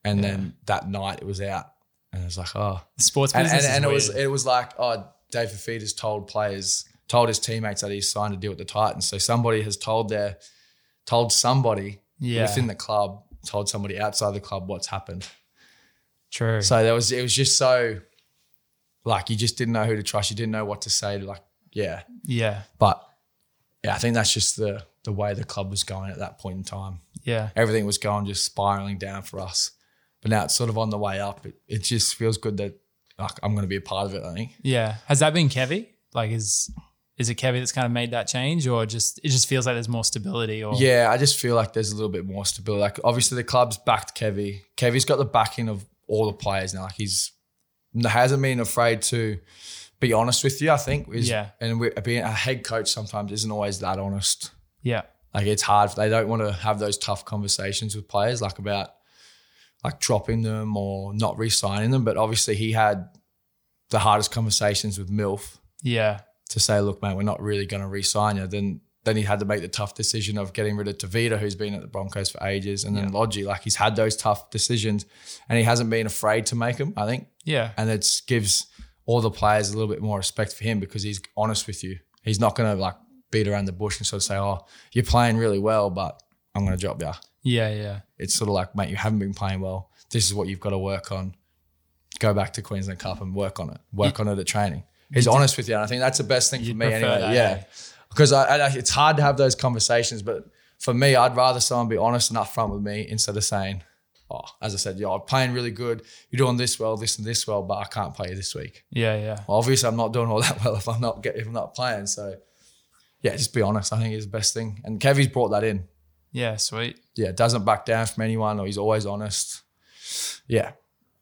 [SPEAKER 2] and then that night it was out, and it was like, oh,
[SPEAKER 1] The sports
[SPEAKER 2] and,
[SPEAKER 1] business.
[SPEAKER 2] and,
[SPEAKER 1] is
[SPEAKER 2] and it was
[SPEAKER 1] weird.
[SPEAKER 2] it was like oh Dave Fafita's told players told his teammates that he signed a deal with the Titans so somebody has told their told somebody
[SPEAKER 1] yeah.
[SPEAKER 2] within the club told somebody outside the club what's happened
[SPEAKER 1] true.
[SPEAKER 2] so there was it was just so like you just didn't know who to trust you didn't know what to say like yeah
[SPEAKER 1] yeah.
[SPEAKER 2] but yeah I think that's just the the way the club was going at that point in time
[SPEAKER 1] Yeah.
[SPEAKER 2] everything was going just spiraling down for us but now it's sort of on the way up it, it just feels good that like, I'm going to be a part of it I think
[SPEAKER 1] Yeah. Has that been Kevy? Like, is is it Kevy that's kind of made that change, or just it just feels like there's more stability? Or
[SPEAKER 2] Yeah, I just feel like there's a little bit more stability. Like obviously the club's backed Kevy. Kevy's got the backing of all the players now. Like he's hasn't been afraid to be honest with you. I think is
[SPEAKER 1] Yeah.
[SPEAKER 2] and we, being a head coach sometimes isn't always that honest.
[SPEAKER 1] yeah,
[SPEAKER 2] Like it's hard. They don't want to have those tough conversations with players, like about like dropping them or not re-signing them. But obviously he had the hardest conversations with Milf
[SPEAKER 1] yeah,
[SPEAKER 2] to say, look, mate, we're not really going to re-sign you, then then he had to make the tough decision of getting rid of Tavita, who's been at the Broncos for ages, and then Lodgy. Like he's had those tough decisions, and he hasn't been afraid to make them. I think,
[SPEAKER 1] yeah,
[SPEAKER 2] and it gives all the players a little bit more respect for him because he's honest with you. He's not going to like beat around the bush and sort of say, oh, you're playing really well, but I'm going to drop you.
[SPEAKER 1] yeah, yeah,
[SPEAKER 2] It's sort of like, mate, you haven't been playing well. This is what you've got to work on. Go back to Queensland Cup and work on it. Work on it at training. He's honest with you, and I think that's the best thing for
[SPEAKER 1] You'd
[SPEAKER 2] me
[SPEAKER 1] prefer
[SPEAKER 2] anyway.
[SPEAKER 1] that, eh?
[SPEAKER 2] yeah, because I, and I, it's hard to have those conversations, but for me, I'd rather someone be honest and upfront with me instead of saying, "Oh, as I said, yeah, I'm playing really good. You're doing this well, this and this well, but I can't play you this week.
[SPEAKER 1] yeah, yeah.
[SPEAKER 2] Well, obviously, I'm not doing all that well if I'm not get, if I'm not playing. So, yeah, just be honest. I think is the best thing. And Kevy's brought that in
[SPEAKER 1] Yeah, sweet.
[SPEAKER 2] yeah, doesn't back down from anyone, or he's always honest. Yeah,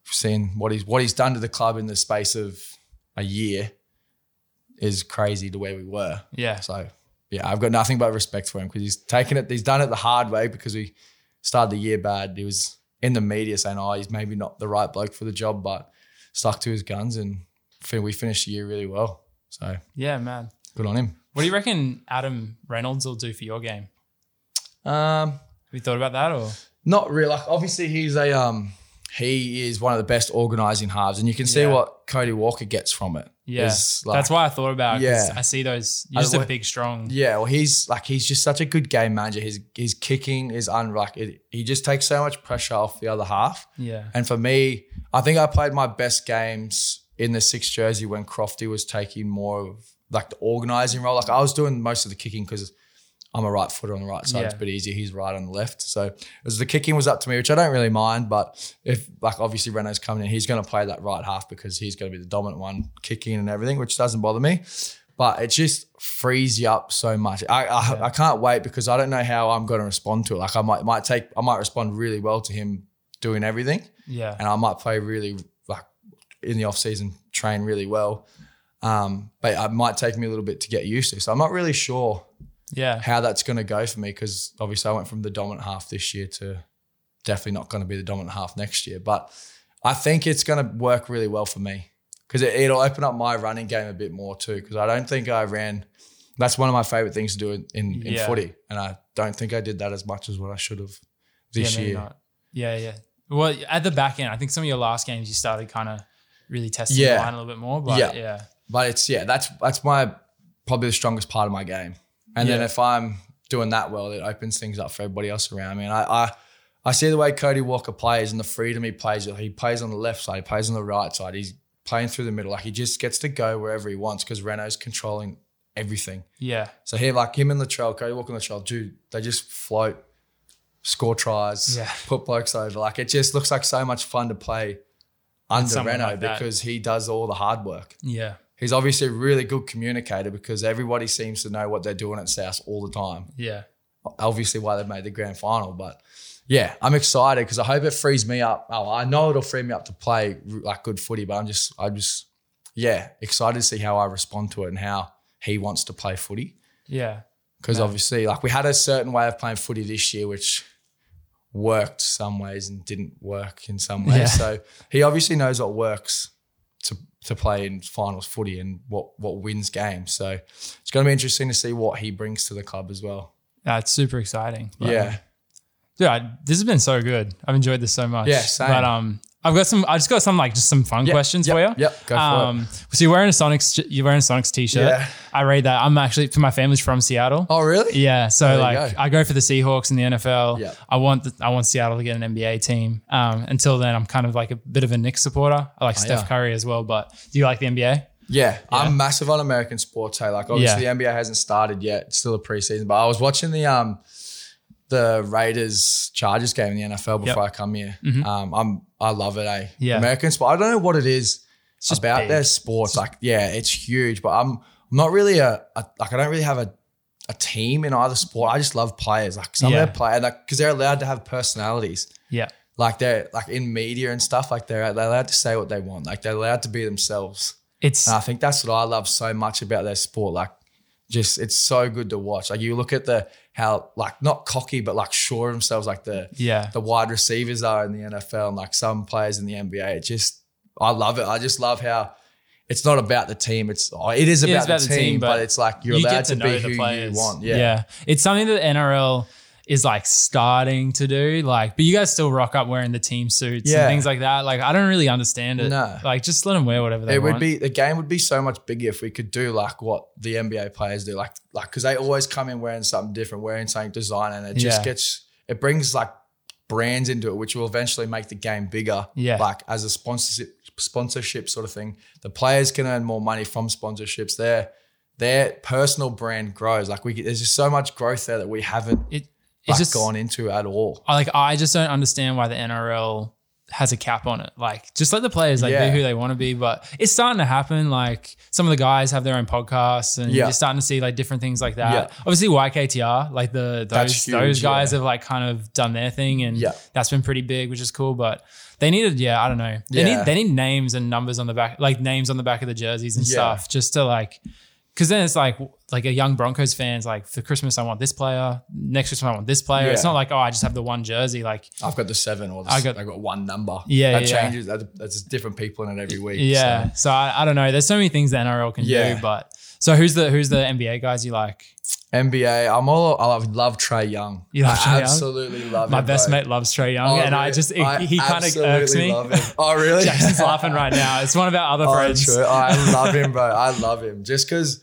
[SPEAKER 2] seeing what he's what he's done to the club in the space of a year is crazy to where we were.
[SPEAKER 1] Yeah,
[SPEAKER 2] So yeah, I've got nothing but respect for him because he's taken it. He's done it the hard way because he started the year bad. He was in the media saying, "Oh, he's maybe not the right bloke for the job," but stuck to his guns, and fin- we finished the year really well. So
[SPEAKER 1] yeah, man.
[SPEAKER 2] good on him.
[SPEAKER 1] What do you reckon Adam Reynolds will do for your game?
[SPEAKER 2] Um,
[SPEAKER 1] Have you thought about that, or
[SPEAKER 2] not real. Like obviously he's a um he is one of the best organising halves, and you can see
[SPEAKER 1] Yeah.
[SPEAKER 2] what Cody Walker gets from it.
[SPEAKER 1] Yeah,
[SPEAKER 2] It's like-
[SPEAKER 1] that's why I thought about. it 'cause
[SPEAKER 2] Yeah.
[SPEAKER 1] I see those.
[SPEAKER 2] I
[SPEAKER 1] You're just a
[SPEAKER 2] wa-
[SPEAKER 1] big, strong.
[SPEAKER 2] Yeah, well, he's like he's just such a good game manager. His his kicking is unlike it, he just takes so much pressure off the other half.
[SPEAKER 1] Yeah,
[SPEAKER 2] And for me, I think I played my best games in the sixth jersey when Crofty was taking more of like the organizing role. Like I was doing most of the kicking because I'm a right footer on the right side. It's
[SPEAKER 1] Yeah.
[SPEAKER 2] a bit easier. He's right on the left. So it was the kicking was up to me, which I don't really mind. But if like obviously Renault's coming in, he's going to play that right half because he's going to be the dominant one kicking and everything, which doesn't bother me. But it just frees you up so much. I I, I can't wait because I don't know how I'm going to respond to it. Like I might might take I might respond really well to him doing everything
[SPEAKER 1] yeah,
[SPEAKER 2] and I might play really like in the off season, train really well. Um, but it might take me a little bit to get used to. So I'm not really sure
[SPEAKER 1] yeah,
[SPEAKER 2] how that's going to go for me because obviously I went from the dominant half this year to definitely not going to be the dominant half next year. But I think it's going to work really well for me because it, it'll open up my running game a bit more too. Because I don't think I ran. That's one of my favorite things to do in, in, in
[SPEAKER 1] Yeah.
[SPEAKER 2] footy, and I don't think I did that as much as what I should have
[SPEAKER 1] yeah,
[SPEAKER 2] this
[SPEAKER 1] maybe
[SPEAKER 2] year.
[SPEAKER 1] not. Yeah, yeah. Well, at the back end, I think some of your last games you started kind of really testing
[SPEAKER 2] Yeah.
[SPEAKER 1] the line a little bit more. But yeah,
[SPEAKER 2] Yeah.
[SPEAKER 1] yeah,
[SPEAKER 2] But it's yeah, that's that's my probably the strongest part of my game. And then
[SPEAKER 1] Yeah.
[SPEAKER 2] if I'm doing that well, it opens things up for everybody else around me. And I, I I see the way Cody Walker plays and the freedom he plays. with. He plays on the left side, he plays on the right side, he's playing through the middle. Like he just gets to go wherever he wants because Renault's controlling everything.
[SPEAKER 1] yeah,
[SPEAKER 2] So here, like him and Latrell, Cody Walker and Latrell, dude, they just float, score tries,
[SPEAKER 1] Yeah.
[SPEAKER 2] put blokes over. Like it just looks like so much fun to play under
[SPEAKER 1] someone
[SPEAKER 2] Renault
[SPEAKER 1] like that.
[SPEAKER 2] because he does all the hard work
[SPEAKER 1] yeah,
[SPEAKER 2] he's obviously a really good communicator because everybody seems to know what they're doing at South all the time.
[SPEAKER 1] yeah.
[SPEAKER 2] Obviously, why they made the grand final, but yeah, I'm excited because I hope it frees me up. Oh, I know it'll free me up to play like good footy, but I'm just, I'm just, yeah, excited to see how I respond to it and how he wants to play footy.
[SPEAKER 1] yeah.
[SPEAKER 2] Because obviously, like we had a certain way of playing footy this year, which worked some ways and didn't work in some ways.
[SPEAKER 1] Yeah.
[SPEAKER 2] So he obviously knows what works to to play in finals footy and what what wins games. So it's going to be interesting to see what he brings to the club as well.
[SPEAKER 1] That's super exciting. But,
[SPEAKER 2] yeah,
[SPEAKER 1] dude, I, this has been so good. I've enjoyed this so much.
[SPEAKER 2] Yeah, same.
[SPEAKER 1] But um, I've got some. I just got some like just some fun questions for you.
[SPEAKER 2] Yep, go for it.
[SPEAKER 1] Um, so you're wearing a Sonics. j- You're wearing a Sonics t-shirt.
[SPEAKER 2] Yeah.
[SPEAKER 1] I read that. I'm actually. My family's from Seattle.
[SPEAKER 2] Oh, really?
[SPEAKER 1] Yeah, so
[SPEAKER 2] you
[SPEAKER 1] like
[SPEAKER 2] go.
[SPEAKER 1] I go for the Seahawks in the NFL.
[SPEAKER 2] Yeah.
[SPEAKER 1] I want the, I want Seattle to get an NBA team. Um, until then, I'm kind of like a bit of a Knicks supporter. I like Steph
[SPEAKER 2] Oh, yeah.
[SPEAKER 1] Curry as well. But do you like the NBA?
[SPEAKER 2] Yeah, I'm massive on American sports. Hey, like obviously the NBA hasn't started yet; it's still a preseason. But I was watching the um the Raiders Chargers game in the NFL before I come here. Um, I'm I love it. eh?
[SPEAKER 1] Mm-hmm. Yeah.
[SPEAKER 2] American sport. I don't know what it is
[SPEAKER 1] just
[SPEAKER 2] about
[SPEAKER 1] big.
[SPEAKER 2] their sports. like yeah, it's huge. But I'm I'm not really a, a like I don't really have a a team in either sport. I just love players. Like some
[SPEAKER 1] Yeah.
[SPEAKER 2] of their players, like because they're allowed to have personalities
[SPEAKER 1] Yeah,
[SPEAKER 2] like they're like in media and stuff like they're they're allowed to say what they want like they're allowed to be themselves
[SPEAKER 1] it's
[SPEAKER 2] and i think that's what i love so much about their sport like just it's so good to watch like you look at the how like not cocky but like sure of themselves like the
[SPEAKER 1] yeah,
[SPEAKER 2] the wide receivers are in the nfl and like some players in the nba it just i love it i just love how it's not about the team it's oh, it is about, the, team, but, it's like you're
[SPEAKER 1] you
[SPEAKER 2] allowed
[SPEAKER 1] get
[SPEAKER 2] to, be who you want yeah yeah,
[SPEAKER 1] yeah, it's something that the NRL is like starting to do. Like, but you guys still rock up wearing the team suits
[SPEAKER 2] Yeah.
[SPEAKER 1] and things like that. Like, I don't really understand it.
[SPEAKER 2] No.
[SPEAKER 1] Like, just let them wear whatever they
[SPEAKER 2] it
[SPEAKER 1] want.
[SPEAKER 2] would be the game would be so much bigger if we could do like what the NBA players do, like like because they always come in wearing something different, wearing something design, and it just
[SPEAKER 1] Yeah.
[SPEAKER 2] gets it brings like brands into it, which will eventually make the game bigger.
[SPEAKER 1] Yeah.
[SPEAKER 2] like as a sponsorship sponsorship sort of thing, the players can earn more money from sponsorships. Their their personal brand grows. Like we, there's just so much growth there that we haven't
[SPEAKER 1] It-
[SPEAKER 2] like,
[SPEAKER 1] it's just
[SPEAKER 2] gone into at all.
[SPEAKER 1] I- like I just don't understand why the NRL has a cap on it. Like just let the players like
[SPEAKER 2] Yeah.
[SPEAKER 1] be who they want to be. But it's starting to happen. Like some of the guys have their own podcasts and
[SPEAKER 2] Yeah.
[SPEAKER 1] you're starting to see like different things like that.
[SPEAKER 2] Yeah.
[SPEAKER 1] Obviously YKTR, like the those
[SPEAKER 2] That's huge,
[SPEAKER 1] those guys
[SPEAKER 2] yeah.
[SPEAKER 1] have like kind of done their thing and
[SPEAKER 2] Yeah.
[SPEAKER 1] that's been pretty big, which is cool. But they needed, yeah, I don't know. They
[SPEAKER 2] Yeah.
[SPEAKER 1] need they need names and numbers on the back, like names on the back of the jerseys and
[SPEAKER 2] Yeah.
[SPEAKER 1] stuff, just to like because then it's like like a young Broncos fans like for Christmas I want this player, next Christmas I want this player. It's
[SPEAKER 2] Yeah.
[SPEAKER 1] not like oh I just have the one jersey. Like
[SPEAKER 2] I've got the seven or the,
[SPEAKER 1] I
[SPEAKER 2] I
[SPEAKER 1] got-
[SPEAKER 2] got, I've got one number.
[SPEAKER 1] Yeah,
[SPEAKER 2] that
[SPEAKER 1] yeah.
[SPEAKER 2] changes. That, that's different people in it every week. so.
[SPEAKER 1] yeah, so, I, I don't know. There's so many things the NRL can
[SPEAKER 2] Yeah.
[SPEAKER 1] do, but So who's the who's the NBA guys you like?
[SPEAKER 2] NBA. I'm all. I love, love Trey Young.
[SPEAKER 1] You love
[SPEAKER 2] I
[SPEAKER 1] Trae Young?
[SPEAKER 2] Absolutely love
[SPEAKER 1] My
[SPEAKER 2] him,
[SPEAKER 1] best
[SPEAKER 2] bro.
[SPEAKER 1] mate loves Trey Young,
[SPEAKER 2] Oh,
[SPEAKER 1] and I
[SPEAKER 2] really?
[SPEAKER 1] just he,
[SPEAKER 2] I
[SPEAKER 1] he kind of irks
[SPEAKER 2] absolutely
[SPEAKER 1] me.
[SPEAKER 2] love him. Oh really?
[SPEAKER 1] Jackson's laughing right now. It's one of our other
[SPEAKER 2] Oh,
[SPEAKER 1] friends.
[SPEAKER 2] true. I love him, bro. I love him just because,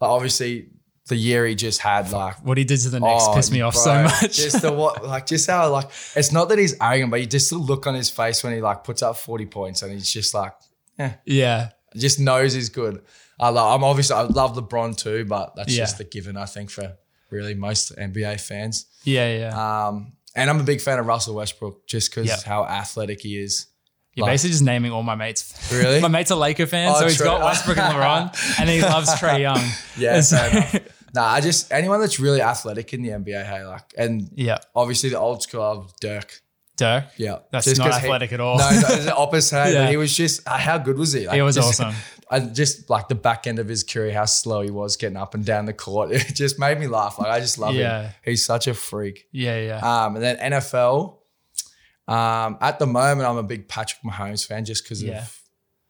[SPEAKER 2] obviously, the year he just had, like.
[SPEAKER 1] What he did to the Knicks
[SPEAKER 2] oh,
[SPEAKER 1] pissed me off so
[SPEAKER 2] bro,
[SPEAKER 1] much.
[SPEAKER 2] Just the what, like, just how, like, it's not that he's arrogant, but you just the look on his face when he like puts up forty points, and he's just like,
[SPEAKER 1] yeah,
[SPEAKER 2] just knows he's good. I love. I'm obviously I love LeBron too, but that's
[SPEAKER 1] Yeah.
[SPEAKER 2] just the given I think for really most NBA fans.
[SPEAKER 1] yeah, yeah.
[SPEAKER 2] Um, and I'm a big fan of Russell Westbrook just because
[SPEAKER 1] Yep.
[SPEAKER 2] how athletic he is.
[SPEAKER 1] You're
[SPEAKER 2] Like-
[SPEAKER 1] basically just naming all my mates.
[SPEAKER 2] Really?
[SPEAKER 1] my mate's a Laker fan,
[SPEAKER 2] Oh,
[SPEAKER 1] so he's
[SPEAKER 2] true.
[SPEAKER 1] got Westbrook and LeBron, and he loves Trey Young.
[SPEAKER 2] Yeah,
[SPEAKER 1] so,
[SPEAKER 2] fair enough. Nah, I just anyone that's really athletic in the NBA, hey, like, and
[SPEAKER 1] yeah,
[SPEAKER 2] obviously the old school of Dirk.
[SPEAKER 1] Dirk.
[SPEAKER 2] Yeah,
[SPEAKER 1] That's
[SPEAKER 2] Just
[SPEAKER 1] not
[SPEAKER 2] 'cause he-
[SPEAKER 1] athletic at all.
[SPEAKER 2] no, no, it's the opposite. hey,
[SPEAKER 1] Yeah.
[SPEAKER 2] He was just uh, how good was he? Like,
[SPEAKER 1] He was
[SPEAKER 2] just-
[SPEAKER 1] awesome.
[SPEAKER 2] I just like the back end of his career, how slow he was getting up and down the court. It just made me laugh. Like I just love
[SPEAKER 1] Yeah.
[SPEAKER 2] him. He's such a freak.
[SPEAKER 1] Yeah, yeah.
[SPEAKER 2] Um, and then NFL. Um, at the moment, I'm a big Patrick Mahomes fan just because
[SPEAKER 1] Yeah.
[SPEAKER 2] of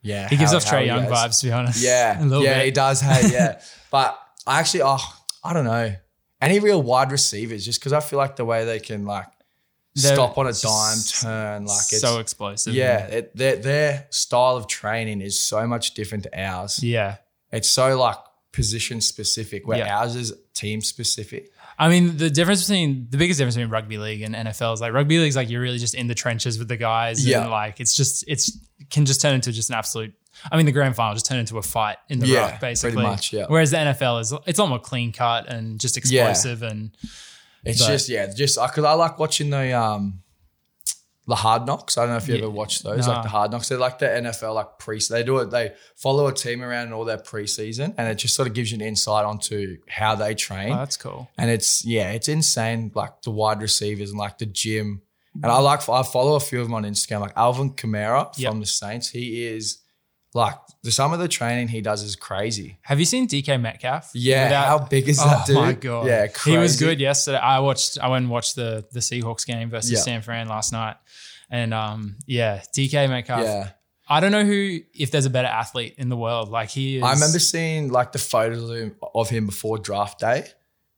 [SPEAKER 2] yeah.
[SPEAKER 1] he gives
[SPEAKER 2] how-
[SPEAKER 1] off
[SPEAKER 2] how
[SPEAKER 1] Trey
[SPEAKER 2] he
[SPEAKER 1] Young
[SPEAKER 2] goes.
[SPEAKER 1] vibes, to be honest. a
[SPEAKER 2] Yeah,
[SPEAKER 1] little
[SPEAKER 2] yeah, he
[SPEAKER 1] bit.
[SPEAKER 2] does. Hey, yeah. but I actually, oh, I don't know any real wide receivers just because I feel like the way they can like
[SPEAKER 1] They're
[SPEAKER 2] stop on a dime,
[SPEAKER 1] s-
[SPEAKER 2] turn like it's
[SPEAKER 1] so explosive.
[SPEAKER 2] yeah. It, their their style of training is so much different to ours.
[SPEAKER 1] yeah.
[SPEAKER 2] It's so like position specific, where
[SPEAKER 1] Yeah.
[SPEAKER 2] ours is team specific.
[SPEAKER 1] I mean, the difference between the biggest difference between rugby league and NFL is like rugby league's like you're really just in the trenches with the guys.
[SPEAKER 2] Yeah.
[SPEAKER 1] And like it's just it's can just turn into just an absolute. I mean, the grand final just turned into a fight in the
[SPEAKER 2] Yeah,
[SPEAKER 1] rock,
[SPEAKER 2] pretty
[SPEAKER 1] basically.
[SPEAKER 2] much, yeah.
[SPEAKER 1] Whereas the NFL is it's a lot more clean cut and just
[SPEAKER 2] Yeah.
[SPEAKER 1] explosive and
[SPEAKER 2] It's
[SPEAKER 1] But-
[SPEAKER 2] just yeah, just because I like watching the um the hard knocks. I don't know if you
[SPEAKER 1] Yeah,
[SPEAKER 2] ever watched those,
[SPEAKER 1] nah.
[SPEAKER 2] like the hard knocks. They're like the NFL like pre. They do it. They follow a team around in all their preseason, and it just sort of gives you an insight onto how they train.
[SPEAKER 1] oh, that's cool.
[SPEAKER 2] and it's yeah, it's insane. Like the wide receivers and like the gym. And I like I follow a few of them on Instagram, like Alvin Kamara
[SPEAKER 1] Mm. Yep.
[SPEAKER 2] from the Saints. He is like the some of the training he does is crazy.
[SPEAKER 1] Have you seen DK Metcalf?
[SPEAKER 2] Yeah,
[SPEAKER 1] Without-
[SPEAKER 2] how big is that dude?
[SPEAKER 1] Oh my god!
[SPEAKER 2] yeah,
[SPEAKER 1] he was
[SPEAKER 2] crazy.
[SPEAKER 1] good yesterday. I watched. I went and watched the the Seahawks game versus
[SPEAKER 2] Yeah.
[SPEAKER 1] San Fran last night, and um, yeah, DK Metcalf.
[SPEAKER 2] Yeah,
[SPEAKER 1] I don't know who if there's a better athlete in the world. Like he is.
[SPEAKER 2] I remember seeing like the photos of him, of him before draft day,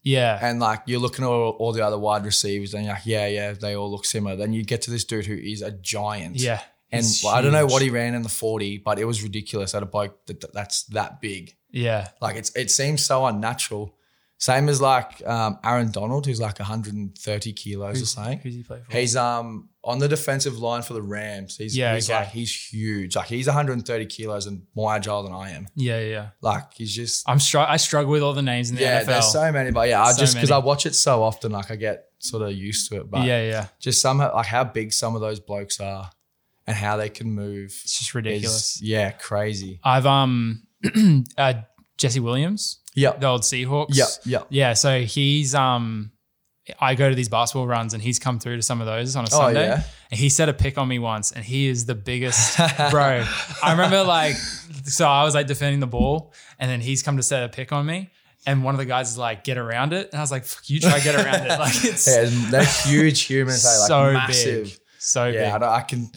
[SPEAKER 1] Yeah,
[SPEAKER 2] and like you're looking at all, all the other wide receivers, and you're like, yeah, yeah, they all look similar. Then you get to this dude who is a giant.
[SPEAKER 1] yeah.
[SPEAKER 2] And
[SPEAKER 1] He's
[SPEAKER 2] I don't know what he
[SPEAKER 1] huge.
[SPEAKER 2] ran in the 40, but it was ridiculous at a bloke that, that- that's that big.
[SPEAKER 1] Yeah,
[SPEAKER 2] Like it's it seems so unnatural. Same as like um, Aaron Donald, who's like 130 kilos or
[SPEAKER 1] who's,
[SPEAKER 2] something.
[SPEAKER 1] who's he play for?
[SPEAKER 2] He's um on the defensive line for the Rams. He's,
[SPEAKER 1] Yeah,
[SPEAKER 2] he's
[SPEAKER 1] okay.
[SPEAKER 2] like he's huge. Like he's 130 kilos and more agile than I am.
[SPEAKER 1] yeah, yeah, yeah.
[SPEAKER 2] Like he's just
[SPEAKER 1] I'm str- I struggle with all the names in the
[SPEAKER 2] yeah,
[SPEAKER 1] NFL.
[SPEAKER 2] there's so many, but yeah, I
[SPEAKER 1] So
[SPEAKER 2] just because I
[SPEAKER 1] many.
[SPEAKER 2] watch it so often, like I get sort of used to it. But
[SPEAKER 1] yeah, yeah.
[SPEAKER 2] just somehow, like how big some of those blokes are and how they can move
[SPEAKER 1] It's just
[SPEAKER 2] is
[SPEAKER 1] ridiculous.
[SPEAKER 2] yeah, crazy.
[SPEAKER 1] I've um, uh, Jesse Williams,
[SPEAKER 2] Yeah,
[SPEAKER 1] the old Seahawks.
[SPEAKER 2] yeah, yeah.
[SPEAKER 1] Yeah, so he's um I go to these basketball runs and he's come through to some of those on a
[SPEAKER 2] Oh
[SPEAKER 1] Sunday.
[SPEAKER 2] yeah,
[SPEAKER 1] And he set a pick on me once and he is the biggest bro. I remember like so I was like defending the ball and then he's come to set a pick on me and one of the guys is like get around it and I was like fuck you try get around it like it's
[SPEAKER 2] Yeah, they're huge humans. hey, like
[SPEAKER 1] so
[SPEAKER 2] massive.
[SPEAKER 1] big. So
[SPEAKER 2] Yeah, I,
[SPEAKER 1] big.
[SPEAKER 2] don't- I can.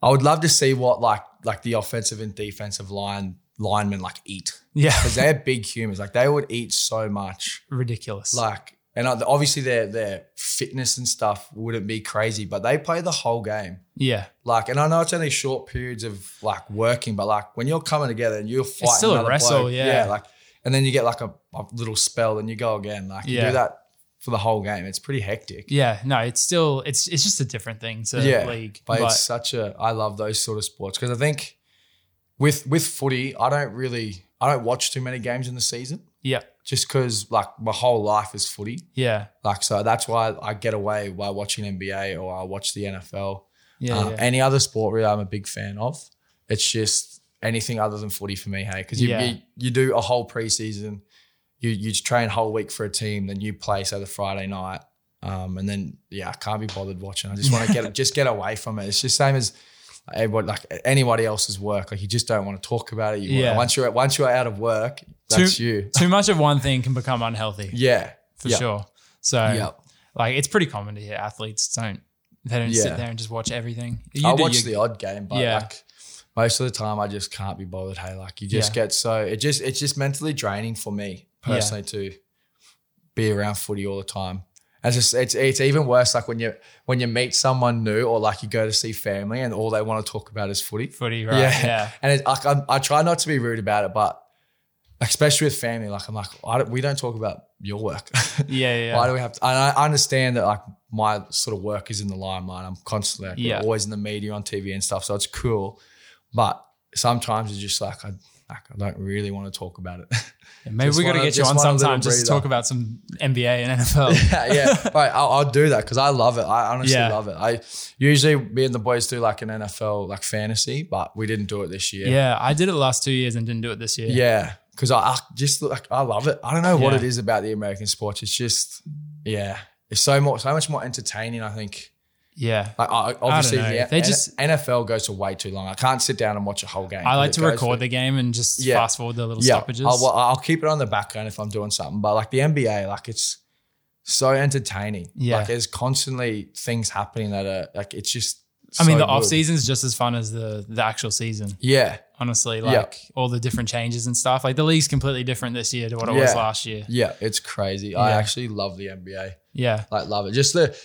[SPEAKER 2] I would love to see what like like the offensive and defensive line linemen like eat
[SPEAKER 1] Yeah.
[SPEAKER 2] because they're big humans. Like they would eat so much.
[SPEAKER 1] Ridiculous.
[SPEAKER 2] like and uh, obviously their their fitness and stuff wouldn't be crazy, but they play the whole game.
[SPEAKER 1] yeah.
[SPEAKER 2] Like, and I know it's only short periods of like working, but like when you're coming together and you're fighting,
[SPEAKER 1] still a
[SPEAKER 2] another
[SPEAKER 1] wrestle,
[SPEAKER 2] bloke,
[SPEAKER 1] yeah.
[SPEAKER 2] Like, and then you get like a, a little spell and you go again. Like, you
[SPEAKER 1] Yeah.
[SPEAKER 2] do that for the whole game. It's pretty hectic.
[SPEAKER 1] Yeah. No, it's still it's it's just a different thing to
[SPEAKER 2] Yeah,
[SPEAKER 1] league.
[SPEAKER 2] But, it's such a I love those sort of sports because I think with with footy, I don't really I don't watch too many games in the season
[SPEAKER 1] yeah.
[SPEAKER 2] just because like my whole life is footy.
[SPEAKER 1] Yeah.
[SPEAKER 2] Like so that's why I get away by watching NBA or I watch the NFL.
[SPEAKER 1] Yeah.
[SPEAKER 2] Uh,
[SPEAKER 1] yeah.
[SPEAKER 2] Any other sport really I'm a big fan of. It's just anything other than footy for me, hey. Because you,
[SPEAKER 1] Yeah.
[SPEAKER 2] you you do a whole preseason, you you train whole week for a team, then you play say the Friday night. Um, and then yeah, I can't be bothered watching. I just want to get just get away from it. It's just same as everyone like anybody else's work. Like you just don't want to talk about it. You
[SPEAKER 1] Yeah.
[SPEAKER 2] yeah. once you're once you're out of work, that's you.
[SPEAKER 1] Too much of one thing can become unhealthy.
[SPEAKER 2] Yeah.
[SPEAKER 1] for
[SPEAKER 2] Yeah.
[SPEAKER 1] sure. So
[SPEAKER 2] yeah.
[SPEAKER 1] like it's pretty common to hear athletes don't they don't
[SPEAKER 2] Yeah.
[SPEAKER 1] sit there and just watch everything. You
[SPEAKER 2] I
[SPEAKER 1] do your-
[SPEAKER 2] watch the odd game, but
[SPEAKER 1] Yeah.
[SPEAKER 2] like most of the time I just can't be bothered. Hey, like you just get so it just it's just mentally draining for me personally to be around footy all the time. And it's just it's it's even worse like when you when you meet someone new or like you go to see family and all they want to talk about is footy.
[SPEAKER 1] Footy, right?
[SPEAKER 2] Yeah.
[SPEAKER 1] yeah.
[SPEAKER 2] And it's like I'm, I try not to be rude about it, but like, especially with family, like I'm like I don't, we don't talk about your work.
[SPEAKER 1] Yeah, yeah.
[SPEAKER 2] Why do we have to? And I I understand that like my sort of work is in the limelight. I'm constantly like,
[SPEAKER 1] Yeah.
[SPEAKER 2] always in the media on TV and stuff, so it's cool. But sometimes it's just like I like, I don't really want to talk about it.
[SPEAKER 1] Yeah, Maybe
[SPEAKER 2] Just
[SPEAKER 1] we got to
[SPEAKER 2] wanna-
[SPEAKER 1] get you
[SPEAKER 2] just
[SPEAKER 1] on
[SPEAKER 2] wanna let
[SPEAKER 1] sometime
[SPEAKER 2] it
[SPEAKER 1] just to
[SPEAKER 2] breathe
[SPEAKER 1] talk
[SPEAKER 2] up.
[SPEAKER 1] about some NBA and NFL.
[SPEAKER 2] yeah, yeah. But I'll, I'll do that because I love it. I honestly
[SPEAKER 1] Yeah.
[SPEAKER 2] love it. I usually me and the boys do like an NFL like fantasy, but we didn't do it this year.
[SPEAKER 1] yeah. I did it the last two years and didn't do it this year.
[SPEAKER 2] Yeah, because I, I just like I love it. I don't know what
[SPEAKER 1] Yeah.
[SPEAKER 2] it is about the American sports. It's just yeah, it's so more so much more entertaining. I think
[SPEAKER 1] yeah.
[SPEAKER 2] like I, obviously
[SPEAKER 1] know.
[SPEAKER 2] yeah,
[SPEAKER 1] They just-
[SPEAKER 2] NFL goes for way too long. I can't sit down and watch a whole game.
[SPEAKER 1] I like
[SPEAKER 2] It
[SPEAKER 1] to
[SPEAKER 2] goes
[SPEAKER 1] record
[SPEAKER 2] for-
[SPEAKER 1] the game and just
[SPEAKER 2] Yeah.
[SPEAKER 1] fast forward the little
[SPEAKER 2] yeah.
[SPEAKER 1] stoppages.
[SPEAKER 2] I'll, well, I'll keep it on the background if I'm doing something, but like the NBA, like it's so entertaining.
[SPEAKER 1] Yeah.
[SPEAKER 2] like there's constantly things happening that are like it's just.
[SPEAKER 1] I mean,
[SPEAKER 2] so
[SPEAKER 1] the
[SPEAKER 2] good.
[SPEAKER 1] off season is just as fun as the the actual season.
[SPEAKER 2] Yeah,
[SPEAKER 1] Honestly, like
[SPEAKER 2] Yeah.
[SPEAKER 1] all the different changes and stuff. Like the league's completely different this year to what it was
[SPEAKER 2] Yeah.
[SPEAKER 1] last year.
[SPEAKER 2] yeah, it's crazy. I
[SPEAKER 1] Yeah.
[SPEAKER 2] actually love the NBA.
[SPEAKER 1] Yeah,
[SPEAKER 2] like love it. Just the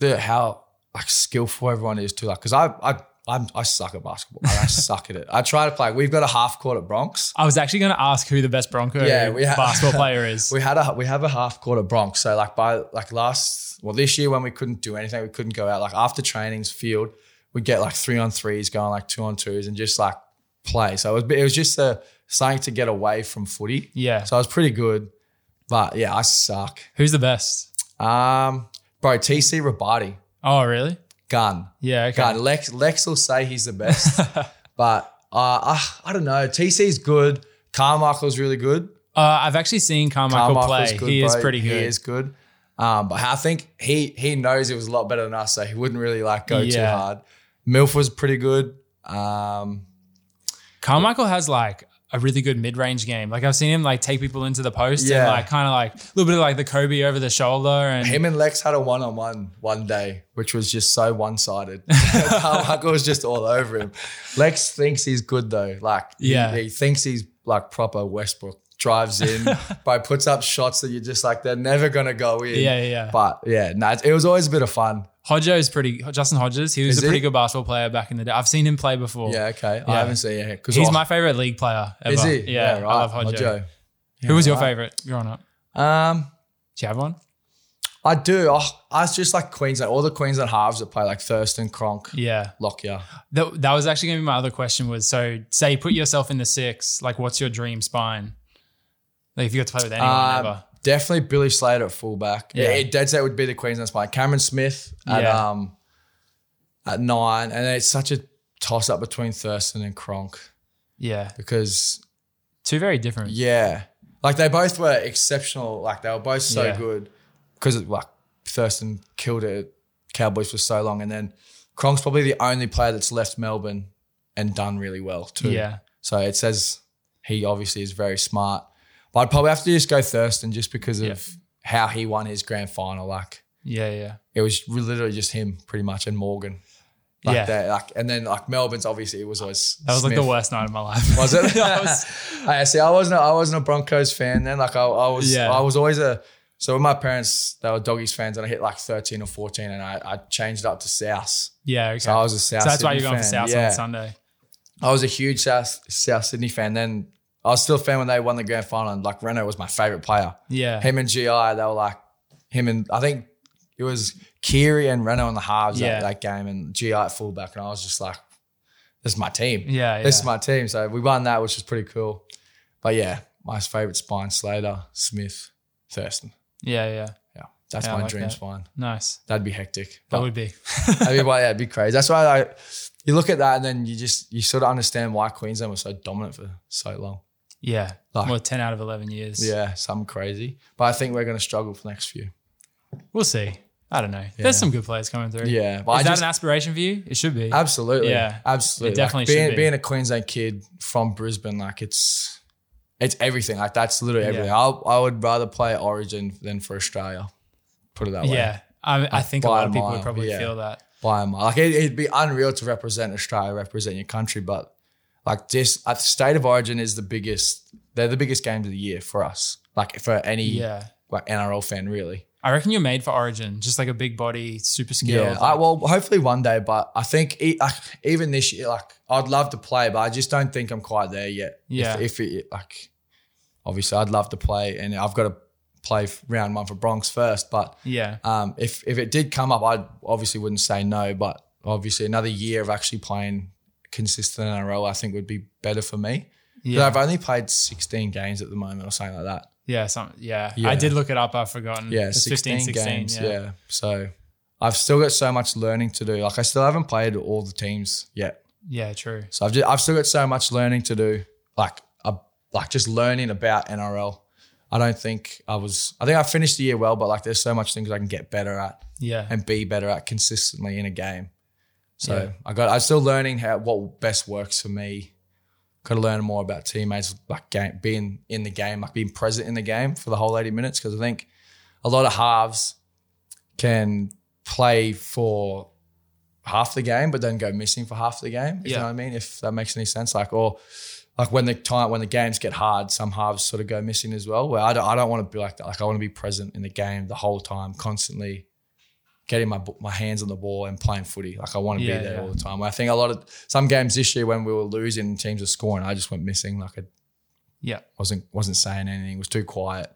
[SPEAKER 2] the how like skillful everyone is too. Like because I I I'm, I suck at basketball. Like, I suck at it. I try to play. We've got a half court at Bronx.
[SPEAKER 1] I was actually going to ask who the best Bronco
[SPEAKER 2] Yeah, we ha-
[SPEAKER 1] basketball player is.
[SPEAKER 2] We had a we have a half court at Bronx. So like by like last well this year when we couldn't do anything, we couldn't go out. Like after trainings field, we would get like three on threes, going like two on twos, and just like play. So it was it was just a something to get away from footy.
[SPEAKER 1] yeah,
[SPEAKER 2] So I was pretty good, but yeah, I suck.
[SPEAKER 1] who's the best?
[SPEAKER 2] Um, bro, TC Rabati,
[SPEAKER 1] Oh, really?
[SPEAKER 2] gun.
[SPEAKER 1] Yeah, okay.
[SPEAKER 2] God, Lex Lex will say he's the best, but uh, I, I don't know. TC's good. Carmichael's really good.
[SPEAKER 1] Uh, I've actually seen Carmichael play. he is
[SPEAKER 2] bro.
[SPEAKER 1] pretty good.
[SPEAKER 2] He is good. Um, but I think he he knows it was a lot better than us, so he wouldn't really like go too
[SPEAKER 1] Yeah.
[SPEAKER 2] hard. Milf was pretty good. Um,
[SPEAKER 1] Carmichael has like a really good mid-range game. Like I've seen him like take people into the post and
[SPEAKER 2] Yeah.
[SPEAKER 1] like kind of like a little bit of like the Kobe over the shoulder and
[SPEAKER 2] him and Lex had a one on one one day, which was just so one sided. Carmichael was just all over him. Lex thinks he's good though. Like, he-
[SPEAKER 1] Yeah.
[SPEAKER 2] he, thinks he's like proper Westbrook. Drives in, but puts up shots that you're just like they're never gonna go in.
[SPEAKER 1] yeah, yeah, yeah.
[SPEAKER 2] But yeah, no, it was always a bit of fun.
[SPEAKER 1] Hodjo is pretty. Justin Hodges, he was
[SPEAKER 2] Is
[SPEAKER 1] a pretty
[SPEAKER 2] he?
[SPEAKER 1] good basketball player back in the day. I've seen him play before.
[SPEAKER 2] Yeah, okay.
[SPEAKER 1] Yeah.
[SPEAKER 2] I haven't seen it because
[SPEAKER 1] He's my favorite league player ever.
[SPEAKER 2] Is he?
[SPEAKER 1] Yeah, I love Hodjo.
[SPEAKER 2] Hodjo.
[SPEAKER 1] Who was your
[SPEAKER 2] right.
[SPEAKER 1] favorite growing up?
[SPEAKER 2] Um,
[SPEAKER 1] Do you have one?
[SPEAKER 2] I do. Oh, I was just like Queensland. All the Queensland halves that play like Thurston, Cronk,
[SPEAKER 1] Yeah,
[SPEAKER 2] Lockyer.
[SPEAKER 1] that, that was actually going to be my other question. Was so say you put yourself in the six. Like, what's your dream spine? Like, if you got to play with anyone
[SPEAKER 2] Um,
[SPEAKER 1] ever,
[SPEAKER 2] Definitely Billy Slater at fullback.
[SPEAKER 1] Yeah.
[SPEAKER 2] Yeah, it, dead set would be the Queensland spine. Cameron Smith at
[SPEAKER 1] Yeah.
[SPEAKER 2] um at nine, and it's such a toss up between Thurston and Cronk
[SPEAKER 1] yeah,
[SPEAKER 2] because
[SPEAKER 1] two very different.
[SPEAKER 2] Yeah. Like they both were exceptional. Like they were both so
[SPEAKER 1] Yeah.
[SPEAKER 2] good because like Thurston killed it at Cowboys for so long. And then Cronk's probably the only player that's left Melbourne and done really well too.
[SPEAKER 1] yeah.
[SPEAKER 2] So it says he obviously is very smart. But I'd probably have to just go Thurston just because of
[SPEAKER 1] Yeah.
[SPEAKER 2] how he won his grand final. Like
[SPEAKER 1] Yeah, yeah.
[SPEAKER 2] it was literally just him pretty much and Morgan. Like
[SPEAKER 1] Yeah.
[SPEAKER 2] that. Like and then like Melbourne's obviously it was always
[SPEAKER 1] That was like
[SPEAKER 2] Smith.
[SPEAKER 1] the worst night of my life.
[SPEAKER 2] Was it?
[SPEAKER 1] I was-
[SPEAKER 2] I see. I wasn't. A, I wasn't a Broncos fan then. Like I, I was.
[SPEAKER 1] Yeah.
[SPEAKER 2] I was always a. So with my parents, they were doggies fans, and I hit like thirteen or fourteen, and I, I changed up to South.
[SPEAKER 1] yeah, okay.
[SPEAKER 2] So I was a South.
[SPEAKER 1] So that's why you're
[SPEAKER 2] Sydney
[SPEAKER 1] going for
[SPEAKER 2] Oh, fan.
[SPEAKER 1] South
[SPEAKER 2] yeah.
[SPEAKER 1] on Sunday.
[SPEAKER 2] I was a huge South South Sydney fan. Then I was still a fan when they won the grand final, and like Reno was my favorite player.
[SPEAKER 1] Yeah.
[SPEAKER 2] Him and Gi, they were like him and I think it was Kiri and Reno in the halves
[SPEAKER 1] Yeah.
[SPEAKER 2] that, that game, and Gi at fullback, and I was just like, this is my team.
[SPEAKER 1] yeah, yeah.
[SPEAKER 2] This is my team. So we won that, which was pretty cool. But yeah, my favorite spine Slater, Smith, Thurston.
[SPEAKER 1] yeah, yeah.
[SPEAKER 2] Yeah. That's
[SPEAKER 1] Yeah, I
[SPEAKER 2] my
[SPEAKER 1] like
[SPEAKER 2] dream
[SPEAKER 1] that.
[SPEAKER 2] spine.
[SPEAKER 1] Nice.
[SPEAKER 2] That'd be hectic.
[SPEAKER 1] That
[SPEAKER 2] But
[SPEAKER 1] would be.
[SPEAKER 2] that'd be, why- yeah, it'd be crazy. That's why I, you look at that and then you just you sort of understand why Queensland was so dominant for so long.
[SPEAKER 1] yeah.
[SPEAKER 2] Like-
[SPEAKER 1] well, 10 out of 11 years.
[SPEAKER 2] Yeah, some crazy. But I think we're gonna struggle for the next few.
[SPEAKER 1] We'll see. I don't know. There's some good players coming through.
[SPEAKER 2] Yeah. But
[SPEAKER 1] Is
[SPEAKER 2] I
[SPEAKER 1] that
[SPEAKER 2] just
[SPEAKER 1] an aspiration for you? It should be.
[SPEAKER 2] absolutely.
[SPEAKER 1] Yeah,
[SPEAKER 2] Absolutely.
[SPEAKER 1] it definitely
[SPEAKER 2] like being,
[SPEAKER 1] should be.
[SPEAKER 2] being a Queensland kid from Brisbane, like it's it's everything. Like that's literally
[SPEAKER 1] Yeah.
[SPEAKER 2] everything. I'll, I would rather play Origin than for Australia. Put it that way.
[SPEAKER 1] yeah. I, I think a
[SPEAKER 2] by
[SPEAKER 1] lot
[SPEAKER 2] a
[SPEAKER 1] of people would
[SPEAKER 2] mile,
[SPEAKER 1] probably
[SPEAKER 2] yeah.
[SPEAKER 1] feel that.
[SPEAKER 2] By a mile. Like it, it'd be unreal to represent Australia, represent your country, but Like this, at the state of origin is the biggest. They're the biggest games of the year for us. Like for any
[SPEAKER 1] Yeah.
[SPEAKER 2] like NRL fan, really.
[SPEAKER 1] I reckon you're made for Origin, just like a big body, super skilled.
[SPEAKER 2] Yeah. I, well, hopefully one day, but I think e- I, even this year, like I'd love to play, but I just don't think I'm quite there yet.
[SPEAKER 1] Yeah.
[SPEAKER 2] If, if it like, obviously, I'd love to play, and I've got to play f- round one for Bronx first. But
[SPEAKER 1] yeah.
[SPEAKER 2] um, if if it did come up, I obviously wouldn't say no. But obviously, another year of actually playing consistent NRL, I think would be better for me. But
[SPEAKER 1] Yeah.
[SPEAKER 2] I've only played 16 games at the moment, or something like that.
[SPEAKER 1] Yeah, some, yeah.
[SPEAKER 2] Yeah.
[SPEAKER 1] I did look it up. I've forgotten.
[SPEAKER 2] yeah,
[SPEAKER 1] It's
[SPEAKER 2] 16, games. Yeah. So I've still got so much learning to do. Like I still haven't played all the teams yet.
[SPEAKER 1] Yeah, true.
[SPEAKER 2] So I've just, I've still got so much learning to do. Like I, like just learning about NRL. I don't think I was. I think I finished the year well, but like there's so much things I can get better at
[SPEAKER 1] Yeah.
[SPEAKER 2] and be better at consistently in a game. So
[SPEAKER 1] Yeah.
[SPEAKER 2] I got. I'm still learning how what best works for me. Got to learn more about teammates, like game, being in the game, like being present in the game for the whole 80 minutes. Because I think a lot of halves can play for half the game, but then go missing for half the game. If
[SPEAKER 1] Yeah.
[SPEAKER 2] You know what I mean? If that makes any sense, like or like when the time when the games get hard, some halves sort of go missing as well. Where I don't, I don't want to be like that. Like I want to be present in the game the whole time, constantly getting my b- my hands on the ball and playing footy. Like I want to
[SPEAKER 1] Yeah,
[SPEAKER 2] be there
[SPEAKER 1] yeah.
[SPEAKER 2] all the time. I think a lot of some games this year when we were losing, teams were scoring. I just went missing. Like I
[SPEAKER 1] Yeah.
[SPEAKER 2] wasn't wasn't saying anything. It was too quiet.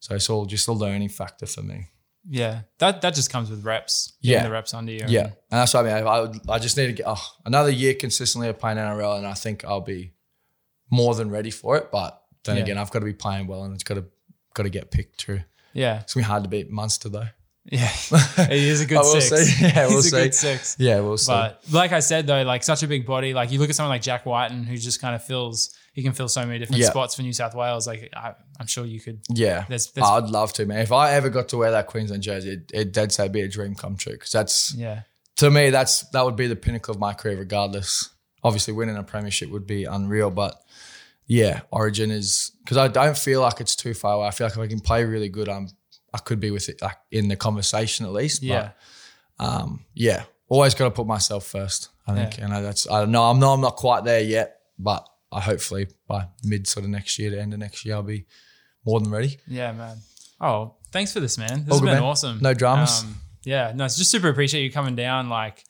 [SPEAKER 2] So it's all just a learning factor for me.
[SPEAKER 1] Yeah. That that just comes with reps. getting
[SPEAKER 2] Yeah.
[SPEAKER 1] The reps under you.
[SPEAKER 2] Yeah, and that's what I mean. I, I, would, I just need to get oh, another year consistently of playing NRL, and I think I'll be more than ready for it. But then
[SPEAKER 1] Yeah.
[SPEAKER 2] again, I've got to be playing well, and it's got to got to get picked through.
[SPEAKER 1] Yeah.
[SPEAKER 2] It's gonna be hard to beat Munster though.
[SPEAKER 1] Yeah. he is a good
[SPEAKER 2] I will
[SPEAKER 1] six.
[SPEAKER 2] see. Yeah, we'll
[SPEAKER 1] He's a good
[SPEAKER 2] see.
[SPEAKER 1] six.
[SPEAKER 2] Yeah, we'll see.
[SPEAKER 1] But like I said though, like such a big body. Like you look at someone like Jack Whiten, who just kind of fills. He can fill so many different
[SPEAKER 2] Yeah.
[SPEAKER 1] spots for New South Wales. Like I, I'm sure you could.
[SPEAKER 2] yeah,
[SPEAKER 1] There's, there's
[SPEAKER 2] I'd love to, man. If I ever got to wear that Queensland jersey, it, it'd dead say be a dream come true. Because that's
[SPEAKER 1] yeah,
[SPEAKER 2] to me, that's that would be the pinnacle of my career, regardless. Obviously, winning a premiership would be unreal, but yeah, Origin is because I don't feel like it's too far away. I feel like if I can play really good, I'm I could be with it like in the conversation at least.
[SPEAKER 1] yeah,
[SPEAKER 2] But, um, yeah, always got to put myself first. I think,
[SPEAKER 1] Yeah.
[SPEAKER 2] and I, that's I know I'm not I'm not quite there yet, but I hopefully by mid sort of next year to end of next year, I'll be more than ready.
[SPEAKER 1] yeah, man. Oh, thanks for this, man. This
[SPEAKER 2] All
[SPEAKER 1] has
[SPEAKER 2] good,
[SPEAKER 1] been
[SPEAKER 2] man.
[SPEAKER 1] awesome.
[SPEAKER 2] No dramas.
[SPEAKER 1] Um, yeah, no, it's just super appreciate you coming down. Like,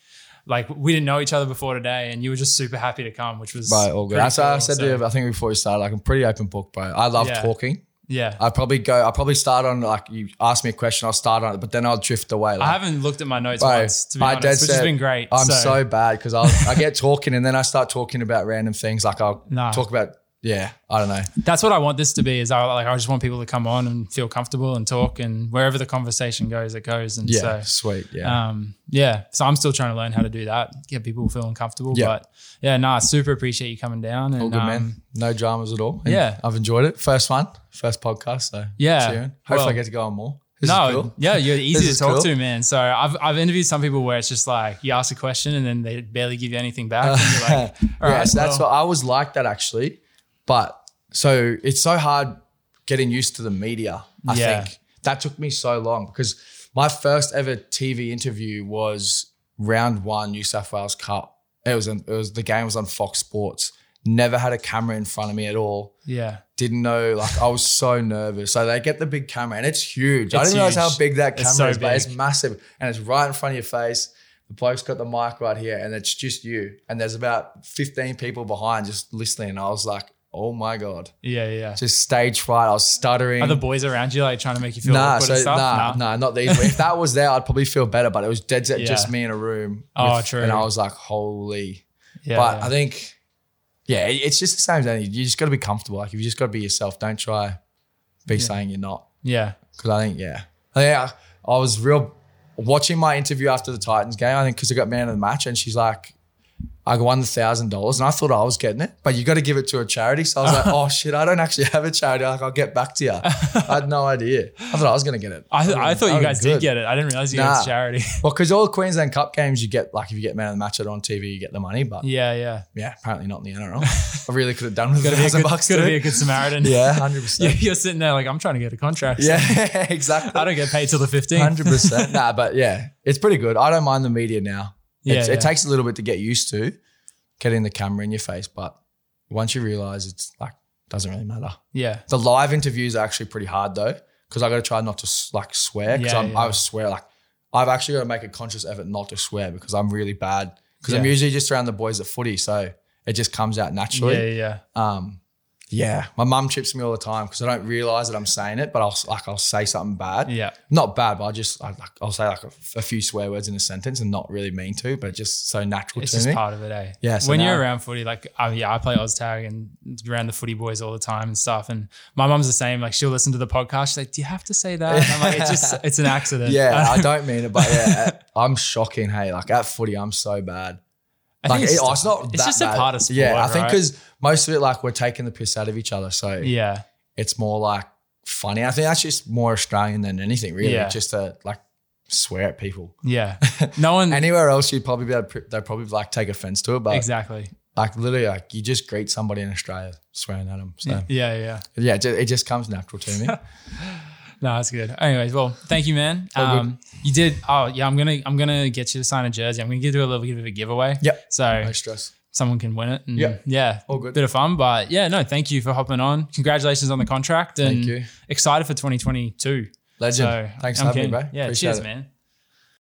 [SPEAKER 1] like we didn't know each other before today, and you were just super happy to come, which was
[SPEAKER 2] Right, all good.
[SPEAKER 1] pretty
[SPEAKER 2] That's what I
[SPEAKER 1] cool,
[SPEAKER 2] said
[SPEAKER 1] so-
[SPEAKER 2] to you. I think before we started, like I'm pretty open book, bro. I love
[SPEAKER 1] Yeah.
[SPEAKER 2] talking.
[SPEAKER 1] Yeah,
[SPEAKER 2] I probably go. I probably start on like you ask me a question. I'll start on it, but then I'll drift away.
[SPEAKER 1] I
[SPEAKER 2] Like,
[SPEAKER 1] haven't looked at my notes
[SPEAKER 2] Bro,
[SPEAKER 1] once to be
[SPEAKER 2] I
[SPEAKER 1] honest,
[SPEAKER 2] dead
[SPEAKER 1] which has
[SPEAKER 2] set-
[SPEAKER 1] been great.
[SPEAKER 2] I'm so, bad because I I get talking and then I start talking about random things. Like I'll
[SPEAKER 1] Nah.
[SPEAKER 2] talk about yeah. I don't know.
[SPEAKER 1] that's what I want this to be. Is I like I just want people to come on and feel comfortable and talk, and wherever the conversation goes, it goes. And
[SPEAKER 2] Yeah,
[SPEAKER 1] so
[SPEAKER 2] sweet. Yeah,
[SPEAKER 1] um yeah so i'm still trying to learn how to do that get people feeling comfortable
[SPEAKER 2] Yeah.
[SPEAKER 1] but yeah nah super appreciate you coming down and
[SPEAKER 2] all good, man.
[SPEAKER 1] um,
[SPEAKER 2] No dramas at all. And
[SPEAKER 1] yeah.
[SPEAKER 2] I've enjoyed it. First one, first podcast. So
[SPEAKER 1] Yeah,
[SPEAKER 2] cheering. Hopefully,
[SPEAKER 1] well-
[SPEAKER 2] I get to go on more. This is
[SPEAKER 1] no
[SPEAKER 2] cool.
[SPEAKER 1] yeah you're easy
[SPEAKER 2] is
[SPEAKER 1] to talk
[SPEAKER 2] cool.
[SPEAKER 1] to man so I've, I've interviewed some people where it's just like you ask a question and then they barely give you anything back and you're like all
[SPEAKER 2] yeah,
[SPEAKER 1] right,
[SPEAKER 2] so that's
[SPEAKER 1] well-
[SPEAKER 2] what I was like that actually. But so it's so hard getting used to the media. I
[SPEAKER 1] Yeah.
[SPEAKER 2] think that took me so long because my first ever TV interview was round one New South Wales Cup. It was on, it was the game was on Fox Sports. Never had a camera in front of me at all.
[SPEAKER 1] yeah
[SPEAKER 2] Didn't know like I was so nervous. So they get the big camera and it's huge. I
[SPEAKER 1] It's
[SPEAKER 2] didn't realize how
[SPEAKER 1] huge.
[SPEAKER 2] big that camera
[SPEAKER 1] It's so
[SPEAKER 2] is, but it's
[SPEAKER 1] big.
[SPEAKER 2] massive and it's right in front of your face. The bloke's got the mic right here, and it's just you. And there's about 15 people behind just listening. And I was like, oh my God.
[SPEAKER 1] yeah yeah
[SPEAKER 2] Just stage fright. I was stuttering.
[SPEAKER 1] are the boys around you like trying to make you feel
[SPEAKER 2] nah,
[SPEAKER 1] awkward
[SPEAKER 2] so
[SPEAKER 1] and stuff
[SPEAKER 2] nah, nah, not these. if that was there, I'd probably feel better, but it was dead set,
[SPEAKER 1] Yeah.
[SPEAKER 2] just me in a room.
[SPEAKER 1] Oh, true.
[SPEAKER 2] And I was like, holy.
[SPEAKER 1] yeah,
[SPEAKER 2] but
[SPEAKER 1] yeah.
[SPEAKER 2] I think, yeah, it- it's just the same as anything. You just got to be comfortable. Like, you just got to be yourself. Don't try be saying you're not.
[SPEAKER 1] yeah
[SPEAKER 2] Because I think, yeah. I, think uh, I, I was real watching my interview after the Titans game. I think because I got man of the match, and she's like, I won the thousand dollars, and I thought I was getting it, but you got to give it to a charity. So I was like, oh shit, I don't actually have a charity. Like, I'll get back to you. I had no idea. I thought I was gonna get it.
[SPEAKER 1] I, I thought you
[SPEAKER 2] I'm
[SPEAKER 1] guys
[SPEAKER 2] Oh, good.
[SPEAKER 1] did get it. I didn't realize you
[SPEAKER 2] Nah.
[SPEAKER 1] guys charity.
[SPEAKER 2] Well, because all Queensland Cup games, you get like if you get man of the match it on TV, you get the money. But yeah,
[SPEAKER 1] yeah, yeah.
[SPEAKER 2] apparently not in the NRL. I really could have done with a
[SPEAKER 1] Gotta be a
[SPEAKER 2] thousand
[SPEAKER 1] good,
[SPEAKER 2] bucks.
[SPEAKER 1] gotta
[SPEAKER 2] too.
[SPEAKER 1] be a good Samaritan.
[SPEAKER 2] yeah, hundred
[SPEAKER 1] You're-
[SPEAKER 2] percent.
[SPEAKER 1] You're sitting there like I'm trying to get a contract.
[SPEAKER 2] Yeah, exactly.
[SPEAKER 1] I don't get paid till the 15th.
[SPEAKER 2] Hundred percent. Nah, but yeah, it's pretty good. I don't mind the media now.
[SPEAKER 1] Yeah,
[SPEAKER 2] It's-
[SPEAKER 1] yeah.
[SPEAKER 2] It takes a little bit to get used to getting the camera in your face, but once you realize it's like doesn't really matter.
[SPEAKER 1] Yeah.
[SPEAKER 2] The live interviews are actually pretty hard though, because I got to try not to s- like swear. Because
[SPEAKER 1] Yeah,
[SPEAKER 2] I'm
[SPEAKER 1] yeah.
[SPEAKER 2] I swear like I've actually got to make a conscious effort not to swear because I'm really bad. Because I'm
[SPEAKER 1] Yeah.
[SPEAKER 2] usually just around the boys at footy, so it just comes out naturally.
[SPEAKER 1] Yeah, yeah, yeah.
[SPEAKER 2] Um, yeah, my mum chips me all the time because I don't realize that I'm saying it, but I'll s- like I'll say something bad,
[SPEAKER 1] Yeah.
[SPEAKER 2] not bad, but I just I, like I'll say like a, f- a few swear words in a sentence and not really mean to, but just so natural
[SPEAKER 1] It's
[SPEAKER 2] to
[SPEAKER 1] just
[SPEAKER 2] me.
[SPEAKER 1] part of it, eh?
[SPEAKER 2] Yeah, so
[SPEAKER 1] when
[SPEAKER 2] now-
[SPEAKER 1] you're around footy, like I, yeah, I play Oz tag and around the footy boys all the time and stuff. And my mum's the same. Like she'll listen to the podcast. She's like, "Do you have to say that?" And I'm like, "It's just it's an accident."
[SPEAKER 2] Yeah, I don't mean it, but yeah, at- I'm shocking. Hey, like at footy, I'm so bad.
[SPEAKER 1] I think
[SPEAKER 2] Like it- oh, it's
[SPEAKER 1] just-
[SPEAKER 2] not.
[SPEAKER 1] It's
[SPEAKER 2] that
[SPEAKER 1] just
[SPEAKER 2] bad.
[SPEAKER 1] a part of sport.
[SPEAKER 2] Yeah, I think
[SPEAKER 1] right?
[SPEAKER 2] because most of it, like, we're taking the piss out of each other, so
[SPEAKER 1] yeah,
[SPEAKER 2] it's more like funny. I think that's just more Australian than anything, really.
[SPEAKER 1] Yeah.
[SPEAKER 2] Just to like swear at people.
[SPEAKER 1] yeah, no one
[SPEAKER 2] Anywhere else, you'd probably be able to, they'd probably like take offense to it, but
[SPEAKER 1] exactly.
[SPEAKER 2] like literally, like you just greet somebody in Australia swearing at them. So
[SPEAKER 1] Yeah,
[SPEAKER 2] yeah,
[SPEAKER 1] yeah, yeah.
[SPEAKER 2] it, just, it just comes natural to me.
[SPEAKER 1] No, that's good. Anyways, well, thank you, man.
[SPEAKER 2] good.
[SPEAKER 1] Um, you did. Oh, yeah. I'm gonna I'm gonna get you to sign a jersey. I'm gonna give you a little bit of a giveaway.
[SPEAKER 2] Yep.
[SPEAKER 1] So
[SPEAKER 2] no stress.
[SPEAKER 1] someone can win it. And
[SPEAKER 2] Yeah.
[SPEAKER 1] Yeah.
[SPEAKER 2] All good.
[SPEAKER 1] Bit of fun, but yeah, no, thank you for hopping on. Congratulations on the contract and
[SPEAKER 2] Thank you.
[SPEAKER 1] excited for 2022.
[SPEAKER 2] Legend.
[SPEAKER 1] So
[SPEAKER 2] Thanks
[SPEAKER 1] I'm
[SPEAKER 2] for having
[SPEAKER 1] keen.
[SPEAKER 2] me, bro.
[SPEAKER 1] Yeah,
[SPEAKER 2] Appreciate
[SPEAKER 1] cheers,
[SPEAKER 2] it.
[SPEAKER 1] man.